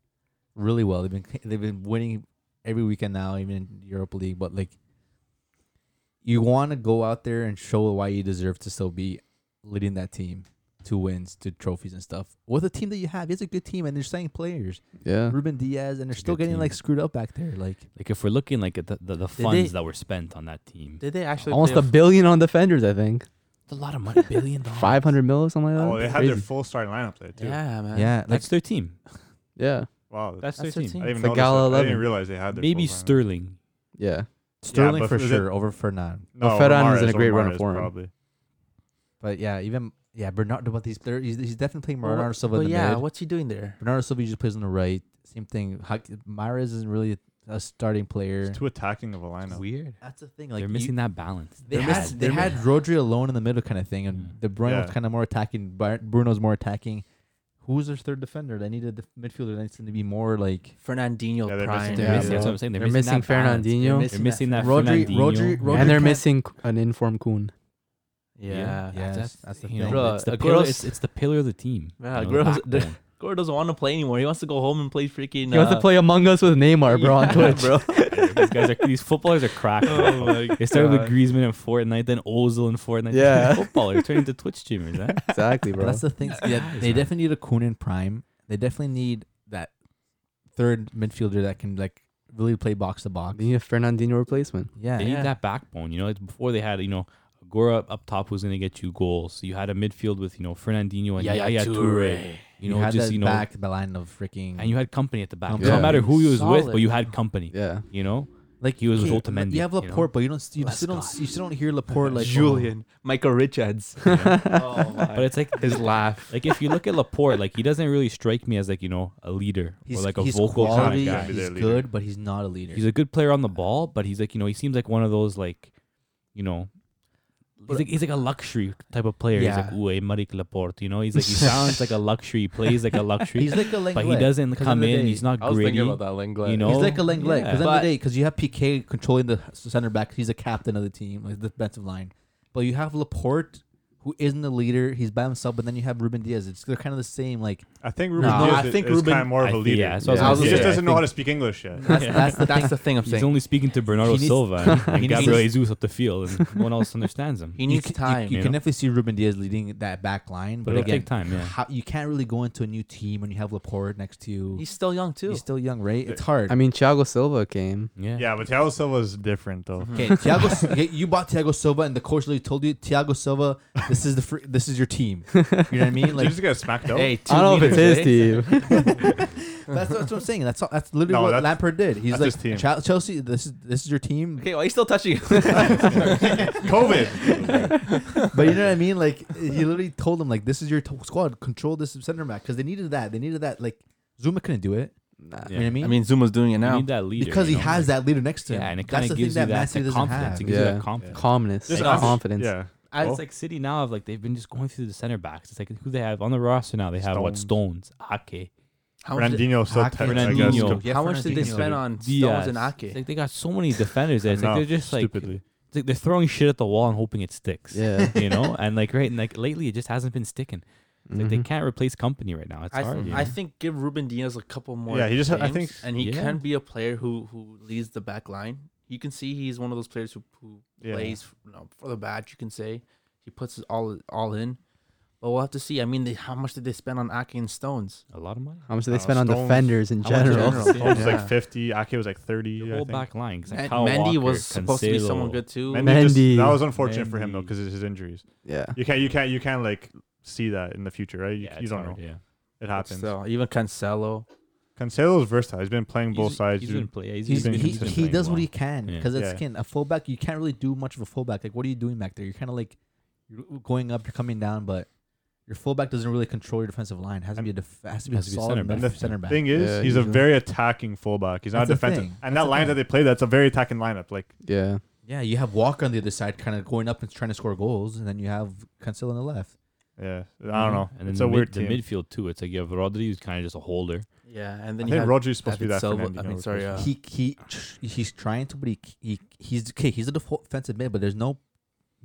S5: really well. They've been they've been winning every weekend now, even in Europa League. But like, you want to go out there and show why you deserve to still be leading that team to wins, to trophies and stuff with a team that you have. It's a good team, and they're signing players,
S1: Yeah.
S5: Ruben Diaz, and they're
S3: It's a
S5: still
S3: good
S5: getting
S3: team.
S5: like screwed up back there. Like,
S3: Like if we're looking like at the the, the
S6: they-
S3: funds that were spent on that team,
S6: did they actually
S1: Almost
S6: play
S1: a billion on defenders, I think.
S3: it's a lot of money, billion dollars.
S1: 500 mil or something like that.
S7: Oh, they had
S1: Crazy.
S7: their full starting lineup there too.
S6: yeah man
S5: yeah, like
S3: That's their team.
S1: Yeah.
S7: Wow.
S3: That's,
S6: That's
S3: their
S6: their
S3: team.
S7: I didn't even
S1: the
S7: notice
S1: Gala
S7: that. I didn't
S1: 11.
S7: realize they had their
S3: Maybe
S7: full lineup.
S3: Sterling.
S1: Yeah.
S5: Sterling
S7: but
S5: for
S7: is it-
S5: sure over Fernand.
S1: Well,
S7: No,
S1: Ferran is in
S7: Mahrez
S1: a great
S7: or
S1: run of
S7: Mahrez,
S1: form.
S7: Probably.
S5: But yeah, even yeah, Bernard. But these players, he's, he's definitely playing
S6: Well,
S5: Bernardo
S6: what-
S5: Silva.
S6: well,
S5: in the
S6: yeah
S5: mid.
S6: what's he doing there
S5: Bernardo Silva usually plays on the right. Same thing. Hak- Mahrez isn't really a, a starting player.
S7: It's too attacking of a lineup.
S3: Weird.
S5: That's the thing. Like
S3: they're
S5: you-
S3: missing that balance.
S5: They
S3: They're
S5: had
S3: missing-
S5: they
S3: they're
S5: had
S3: missing- Mm.
S5: Rodri alone in the middle kind of thing, and De
S3: Yeah.
S5: Bruyne was
S7: Yeah.
S5: kind of more attacking. Bar- Bruno's more attacking. Who's their third defender? They needed the midfielder. They needs to be more like
S6: Fernandinho
S7: Yeah, they're
S6: prime
S7: missing
S1: Yeah,
S3: They're missing-
S1: bro.
S3: That's what I'm saying. They're,
S1: They're
S3: missing,
S1: missing
S3: that balance.
S1: Fernandinho.
S3: They're missing that
S5: Rodri-
S3: Fernandinho.
S5: Rodri- Rodri-
S1: and they're
S5: can't-
S1: missing an informed Kuhn.
S6: yeah,
S5: Yes,
S3: that's,
S5: that's the
S3: the you know,
S5: thing.
S6: Bro,
S3: it's, the
S6: Aguero's-
S3: pillar, it's, it's the pillar of the team.
S6: Yeah,
S3: you know, the
S6: Aguero's-
S3: backbone.
S6: Gore doesn't want to play anymore. He wants to go home and play freaking.
S1: He wants
S6: uh,
S1: to play Among Us with Neymar, bro, on
S6: yeah,
S1: Twitch.
S6: bro.
S3: these guys are these footballers are cracked.
S6: Oh my
S3: they started with
S6: God.
S3: Griezmann in Fortnite, then Ozil in Fortnite.
S1: Yeah.
S3: footballers turning into Twitch streamers. Eh?
S1: exactly,
S5: But
S1: bro.
S5: that's the thing. Yeah, they definitely need a Kunin prime. They definitely need that third midfielder that can like really play box to box.
S1: They need a Fernandinho replacement.
S5: Yeah,
S3: They need that backbone. You know, it's before they had, you know, Agora up, up top who's going to get you goals. You had a midfield with, you know, Fernandinho and Yaya, Toure. You know,
S5: had
S3: just,
S5: that
S3: you know,
S5: back the line of freaking
S3: and you had company at the back.
S5: Yeah.
S3: It doesn't matter who you was with,
S6: Solid.
S3: but you had company.
S1: Yeah.
S3: You know?
S5: Like
S3: He was with
S5: okay,
S3: Otamendi,
S5: You have
S3: you
S5: Laporte,
S3: know?
S5: but you don't. You still don't.
S3: Lescott.
S5: You still don't hear Laporte like oh,
S6: Julian, Michael Richards. oh my.
S3: But it's like
S6: his laugh.
S3: like if you look at Laporte, like he doesn't really strike me as like, you know, a leader
S5: oh, he's
S3: or like a
S5: he's
S3: vocal kind of
S5: quality,
S3: guy.
S7: He's
S5: He's
S7: their leader.
S5: good, but he's not a leader.
S3: He's a good player on the ball, but he's like, you know, he seems like one of those like, you know, he's like, he's like a luxury type of player.
S6: Yeah.
S3: He's like, ooh, eh, Marik Laporte. You know, he's like he sounds like a luxury, he plays like a luxury.
S5: He's like a Lenglet.
S3: but he doesn't
S5: 'cause
S3: come
S5: of the
S3: in.
S5: day-
S3: He's not
S4: I was
S3: gritty.
S4: thinking about that Lenglet.
S3: You know,
S5: He's like a Lenglet.
S3: Yeah.
S5: Because end of
S6: But-
S5: the day, because you have PK controlling the s- center back, he's a captain of the team, like the defensive line. But you have Laporte, who isn't the leader. He's by himself, but then you have Ruben Diaz. It's they're kind of the same. Like
S7: I think Ruben
S6: No,
S7: Diaz
S6: I
S7: I
S6: think
S7: is
S6: Ruben-
S7: kind of more of
S3: I
S7: a
S3: think-
S7: leader.
S3: yeah, that's what
S6: I was
S7: he
S6: gonna
S7: just
S6: say, I
S7: doesn't know how to speak English yet.
S5: that's, that's the
S6: That's
S5: thing.
S6: the thing I'm
S3: He's
S6: saying.
S3: only speaking to Bernardo
S5: He needs-
S3: Silva and,
S5: He
S3: and
S5: needs-
S3: Gabriel Jesus up the field, and no one else understands him.
S6: he needs
S5: you, c- you-
S6: time.
S5: You,
S3: you
S5: can
S3: know?
S5: definitely see Ruben Diaz leading that back line,
S3: But
S5: but,
S3: it'll
S5: again,
S3: take time, yeah.
S5: how, you can't really go into a new team when you have Laporte next to you.
S6: He's still young too.
S5: He's still young, right? It's
S7: Yeah.
S5: hard.
S1: I mean, Thiago Silva came.
S3: Yeah.
S7: Yeah, but Thiago Silva is different though.
S5: Okay, Thiago, you- you bought Thiago Silva, and the coach literally told you, Thiago Silva, this is the fr- this is your team. You know what I mean?
S7: Did you
S5: Like
S7: just get smacked out?
S6: hey,
S1: I don't know if it's his team.
S5: that's, that's what I'm saying. That's all, that's literally
S7: No,
S5: what
S7: that's-
S5: Lampard did. He's
S7: that's
S5: like
S7: his team.
S5: "Chel- Chelsea. This is this is your team.
S6: Okay, why are you still touching?
S7: COVID.
S5: But you know what I mean? Like he literally told them, like this is your t- squad. Control this center back because they needed that. They needed that. Like Zuma couldn't do it. You know what I mean?
S6: I mean, Zuma's doing it
S3: You
S6: now.
S3: need that leader
S5: because
S3: you
S5: he
S3: know?
S5: has that leader next to him.
S3: Yeah, and it
S5: That's
S3: kind
S5: the
S3: of gives
S5: thing
S3: you
S5: that
S3: that,
S5: Messi
S3: that
S5: doesn't
S3: confidence. It
S5: have. Oh.
S3: gives you
S1: Yeah.
S3: that confidence.
S1: Calmness,
S7: Just
S1: and
S7: ask-
S1: confidence.
S7: Yeah.
S3: I,
S7: Well-
S3: it's like City now. Of like they've been just going through the center backs. It's like who they have on the roster now. They have what Stones, Ake,
S6: How much, did,
S7: Randinho still
S5: Hack-
S7: tight, I guess.
S3: Ronaldinho.
S7: com-
S5: Yeah,
S6: how much did they
S5: Fernandinho.
S6: spend on Stones
S3: Diaz.
S6: and
S3: It's
S6: Ake?
S3: like they got so many defenders. There. It's like
S7: Enough,
S3: they're just like
S7: stupidly.
S3: it's like they're throwing shit at the wall and hoping it sticks.
S1: Yeah.
S3: you know, and like right, and like lately it just hasn't been sticking. It's
S1: Mm-hmm.
S3: Like
S7: Mm-hmm.
S3: they can't replace company right now. It's
S6: I,
S3: hard.
S6: th-
S3: you
S6: I
S3: know?
S6: think give Ruben Diaz a couple more.
S7: Yeah, he just- I
S6: games,
S7: think-
S6: and he
S3: Yeah.
S6: can be a player who who leads the back line. You can see he's one of those players who, who
S7: Yeah.
S6: plays you know, for the badge. You can say he puts it all all in. But we'll have to see. I mean, they, how much did they spend on Ake and Stones?
S3: a lot of money.
S1: How much do they
S7: Uh,
S1: spend on
S7: Stones.
S1: defenders in
S3: How much in
S1: general?
S3: general?
S7: Stones was
S6: Yeah.
S7: like 50. Ake was like 30.
S3: The
S7: I
S3: whole
S7: think.
S3: back line. 'cause, Like
S6: And
S3: Kyle
S6: Mendy
S3: Walker,
S6: was supposed to be
S3: Cancelo.
S6: someone good too.
S7: Mendy just-
S1: Mendy.
S7: that was unfortunate for him though
S3: Mendy.
S7: because of his injuries.
S1: Yeah.
S7: You can't you can't you can't like see that in the future, right? You,
S3: Yeah,
S7: you
S3: it's
S7: don't
S3: hard,
S7: know.
S3: Yeah,
S7: It happens.
S6: So even Cancelo.
S7: Cancelo's versatile. He's been playing both
S3: He's-
S7: sides.
S3: He's
S7: dude.
S3: been play- yeah, he's
S5: He's,
S7: been
S5: he
S7: consistent
S5: he
S3: playing
S5: does what
S3: well.
S5: he can
S3: Yeah.
S5: because it's
S7: Yeah.
S5: again a fullback. You can't really do much of a fullback. Like what are you doing back there? You're kind of like you're going up, you're coming down, but your fullback doesn't really control your defensive line. Has to be a def- has to be
S3: Has
S5: a
S3: to be
S5: solid
S3: center
S5: enough
S3: back.
S5: center back.
S3: Yeah.
S7: Thing is,
S1: Yeah,
S7: he's a
S1: usually.
S7: very attacking fullback. He's not
S5: That's the
S7: defensive.
S5: thing.
S7: And
S5: That's
S7: that
S5: the
S7: line that
S5: thing.
S7: they play, that's a very attacking lineup. Like
S1: Yeah.
S5: Yeah, you have Walker on the other side, kind of going up and trying to score goals, and then you have Cancelo on the left.
S7: Yeah, I don't know.
S3: And then
S7: it's
S3: the
S7: a
S3: mid-
S7: weird
S3: the
S7: team.
S3: midfield too. It's like you have Rodri, who's kind of just a holder.
S6: Yeah, and
S7: I
S6: then you
S7: think
S6: had
S7: Rodri's supposed to be
S6: David
S7: that.
S6: Silva-
S7: Fernandinho
S6: I mean,
S7: was
S6: sorry,
S7: supposed
S6: uh,
S7: to-
S5: He he he's trying to, but he, he he's okay. He's a defensive mid, but there's no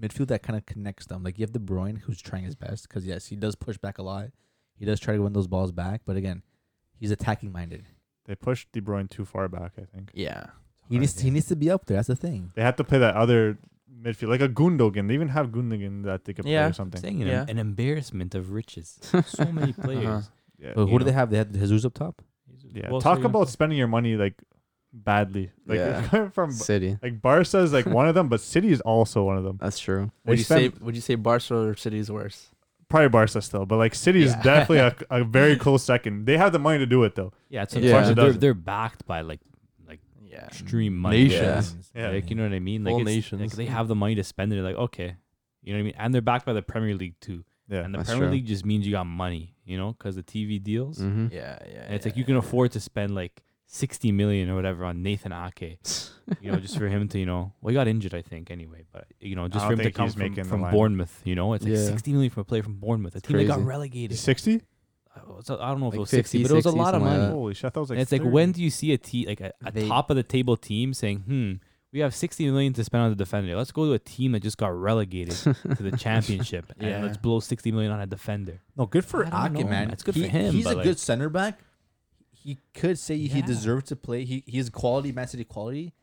S5: midfield that kind of connects them. Like you have De Bruyne, who's trying his best because yes, he does push back a lot. He does try to win those balls back, but again, he's attacking minded.
S7: they pushed De Bruyne too far back. I think
S6: yeah.
S5: He needs he needs to be up there. That's the thing.
S7: they had to play that other midfield, like a Gundogan. They even have Gundogan that they could play
S6: Yeah.
S7: or something.
S3: Saying an,
S6: Yeah.
S3: an embarrassment of riches. So many
S1: Uh-huh.
S3: players.
S7: Yeah,
S5: But who do
S3: You know.
S5: they have? They have Jesus up top.
S7: yeah.
S3: Well, so
S7: Talk
S3: you know-
S7: about spending your money like badly. Like
S1: Yeah.
S7: coming from
S1: City.
S7: like Barca is like one of them, but City is also one of them.
S1: That's true.
S7: They
S6: Would you say
S7: spend-
S6: would you say Barcelona or City is worse?
S7: Probably Barca still, but like City is
S6: Yeah.
S7: definitely a, a very close second. They have the money to do it though.
S3: Yeah, it's
S1: Yeah.
S3: unfortunate. They're,
S7: Doesn't.
S3: they're backed by like
S6: Yeah.
S5: Mm.
S3: extreme money.
S1: Nations.
S7: Yeah.
S3: Like, you know what I mean? Like,
S4: Whole
S3: it's-
S4: nations.
S3: like, they have the money to spend. They're like, okay. You know what I mean? And they're backed by the Premier League too.
S7: Yeah,
S3: And the
S1: That's
S3: Premier
S1: true.
S3: League just means you got money, you know, because the TV deals.
S1: Mm-hmm.
S6: Yeah, yeah.
S3: And it's like you can afford to spend like 60 million or whatever on Nathan Ake, you know, just for him to, you know, well, he got injured, I think, anyway. But, you know, just
S7: don't
S3: for him to
S7: think
S3: come
S7: he's making
S3: from,
S7: the
S3: from
S7: lineup.
S3: Bournemouth, you know, it's like
S1: Yeah.
S3: 60 million for a player from Bournemouth. A
S1: It's
S3: team that got
S1: crazy.
S3: relegated.
S7: sixty.
S3: Uh, so I don't know if
S1: Like
S3: it was
S1: 50,
S3: 60, but it was a
S1: 60,
S3: lot of
S1: something like
S3: money.
S1: that.
S7: Holy shit! That was like.
S3: And it's like
S7: 30.
S3: when do you see a te- like a, a
S5: They-
S3: top of the table team saying, "Hmm, we have 60 million to spend on the defender. Let's go to a team that just got relegated to the championship
S6: Yeah.
S3: and let's blow 60 million on a defender."
S5: No, good for
S3: I don't
S5: Ake,
S3: know,
S5: man.
S3: man. It's good
S5: He-
S3: for him,
S5: He's
S3: but,
S5: a
S3: like-
S5: good center back. He could say he
S3: Yeah.
S5: deserves to play. He he's quality, Man City quality.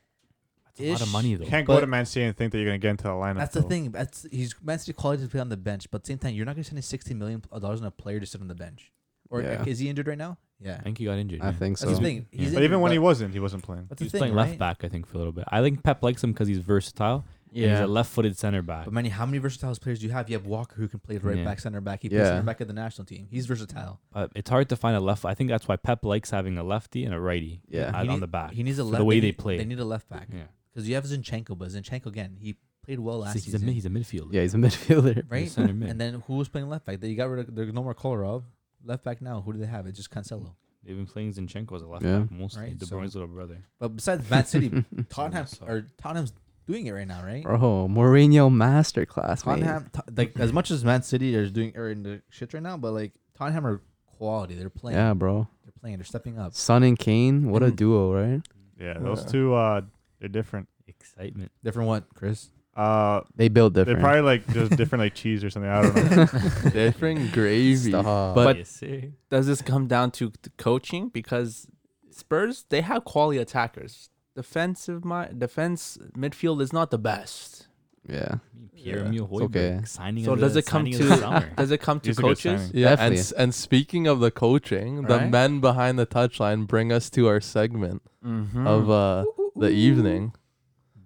S3: That's a lot of
S5: Ish.
S3: money
S7: You
S3: though.
S7: can't
S5: But-
S7: go to Man City and think that you're gonna get into the lineup.
S5: That's the
S7: though.
S5: thing. That's he's Man City quality to play on the bench, but at the same time, you're not going to spend sixty million dollars on a player to sit on the bench. Or
S1: Yeah.
S5: is he injured right now? Yeah,
S3: I think he got injured.
S1: I
S3: yeah.
S1: think so.
S5: that's the thing. He's
S7: But even
S5: injured,
S7: when he wasn't, he wasn't playing.
S5: that's
S3: He
S5: the
S3: was
S5: thing,
S3: playing
S5: right?
S3: left back, I think, for a little bit. I think Pep likes him because he's versatile. Yeah, he's a left-footed center back.
S5: But Manny, how many versatile players do you have? You have Walker who can play right
S3: Yeah.
S5: back, center back. He plays
S1: Yeah.
S5: center back at the national team. He's versatile.
S3: Uh, it's hard to find a left. I think that's why Pep likes having a lefty and a righty.
S1: Yeah.
S5: He
S3: at- on
S5: need-
S3: the back.
S5: He needs a
S3: for
S5: left.
S3: the way they
S5: need-
S3: play.
S5: They need a left back
S3: yeah,
S5: because you have Zinchenko, but Zinchenko again, he played well
S3: It's
S5: last
S3: like he's a
S5: season,
S3: mid- he's a midfielder.
S1: Yeah, he's a midfielder.
S5: right?
S3: center mid.
S5: And then who was playing left back? They got rid of. There's no more Kolarov. Left back now. Who do they have? It's just Cancelo.
S3: They've been playing Zinchenko as a left
S1: Yeah.
S3: back mostly.
S5: Right,
S3: De
S5: so-
S3: Bruyne's little brother.
S5: But besides Man City, Tottenham
S3: So-
S5: or Tottenham's doing it right now, right?
S1: Bro, Mourinho masterclass. man.
S5: Tottenham, to- like as much as Man City are doing are in the shit right now, but like Tottenham are quality. They're playing.
S1: Yeah, bro.
S5: They're playing. They're stepping up.
S1: Son and Kane, what a
S5: Mhm.
S1: duo, right?
S7: Yeah, those
S4: Yeah.
S7: two, uh, they're different.
S3: Excitement.
S5: Different what, Chris?
S7: Uh,
S1: They build
S7: they're
S1: different.
S7: probably like just different like cheese or something. I don't know.
S4: Different gravy.
S1: Stop.
S4: But
S3: Yes, sir.
S6: Does this come down to the coaching? Because Spurs they have quality attackers. Defensive my defense midfield is not the best.
S1: yeah.
S3: Pierre
S4: Yeah.
S3: Emil
S1: It's okay.
S3: Højbjerg signing.
S6: So
S3: of
S6: does
S3: the,
S6: it come
S3: signing of
S6: to-
S3: the summer.
S6: Does it come to
S7: He's a good
S6: coaches?
S7: signing.
S4: yeah, and
S1: Definitely.
S4: s- and speaking of the coaching, the
S6: Right.
S4: men behind the touchline bring us to our segment
S6: Mm-hmm.
S4: of uh the evening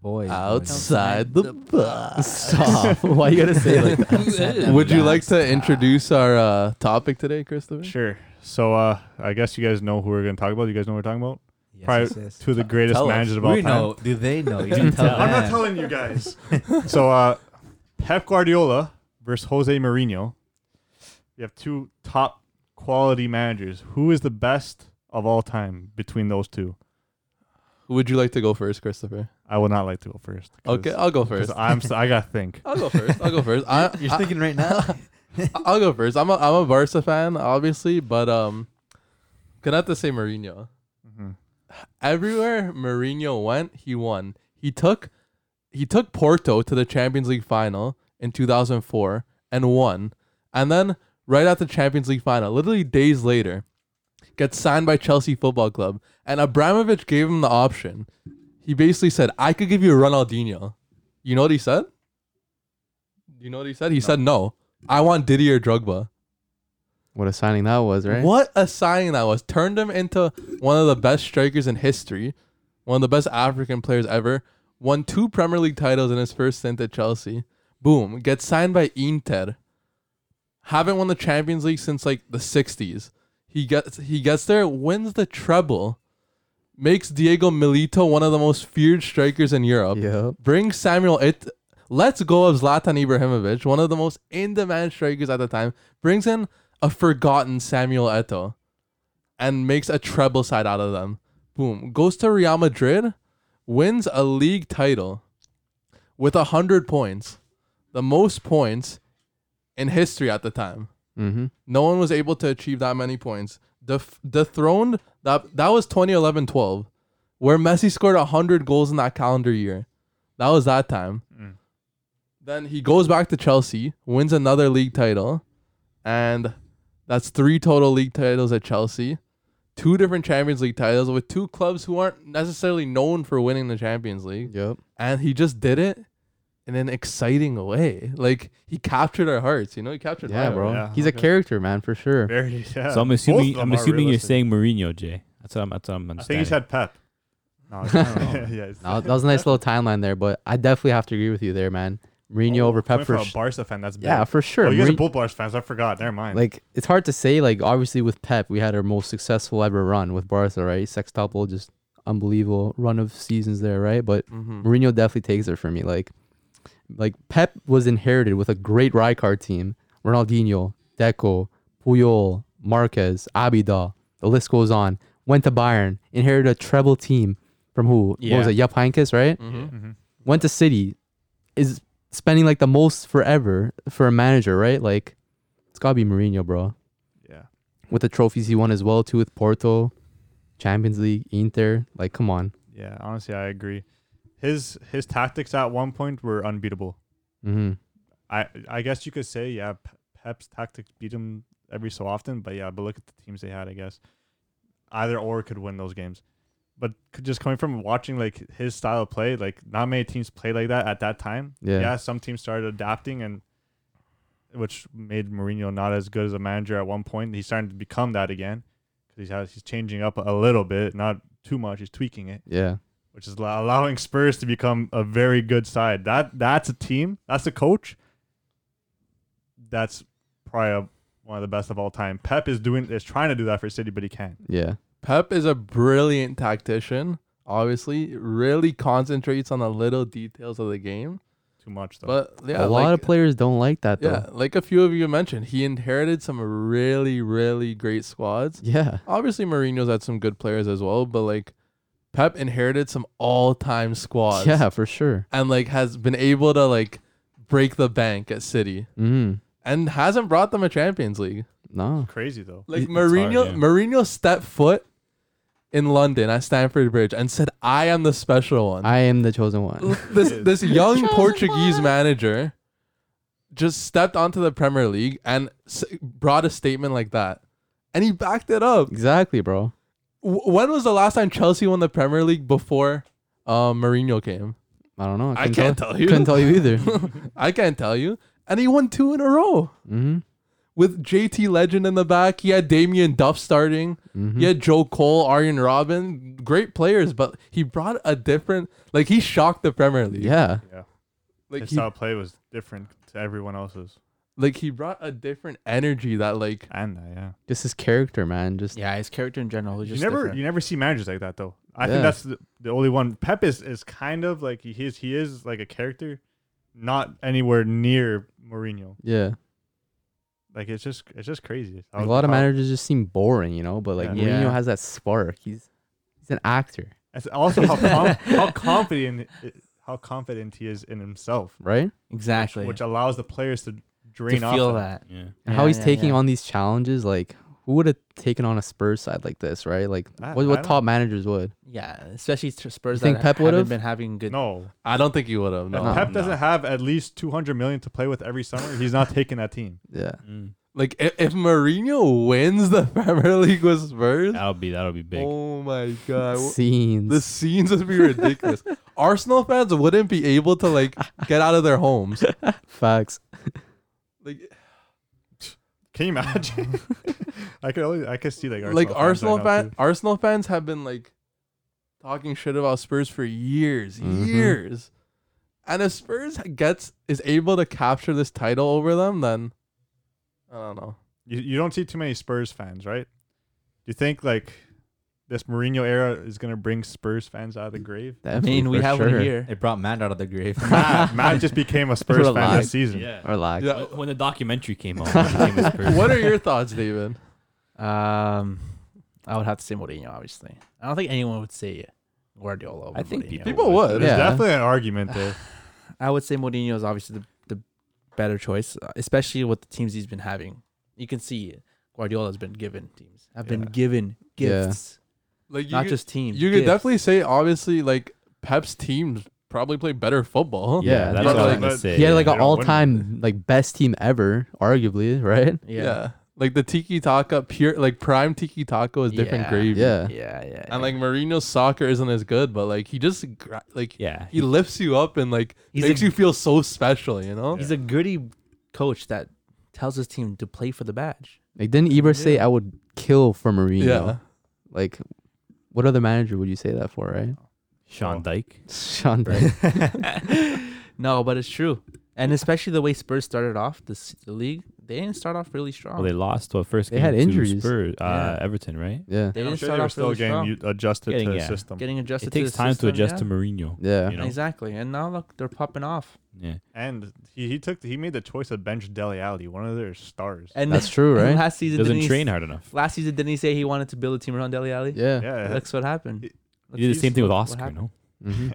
S5: Boys.
S4: outside the box.
S1: Stop. Why you gotta say it like that?
S4: Would you like to introduce our uh, topic today, Christopher?
S7: Sure. So uh, I guess you guys know who we're gonna talk about. You guys know what we're talking about. Probably Two of the greatest
S4: tell us.
S7: managers of all
S5: We
S7: time.
S5: know. Do they know? You can tell
S7: I'm not
S5: them.
S7: telling you guys. so uh, Pep Guardiola versus Jose Mourinho. You have two top quality managers. Who is the best of all time between those two?
S4: Would you like to go first, Christopher?
S7: I would not like to go first. 'cause-
S4: Okay, I'll go first.
S7: 'cause I'm st- I gotta think.
S4: I'll go first. I'll go first. I,
S5: You're
S4: I,
S5: thinking right now.
S4: I'll go first. I'm a I'm a Barca fan, obviously, but um, gonna have to say Mourinho.
S7: Mhm.
S4: Everywhere Mourinho went, he won. He took he took Porto to the Champions League final in 2004 and won. And then right at the Champions League final, literally days later, gets signed by Chelsea Football Club. And Abramovich gave him the option. He basically said, "I could give you Ronaldinho." You know what he said? You know what he said? He said no. I want Didier Drogba.
S1: What a signing that was, right?
S4: What a signing that was. Turned him into one of the best strikers in history, one of the best African players ever. Won two Premier League titles in his first stint at Chelsea. Boom. Gets signed by Inter. Haven't won the Champions League since like the 60s. He gets he gets there, wins the treble, makes Diego Milito one of the most feared strikers in Europe.
S1: Yep.
S4: Bring Samuel It. Let's go of Zlatan Ibrahimovic, one of the most in-demand strikers at the time. Brings in a forgotten Samuel Eto, and makes a treble side out of them. Boom. Goes to Real Madrid, wins a league title with a hundred points, the most points in history at the time.
S1: Mm-hmm.
S4: No one was able to achieve that many points. Def- dethroned that that was 2011-12 where Messi scored 100 goals in that calendar year. That was that time.
S7: Mm.
S4: Then he goes back to Chelsea, wins another league title, and that's three total league titles at Chelsea. Two different Champions League titles with two clubs who aren't necessarily known for winning the Champions League
S1: Yep.
S4: and he just did it in an exciting way. Like he captured our hearts, you know. He captured
S1: Yeah,
S4: my
S1: bro.
S4: heart.
S7: Yeah,
S1: He's
S7: okay.
S1: a character, man, for sure.
S7: Very, yeah.
S3: So I'm
S7: Both of
S3: assuming
S7: them
S3: I'm
S7: are
S3: assuming you're
S7: realistic.
S3: saying Mourinho, Jay. That's what I'm. That's what I'm
S7: I think he
S3: understanding.
S7: said Pep. No, it's- yeah, it's-
S1: No, that was a nice little timeline there, but I definitely have to agree with you there, man. Mourinho
S7: Oh,
S1: over Pep
S7: coming
S1: for
S7: from
S1: sh-
S7: a Barca fan. That's
S1: yeah,
S7: big.
S1: for sure.
S7: Oh, you guys are
S1: Mourin-
S7: both Barca fans. I forgot. Never mind.
S1: like it's hard to say. Like obviously with Pep, we had our most successful ever run with Barca, right? Sextuple, just unbelievable run of seasons there, right? But
S6: Mm-hmm.
S4: Mhm.
S1: Mourinho definitely takes it for me. Like, like Pep was inherited with a great Rijkaard team: Ronaldinho, Deco, Puyol, Marquez, Abidal. The list goes on. Went to Bayern, inherited a treble team from who? What was
S3: Yeah.
S1: it? Jupp Heynckes, right?
S6: Mm-hmm.
S4: Mhm.
S7: Mhm.
S1: went to City, is spending like the most forever for a manager, right? Like, it's gotta be Mourinho, bro.
S7: yeah.
S1: With the trophies he won as well too with Porto, Champions League, Inter. Like, come on.
S7: Yeah, honestly, I agree. His his tactics at one point were unbeatable.
S1: Mm-hmm.
S7: I I guess you could say yeah, P- Pep's tactics beat him every so often, but yeah, but look at the teams they had. I guess either or could win those games. But c- just coming from watching like his style of play, like not many teams played like that at that time.
S1: Yeah.
S7: some teams started adapting and which made Mourinho not as good as a manager at one point. He's starting to become that again because he's has, he's changing up a little bit, not too much. He's tweaking it
S1: Yeah.
S7: which is allow- allowing Spurs to become a very good side. That that's a team. That's a coach. That's probably a, one of the best of all time. Pep is doing is trying to do that for City, but he can't.
S1: Yeah.
S4: Pep is a brilliant tactician. Obviously, really concentrates on the little details of the game.
S7: Too much though.
S4: But yeah,
S1: a lot
S4: like,
S1: of players don't like that
S4: Yeah,
S1: though.
S4: like a few of you mentioned, he inherited some really, really great squads.
S1: Yeah.
S4: Obviously, Mourinho's had some good players as well, but like Pep inherited some all-time squads.
S1: Yeah, for sure.
S4: and like has been able to like break the bank at City.
S1: Mm.
S4: and hasn't brought them a Champions League.
S1: No.
S7: Crazy though.
S4: Like
S3: It- it's
S4: Mourinho,
S3: hard, yeah.
S4: Mourinho stepped foot in London at Stamford Bridge and said, "I am the special one."
S1: I am the chosen one.
S4: this this young Portuguese manager just stepped onto the Premier League and s- brought a statement like that, and he backed it up.
S1: exactly, bro.
S4: W- when was the last time Chelsea won the Premier League before um, Mourinho came?
S1: I don't know.
S4: I
S1: couldn't
S4: can't tell you.
S1: Couldn't tell you either.
S4: I can't tell you. And he won two in a row
S1: hmm
S4: with JT Legend in the back. He had Damian Duff starting.
S1: hmm
S4: He had Joe Mm-hmm. Cole, Aryan Robin, great players, but he brought a different. Like he shocked the Premier League.
S1: Yeah.
S4: like
S7: His
S4: he,
S7: style of play was different to everyone else's.
S4: like he brought a different energy that like
S7: And uh, yeah,
S1: Just his character, man. Just
S6: Yeah, his character in general is
S7: you
S6: just
S7: never
S6: different.
S7: you never see managers like that though. I
S1: Yeah.
S7: think that's the, the only one. Pep is, is kind of like he is he is like a character, not anywhere near Mourinho.
S1: yeah.
S7: Like it's just it's just crazy.
S1: Like, a lot of
S7: How-
S1: managers just seem boring, you know. But like
S7: Yeah.
S1: Mourinho
S6: Yeah.
S1: has that spark. He's he's an actor,
S7: It's also how com- how confident how confident he is in himself,
S1: right?
S6: exactly.
S7: which allows the players to drain
S6: to
S7: off
S6: feel
S7: him.
S6: that.
S3: Yeah.
S1: And how
S6: Yeah,
S1: he's
S6: yeah,
S1: taking
S6: yeah.
S1: on these challenges. Like who would have taken on a Spurs side like this, right? Like
S7: I-
S1: what,
S7: I
S1: what
S7: don't-
S1: top managers would?
S6: Yeah, especially to Spurs
S1: You think
S6: that
S1: Pep would
S6: haven't
S1: have?
S6: been having good.
S7: No,
S4: I don't think he would have.
S7: if
S4: No,
S1: No.
S7: Pep doesn't have at least 200 million to play with every summer, he's not taking that team.
S1: Yeah.
S3: Mm.
S4: like if, if Mourinho wins the Premier League with Spurs,
S3: That'll be that'll be big.
S4: oh my god,
S1: Scenes.
S4: the scenes would be ridiculous. Arsenal fans wouldn't be able to like get out of their homes.
S1: facts.
S4: Like
S7: Can you imagine? I could only I could see like Arsenal fans right
S4: like Arsenal
S7: now,
S4: fan
S7: too.
S4: Arsenal fans have been like talking shit about Spurs for years,
S7: Mm-hmm.
S1: Mhm.
S4: years. And if Spurs gets is able to capture this title over them, then I don't know.
S7: You, you don't see too many Spurs fans, right? Do you think like this Mourinho era is gonna bring Spurs fans out of the grave?
S6: I
S1: Definitely,
S6: mean, we
S1: for
S6: have
S1: sure.
S6: one here.
S5: It brought Matt out of the grave.
S7: Matt, Matt just became a Spurs fan
S1: Relax.
S7: this season.
S3: Yeah.
S1: Or lack.
S4: Yeah.
S3: When- When the documentary came out, it became a Spurs.
S4: what are your thoughts, David?
S6: Um, I would have to say Mourinho, obviously. I don't think anyone would say Guardiola. over
S3: I think
S6: Mourinho.
S3: people-
S4: People would.
S7: There's
S1: Yeah.
S7: definitely an argument there.
S6: I would say Mourinho is obviously the, the better choice, uh, especially with the teams he's been having. You can see Guardiola's been given teams. I've been
S7: Yeah.
S6: given
S1: Yeah.
S6: gifts,
S4: Like you
S6: not
S4: could,
S6: just teams.
S4: you could
S6: gifts.
S4: definitely say obviously like Pep's teams probably play better football.
S1: Yeah,
S3: Yeah, that's
S4: but,
S3: what I was
S4: like,
S3: gonna
S7: but-
S3: say.
S1: He had like
S7: They
S1: an
S7: don't win.
S1: all-time like best team ever, arguably, right?
S4: Yeah.
S6: Yeah.
S4: Like the tiki taka pure like prime tiki taka is different
S6: Yeah.
S4: gravy.
S1: Yeah.
S6: Yeah, yeah.
S4: And like Mourinho's soccer isn't as good, but like he just gra- like
S3: yeah.
S4: he lifts you up and like
S6: He's
S4: makes
S6: a-
S4: you feel so special, you know?
S6: he's a gritty coach that tells his team to play for the badge.
S1: Like didn't Eber say I would kill for Mourinho?
S4: yeah.
S1: Like what other manager would you say that for, right?
S3: Sean Dyke.
S1: Sean Dyche.
S6: no, but it's true. And especially the way Spurs started off this, the league, they didn't start off really strong.
S3: Well, they lost well first.
S1: They
S3: game
S1: had
S3: to
S1: injuries.
S3: Spurs, uh,
S6: Yeah.
S3: Everton, right?
S1: Yeah.
S6: They
S7: I'm
S6: didn't
S7: sure
S6: start
S7: they were
S6: off
S7: still
S6: really
S7: getting
S6: strong.
S7: you- adjusted
S3: Getting,
S7: to the
S3: yeah.
S7: system.
S6: getting adjusted.
S3: It takes
S6: to the
S3: time to
S6: system,
S3: adjust
S6: yeah.
S3: to Mourinho.
S1: Yeah.
S3: You know?
S6: Exactly, and now look, they're popping off.
S3: Yeah.
S7: And he, he took he made the choice of bench Deli Alley, one of their stars.
S6: And
S1: That's true,
S6: and
S1: right?
S6: Last season
S3: Doesn't
S6: didn't
S3: train hard enough.
S6: He, last season didn't he say he wanted to build a team around Deli Alley?
S1: Yeah.
S7: yeah,
S6: That's what happened.
S7: He-
S3: He
S6: Look,
S3: did the
S6: he's-
S3: same thing with
S6: what
S3: Oscar,
S6: happened.
S3: no?
S1: Mhm.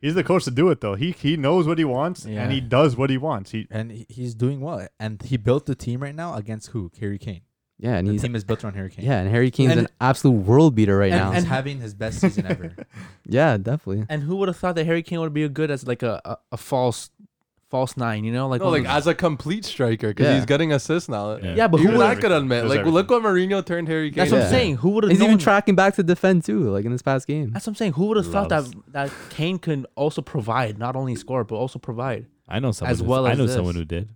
S7: he's the coach to do it though. He he knows what he wants
S6: Yeah.
S7: and he does what he wants. He
S5: and he- he's doing well. And he built the team right now against who? Harry Kane.
S1: Yeah, and
S5: The
S1: he's
S5: team is built around Harry Kane.
S1: yeah, and Harry Kane's
S6: And-
S1: an absolute world beater right
S5: and,
S1: now.
S5: he's having his best season ever.
S1: yeah, definitely.
S6: And who would have thought that Harry Kane would be a good as like a, a, a false false nine? You know, like
S4: No,
S6: one
S4: like
S6: of
S4: as a complete striker because
S1: Yeah.
S4: he's getting assists now.
S6: those- yeah, but who
S4: Even
S6: would?
S4: I
S7: would've-
S4: could admit,
S7: Does
S4: like, look
S7: everything.
S4: what Mourinho turned Harry Kane.
S6: That's what
S1: Yeah.
S6: I'm saying. Who would have
S1: He's
S6: known?
S1: even tracking back to defend too, like in this past game.
S6: that's what I'm saying. Who would have thought that
S3: Loves.
S6: that Kane can also provide, not only score but also provide?
S3: I know someone.
S6: As
S3: who's-
S6: well
S3: I
S6: as
S3: know someone
S6: this.
S3: who did.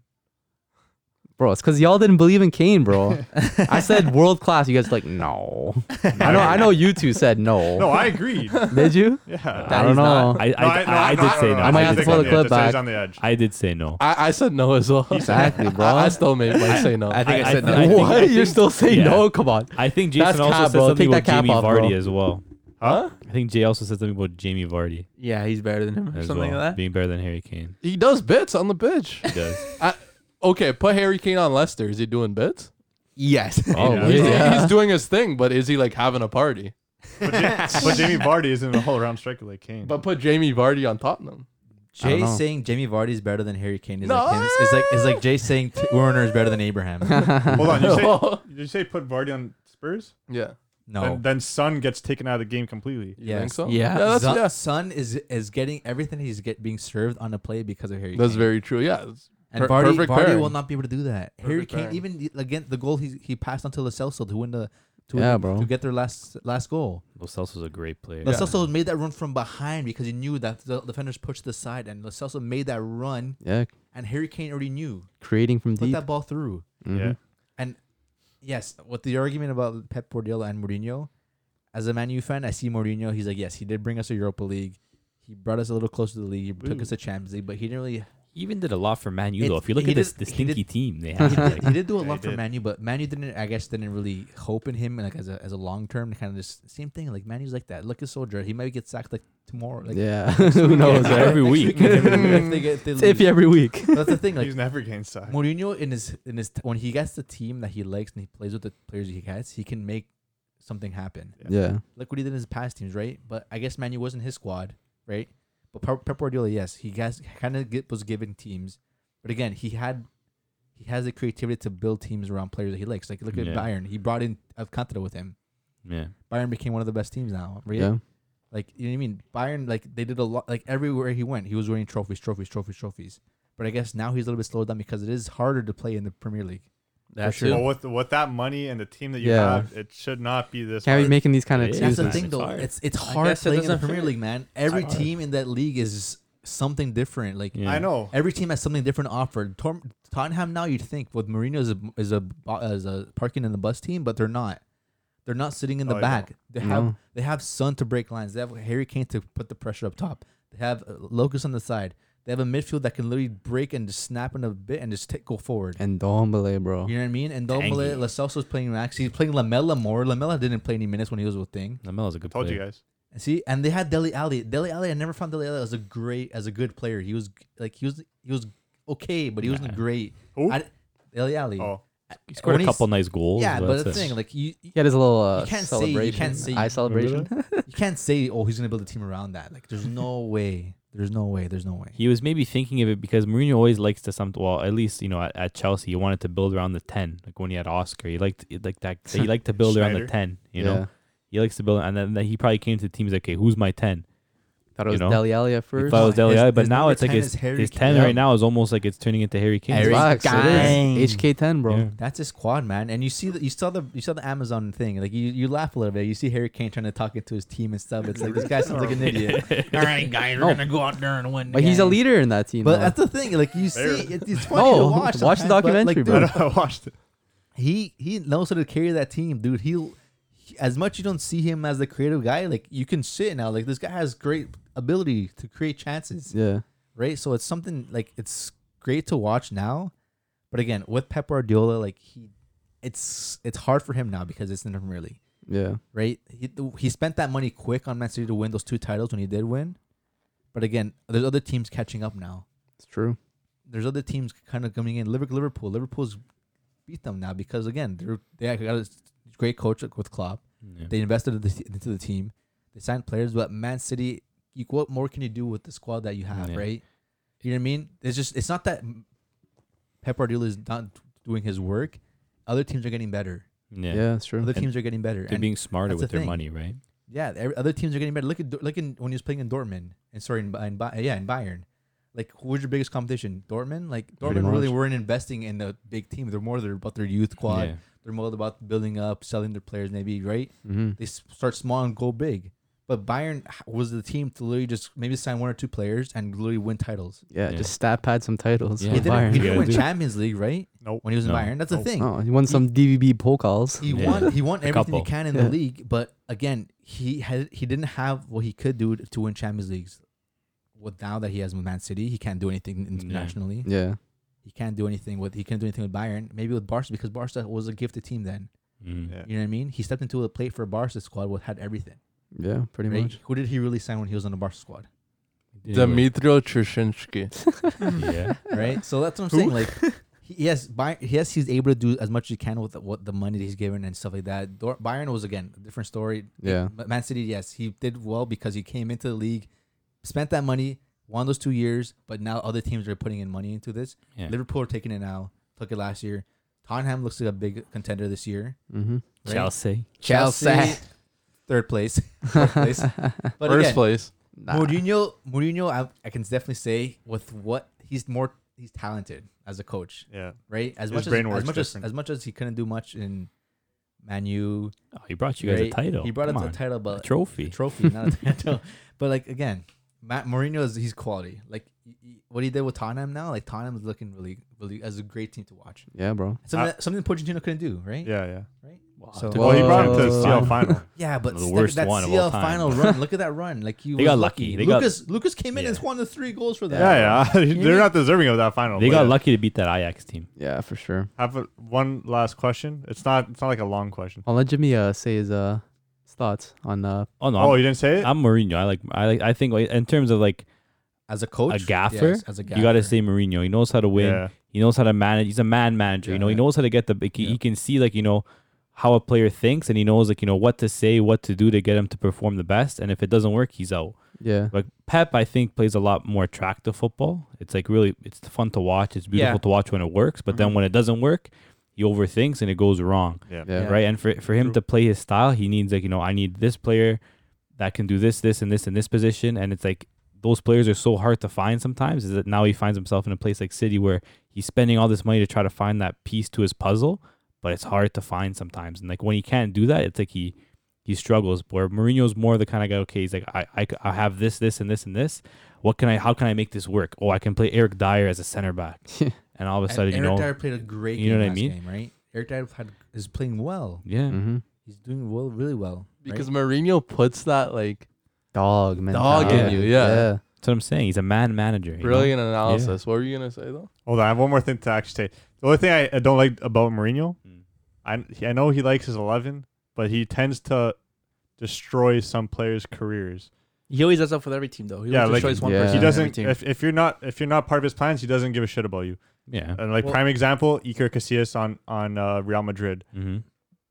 S1: Bro, it's cause y'all didn't believe in Kane, bro. I said world class. You guys like, no. I know I know you two said no.
S7: No, I agreed. yeah.
S1: Did you? I
S7: No,
S1: don't
S6: he's
S1: know.
S6: not.
S3: I I,
S7: no,
S3: I, I did
S7: don't
S3: say
S7: know.
S3: no.
S1: I might
S7: He's
S1: have to
S3: did say
S1: pull the
S3: no.
S7: on
S1: clip
S7: edge. I'd say He's
S1: back.
S7: on the edge.
S3: I did say no.
S4: I, I said no as well.
S1: Exactly, bro.
S4: I, I still made my say no.
S5: I think I, said
S3: I-
S5: no.
S3: I think-
S1: what?
S3: I
S1: You're
S3: think-
S1: still saying
S3: yeah.
S6: Oh,
S1: no? Come on.
S3: I think
S1: That's
S3: Jason also
S1: cap,
S3: said
S1: bro.
S3: something
S1: Take that
S3: about
S1: cap
S3: Jamie
S1: off, bro.
S3: Vardy as well.
S7: Huh?
S3: I think Jay also said something about Jamie Vardy
S6: Yeah, he's better than him or
S3: as
S6: something
S3: well,
S6: like that.
S3: being better than Harry Kane.
S4: he does bits on the pitch.
S3: He does.
S4: Okay, put Harry Kane on Leicester. Is he doing bits?
S5: Yes.
S1: Oh,
S7: Yeah.
S4: He's,
S1: yeah.
S4: he's doing his thing, but is he like having a party?
S7: But, Ja- but Jamie Vardy isn't a whole round striker like Kane.
S4: But put Jamie Vardy on Tottenham.
S1: don't
S5: Jay
S1: know.
S5: saying Jamie Vardy is better than Harry Kane is
S4: No.
S5: like him. Is like is like Jay saying T- Werner is better than Abraham.
S7: Hold on, you say, did you say put Vardy on Spurs?
S4: yeah.
S5: No.
S7: Then, then Son gets taken out of the game completely.
S4: You think
S5: Yes.
S4: so?
S6: Yeah.
S4: Yeah, that's,
S5: Son,
S4: yeah.
S5: Son is is getting everything he's get being served on the play because of Harry.
S4: that's
S5: Kane.
S4: very true. Yeah. it's-
S5: and
S4: per-
S5: Vardy,
S4: perfect
S5: Vardy will
S4: pairing.
S5: not be able to do that. Harry
S4: Perfect
S5: Kane
S4: pairing.
S5: even the- against the goal he he passed on to Lo Celso to win the to, win
S1: Yeah,
S5: the-
S1: bro.
S5: to get their last last goal.
S3: Los Celso's a great player.
S5: Lo Celso made that run from behind because he knew that the defenders pushed to the side, and Lo Celso made that run,
S1: Yeah,
S5: and Harry Kane already knew
S1: creating from
S5: put
S1: deep.
S5: that ball through.
S1: Mhm.
S5: Yes, with the argument about Pep Guardiola and Mourinho, as a Man U fan, I see Mourinho. He's like, yes, he did bring us a Europa League. He brought us a little closer to the league. He took
S7: Ooh.
S5: us to Champions League, but he didn't really.
S3: He even did a lot for Man U though.
S5: It's-
S3: If you look
S5: he
S3: at this,
S5: did-
S3: the
S5: he did-
S3: stinky team they
S5: He
S3: have,
S5: did, he
S3: like,
S5: did do a
S7: Yeah,
S5: lot
S7: he
S5: for
S7: did.
S5: Manu, but Manu didn't. I guess didn't really hope in him, like as a as a long term kind of just same thing. Like Manu's like that. Look at Soldier. He might get sacked like tomorrow. Like
S1: yeah, who knows?
S3: yeah,
S1: right?
S3: every
S5: next
S3: week.
S5: if they- if they get- if they
S1: It's iffy
S5: lose.
S1: every week.
S5: That's the thing. Like
S7: He's never getting sacked.
S5: Mourinho in his in his when he gets the team that he likes and he plays with the players he gets, he can make something happen.
S1: Yeah,
S5: Like what he did in his past teams, right? But I guess Manu wasn't his squad, right? But Pep- Pep Guardiola, yes, he has kind of get, was given teams, but again, he had he has the creativity to build teams around players that he likes. Like look at
S3: Yeah.
S5: Bayern, he brought in Alcantara with him.
S3: yeah,
S5: Bayern became one of the best teams now, right?
S1: yeah.
S5: Like you know what I mean? Bayern, like they did a lot. Like everywhere he went, he was winning trophies, trophies, trophies, trophies. But I guess now he's a little bit slowed down because it is harder to play in the Premier League.
S6: That's
S4: sure.
S7: Well, with with that money and the team that you
S1: Yeah.
S7: have, it should not be this.
S1: Can't be
S7: hard.
S1: making these kind of
S3: It is
S1: excuses.
S5: That's the
S3: man.
S5: thing,
S3: It's
S5: though.
S3: hard.
S5: It's it's hard
S6: guess it
S5: playing in the
S6: doesn't
S5: Premier
S6: fit.
S5: League, man. Every
S7: hard.
S5: team in that league is something different. Like
S3: yeah.
S7: I know.
S5: every team has something different offered. Tor- Tottenham now, you'd think with Mourinho is a is a bo- is a parking in the bus team, but they're not. They're not sitting in the
S7: Oh, I know.
S5: back. They have
S1: No.
S5: they have Son to break lines. They have Harry Kane to put the pressure up top. They have uh, Locus on the side. They have a midfield that can literally break and just snap in a bit and just take, go forward.
S1: And Dombele, bro.
S5: You know what I mean? And
S3: Tangy.
S5: Dombele, Lascelles was playing max. He's playing Lamella more. Lamella didn't play any minutes when he was with Thing.
S3: Lamelo's a good
S7: Told
S3: player.
S7: you guys.
S5: See, and they had Deli Alley. Deli Alley, I never found Deli Alley as a great, as a good player. He was like he was he was okay, but he wasn't
S3: Nah.
S5: great.
S7: Who?
S5: I, Deli Alley.
S7: Oh,
S3: He scored
S5: When
S3: a
S5: he's-
S3: couple nice goals.
S5: yeah, but
S3: that's
S5: the
S3: it.
S5: thing, like you, you
S1: He had his little uh,
S5: You can't say- you
S1: celebration.
S5: can't say-
S1: Eye celebration.
S5: you can't say, oh, he's gonna build a team around that. Like, there's no way. There's no way. There's no way.
S3: He was maybe thinking of it because Mourinho always likes to some. Well, at least you know at, at Chelsea, he wanted to build around the ten. Like when he had Oscar, he liked he like that. He liked to build around the
S7: Schneider.
S3: ten. You
S1: yeah.
S3: know, he likes to build, and then, then he probably came to the teams like, okay, who's my ten?
S1: Thought it
S3: You
S1: was
S3: know?
S1: Deli Alley at
S3: If
S1: first.
S3: I was Dele
S5: his-
S3: Alli, but
S5: his
S3: now
S5: number
S3: it's like
S5: 10
S3: his,
S5: is Harry
S3: his
S5: Kane.
S3: ten
S5: Yeah.
S3: right now is almost like it's turning into Harry Kane.
S5: Harry
S1: Facts,
S5: Kane.
S1: it is. HK10, bro.
S3: Yeah.
S5: That's his squad, man. And you see that you saw the you saw the Amazon thing. Like you, you laugh a little bit. You see Harry Kane trying to talk it to his team and stuff. It's like this guy sounds like an idiot.
S6: All right, guys, we're
S1: No.
S6: gonna go out there and win.
S1: But he's a
S6: guys.
S1: leader in that team.
S5: But
S1: though.
S5: that's the thing. Like you see,
S7: Fair.
S5: it, it's funny
S1: No,
S3: Oh,
S5: to watch.
S1: watch the
S5: sometimes, but,
S1: documentary,
S5: like,
S1: bro.
S5: dude,
S7: I watched it.
S5: he he knows how to carry that team, dude. He'll he- as much you don't see him as the creative guy, like you can sit now. Like this guy has great ability to create chances,
S1: yeah.
S5: right? So it's something like it's great to watch now, but again with Pep Guardiola, like he, it's it's hard for him now because it's in the Premier League,
S1: Yeah.
S5: right? He he spent that money quick on Man City to win those two titles when he did win, but again, there's other teams catching up now
S1: It's true.
S5: there's other teams kind of coming in. Liver- Liverpool, Liverpool's beat them now because again they're they got a great coach like with Klopp.
S3: Yeah.
S5: They invested in the, into the team. They signed players, but Man City, you, what more can you do with the squad that you have,
S3: Yeah.
S5: right? You know what I mean? It's just it's not that Pep Guardiola is not doing his work. Other teams are getting better.
S3: yeah.
S1: Yeah, it's true.
S5: Other
S3: And
S5: teams are getting better.
S3: They're
S5: And
S3: being smarter
S5: that's
S3: with
S5: the
S3: their
S5: thing.
S3: money, right?
S5: yeah, every, other teams are getting better. Look at Dor- look in, when he was playing in Dortmund and sorry, in, Ba- in, Ba- yeah, in Bayern. Like, who was your biggest competition? Dortmund. Like
S1: Pretty
S5: Dortmund really
S1: much.
S5: weren't investing in the big team. They're more they're about their youth quad.
S3: Yeah.
S5: They're more about building up, selling their players. Maybe right.
S1: Mm-hmm.
S5: They s- start small and go big. But Bayern h- was the team to literally just maybe sign one or two players and literally win titles.
S1: Yeah,
S3: Yeah.
S1: just stat pad some titles.
S3: Yeah.
S5: He
S1: with
S5: didn't, he
S1: Bayern.
S5: didn't
S3: Yeah,
S5: win
S3: dude.
S5: Champions League, right?
S7: Nope.
S5: When he was in
S3: No.
S5: Bayern, that's the
S7: Nope.
S5: thing.
S1: Oh, he won some DVB pokals.
S5: He
S3: Yeah.
S5: won. He won everything
S3: couple.
S5: he can in
S1: Yeah.
S5: the league, but again, he had he didn't have what he could do to win Champions Leagues. With now that he has with Man City, he can't do anything internationally.
S1: Yeah.
S5: He can't do anything with he can't do anything with Bayern. Maybe with Barca because Barca was a gifted team then.
S3: Mm.
S7: Yeah.
S5: You know what I mean? He stepped into a plate for a Barca squad what had everything.
S1: Yeah, pretty
S5: right?
S1: much.
S5: Who did he really sign when he was on the Barca squad?
S3: Anyway,
S4: Dmitro Trushinsky.
S3: yeah.
S5: Right? so that's what I'm saying. Like he- yes, Bayern, yes, he's able to do as much as he can with the, what the money that he's given and stuff like that. Dor- Bayern was again a different story.
S1: Yeah.
S5: But Man City, yes, he did well because he came into the league, spent that money, won those two years, but now other teams are putting in money into this.
S3: Yeah.
S5: Liverpool are taking it now, took it last year. Tottenham looks like a big contender this year.
S1: Mm-hmm.
S5: right?
S3: Chelsea.
S5: Chelsea, third place, fourth place. But
S4: First
S5: again,
S4: place.
S5: Mourinho, Mourinho, I, I can definitely say with what he's more, he's talented as a coach,
S7: Yeah.
S5: right? As
S7: His
S5: much
S7: brain
S5: as as
S7: works
S5: much as,
S7: different.
S5: as much as he couldn't do much in Manu,
S3: Oh, he brought you guys a
S5: right?
S3: title.
S5: He brought
S3: Come
S5: us a
S3: on.
S5: title,
S3: A
S5: but
S3: trophy.
S5: trophy, not a title. But like again, Matt Mourinho is he's quality. Like y- y- what he did with Tottenham now, like Tottenham is looking really, really as a great team to watch.
S1: Yeah, bro.
S5: Something
S3: Ah.
S5: that, something Pochettino couldn't do, right?
S7: Yeah, yeah.
S5: So-
S7: Well, he brought him to
S1: Whoa.
S7: the CL final.
S5: Yeah, but
S3: The
S5: stick-
S3: worst
S5: that
S3: one of all
S5: CL
S3: time.
S5: final run. Look at that run. Like you,
S3: They got lucky. They got-
S5: Lucas Lucas came in and
S3: Yeah.
S5: won the three goals for them.
S7: Yeah, yeah. They're not deserving of that final.
S5: Oh,
S3: They
S7: but
S3: got
S7: yeah.
S3: lucky to beat that Ajax team.
S1: Yeah, for sure.
S7: Have a, one last question. It's not. It's not like a long question.
S1: I'll let Jimmy uh, say his uh, his thoughts on uh,
S3: Oh no,
S7: Oh,
S3: I'm,
S7: you didn't say it.
S3: I'm Mourinho. I like. I like. I think like, in terms of like
S5: As a coach,
S3: a gaffer,
S5: Yes, as a gaffer,
S3: you got to say Mourinho. He knows how to win.
S7: Yeah.
S3: He knows how to manage. He's a man manager. you know, he knows how to get the. He,
S5: Yeah.
S3: he can see like you know how a player thinks, and he knows like you know what to say, what to do to get him to perform the best. And if it doesn't work, he's out.
S1: yeah.
S3: Like Pep, I think plays a lot more attractive football. It's like really, it's fun to watch. It's beautiful
S5: Yeah.
S3: to watch when it works, but then when it doesn't work, he overthinks and it goes wrong.
S7: Yeah.
S1: Yeah.
S3: Right, and for for him to play his style, he needs like you know I need this player that can do this, this, and this in this position, and it's like those players are so hard to find sometimes. Is that now he finds himself in a place like City where he's spending all this money to try to find that piece to his puzzle, but it's hard to find sometimes. And like when he can't do that, it's like he he struggles. Where Mourinho's more the kind of guy. Okay, he's like I, I c- I have this, this, and this, and this. What can I? How can I make this work? Oh, I can play Eric Dyer as a center back, and all of a sudden
S5: And
S3: you
S5: Eric
S3: know,
S5: Dyer played a great.
S3: you
S5: game
S3: know what I
S5: last
S3: mean?
S5: Game, right? Eric Dyer had, is playing well.
S3: yeah,
S1: Mm-hmm.
S5: He's doing well, really well. right?
S4: Because Mourinho puts that like
S1: Dog man.
S4: Dog
S3: in
S4: you, yeah.
S3: that's what I'm saying. He's a man manager. you know?
S4: brilliant analysis. What were you gonna say though?
S7: Hold on. I have one more thing to actually say. The only thing I, I don't like about Mourinho,
S3: Mm.
S7: I he- I know he likes his eleven, but he tends to destroy some players' careers.
S6: He always does that with every team, though. He
S7: Yeah,
S6: always
S7: like-
S6: destroys one
S1: Yeah.
S6: person.
S7: He
S1: on
S7: doesn't.
S6: Every team.
S7: If, if you're not if you're not part of his plans, he doesn't give a shit about you.
S3: Yeah.
S7: And like
S5: Well-
S7: prime example, Iker Casillas on on uh, Real Madrid.
S3: Mm-hmm.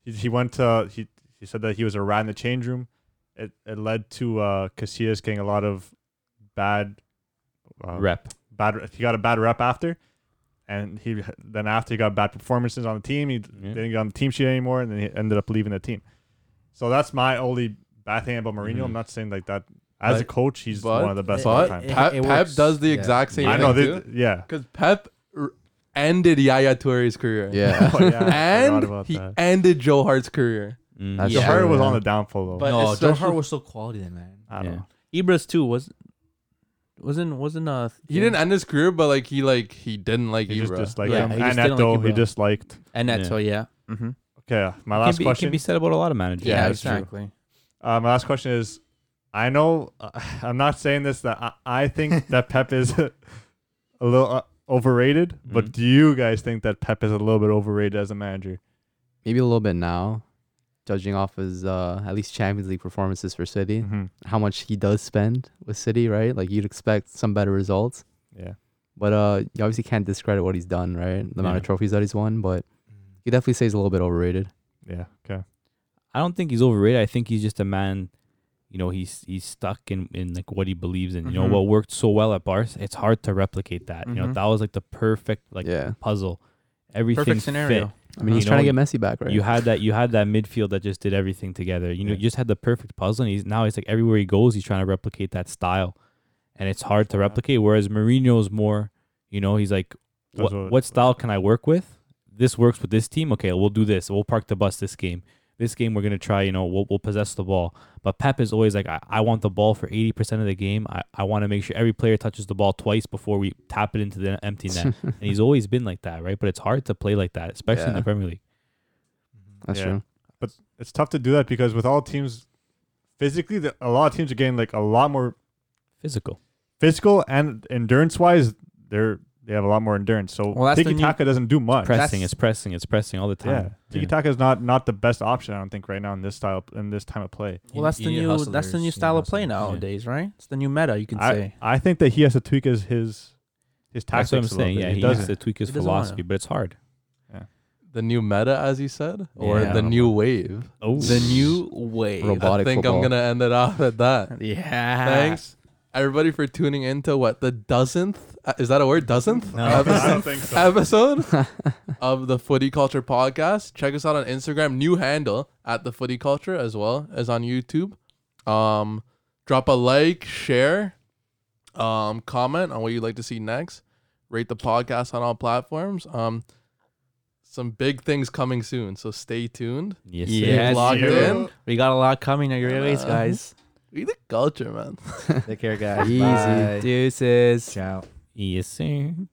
S7: He, he went to he he said that he was a rat in the change room. It it led to uh, Casillas getting a lot of bad uh,
S3: Rep.
S7: bad. He got a bad rep after, and he then after he got bad performances on the team, he
S3: Yeah.
S7: didn't get on the team sheet anymore, and then he ended up leaving the team. So that's my only bad thing about Mourinho.
S3: Mhm.
S7: I'm not saying like that as a
S4: But-
S7: coach, he's
S4: but-
S7: one of the best of all
S4: But
S7: time.
S5: it-
S4: Pep,
S5: it
S4: Pep
S5: works.
S4: does the
S5: Yeah.
S4: exact same
S7: I
S4: thing
S7: know,
S4: too.
S7: they, yeah.
S4: Because Pep r- ended Yaya Touré's career.
S1: Yeah.
S7: Oh, yeah, I forgot
S4: and
S7: about
S4: he
S7: that.
S4: ended Joe Hart's career.
S3: Mm.
S1: That's
S7: Joe
S1: Yeah.
S7: Hart was
S1: Yeah.
S7: on the downfall though.
S6: But
S5: no, Joe
S6: especially-
S5: Hart was so quality, then, man.
S7: I don't
S3: Yeah.
S7: know.
S6: Ibra's too was, wasn't wasn't uh
S4: He didn't end his career, but like he like he didn't like
S7: He just
S4: Ibra.
S7: disliked
S6: Yeah,
S7: him.
S6: he
S7: And
S6: just didn't
S7: Eto,
S6: like
S7: he
S6: Ibra.
S7: disliked.
S6: and
S3: Yeah.
S6: that's so yeah. Mm-hmm.
S7: Okay, uh, my
S3: Can
S7: last
S3: be,
S7: question.
S3: can be said about a lot of managers.
S4: Yeah,
S6: Yeah,
S4: it's true.
S6: exactly.
S7: Uh, my last question is, I know uh, I'm not saying this that I, I think that Pep is a little uh, overrated, but
S3: Mhm.
S7: do you guys think that Pep is a little bit overrated as a manager?
S1: Maybe a little bit now, judging off his uh, at least Champions League performances for City,
S7: Mhm.
S1: how much he does spend with City, right? Like you'd expect some better results,
S7: Yeah,
S1: but uh, you obviously can't discredit what he's done, right? The amount of
S3: Yeah.
S1: trophies that he's won, but you definitely say he's a little bit overrated.
S7: yeah, okay.
S3: I don't think he's overrated. I think he's just a man. You know, he's he's stuck in, in like what he believes in. You know,
S7: Mhm.
S3: what worked so well at Barca, it's hard to replicate that. You know,
S6: Mhm.
S3: that was like the perfect like
S1: yeah,
S3: puzzle. Everything
S6: Perfect
S3: fit.
S6: scenario.
S1: I mean
S3: you
S1: he's trying to
S3: know,
S1: get Messi back, right?
S3: You had that. You had that midfield that just did everything together. You know,
S7: Yeah.
S3: you just had the perfect puzzle. And he's now he's like everywhere he goes, he's trying to replicate that style, and it's hard to replicate. Whereas Mourinho's more, you know, he's like,
S7: That's
S3: what,
S7: what-
S3: what style can I work with? This works with this team. Okay, we'll do this. We'll park the bus this game. This game we're gonna try. You know, we'll, we'll possess the ball. But Pep is always like, I, I want the ball for eighty percent of the game. I, I want to make sure every player touches the ball twice before we tap it into the empty net. and he's always been like that, right? But it's hard to play like that, especially in
S1: Yeah.
S3: the Premier League.
S1: That's
S7: Yeah.
S1: true.
S7: But it's tough to do that because with all teams, physically, the, a lot of teams are getting like a lot more
S3: Physical.
S7: physical and endurance wise. They're they have a lot more endurance. So
S6: Well, that's the
S7: Tiki
S6: new-
S7: Taka doesn't do much.
S3: pressing, it's
S6: That's-
S3: pressing, it's pressing all the
S7: Yeah,
S3: time.
S7: Tiki Taka is not not the best option. I don't think right now in this style in this time of play.
S6: Well, that's the
S5: You need
S6: new that's the
S5: hustlers, you
S6: new
S5: need
S6: style of play
S5: hustlers.
S6: nowadays, right? It's the new meta. You can
S7: I,
S6: say
S7: I think that he has to tweak his his, his tactics.
S3: That's what I'm
S7: a little
S3: saying.
S7: bit.
S3: Yeah,
S7: he,
S3: he
S7: doesn't.
S3: needs to tweak his
S6: He doesn't wanna.
S3: philosophy, but it's hard.
S4: The new meta, as you said, or
S3: Yeah.
S4: the new wave.
S3: Oh,
S6: the new way.
S1: Robotic
S4: I think
S1: football.
S4: I'm gonna end it off at that.
S6: Yeah.
S4: Thanks everybody for tuning in to what the dozenth uh, is that a word dozenth
S2: No.
S7: I
S4: episode,
S7: don't think so.
S4: episode of the Footy Culture podcast. Check us out on Instagram, new handle at the Footy Culture as well as on YouTube. Um, drop a like, share, um, comment on what you'd like to see next. Rate the podcast on all platforms. Um, some big things coming soon, so stay tuned.
S3: Yes,
S4: Stay
S3: sir.
S6: Yes,
S4: locked
S7: you.
S4: in.
S6: We got a lot coming at your release,
S4: Uh,
S6: guys.
S4: We the culture, man.
S6: Take care, guys.
S1: Easy
S6: Bye.
S1: deuces.
S6: Ciao.
S3: Yes, sir.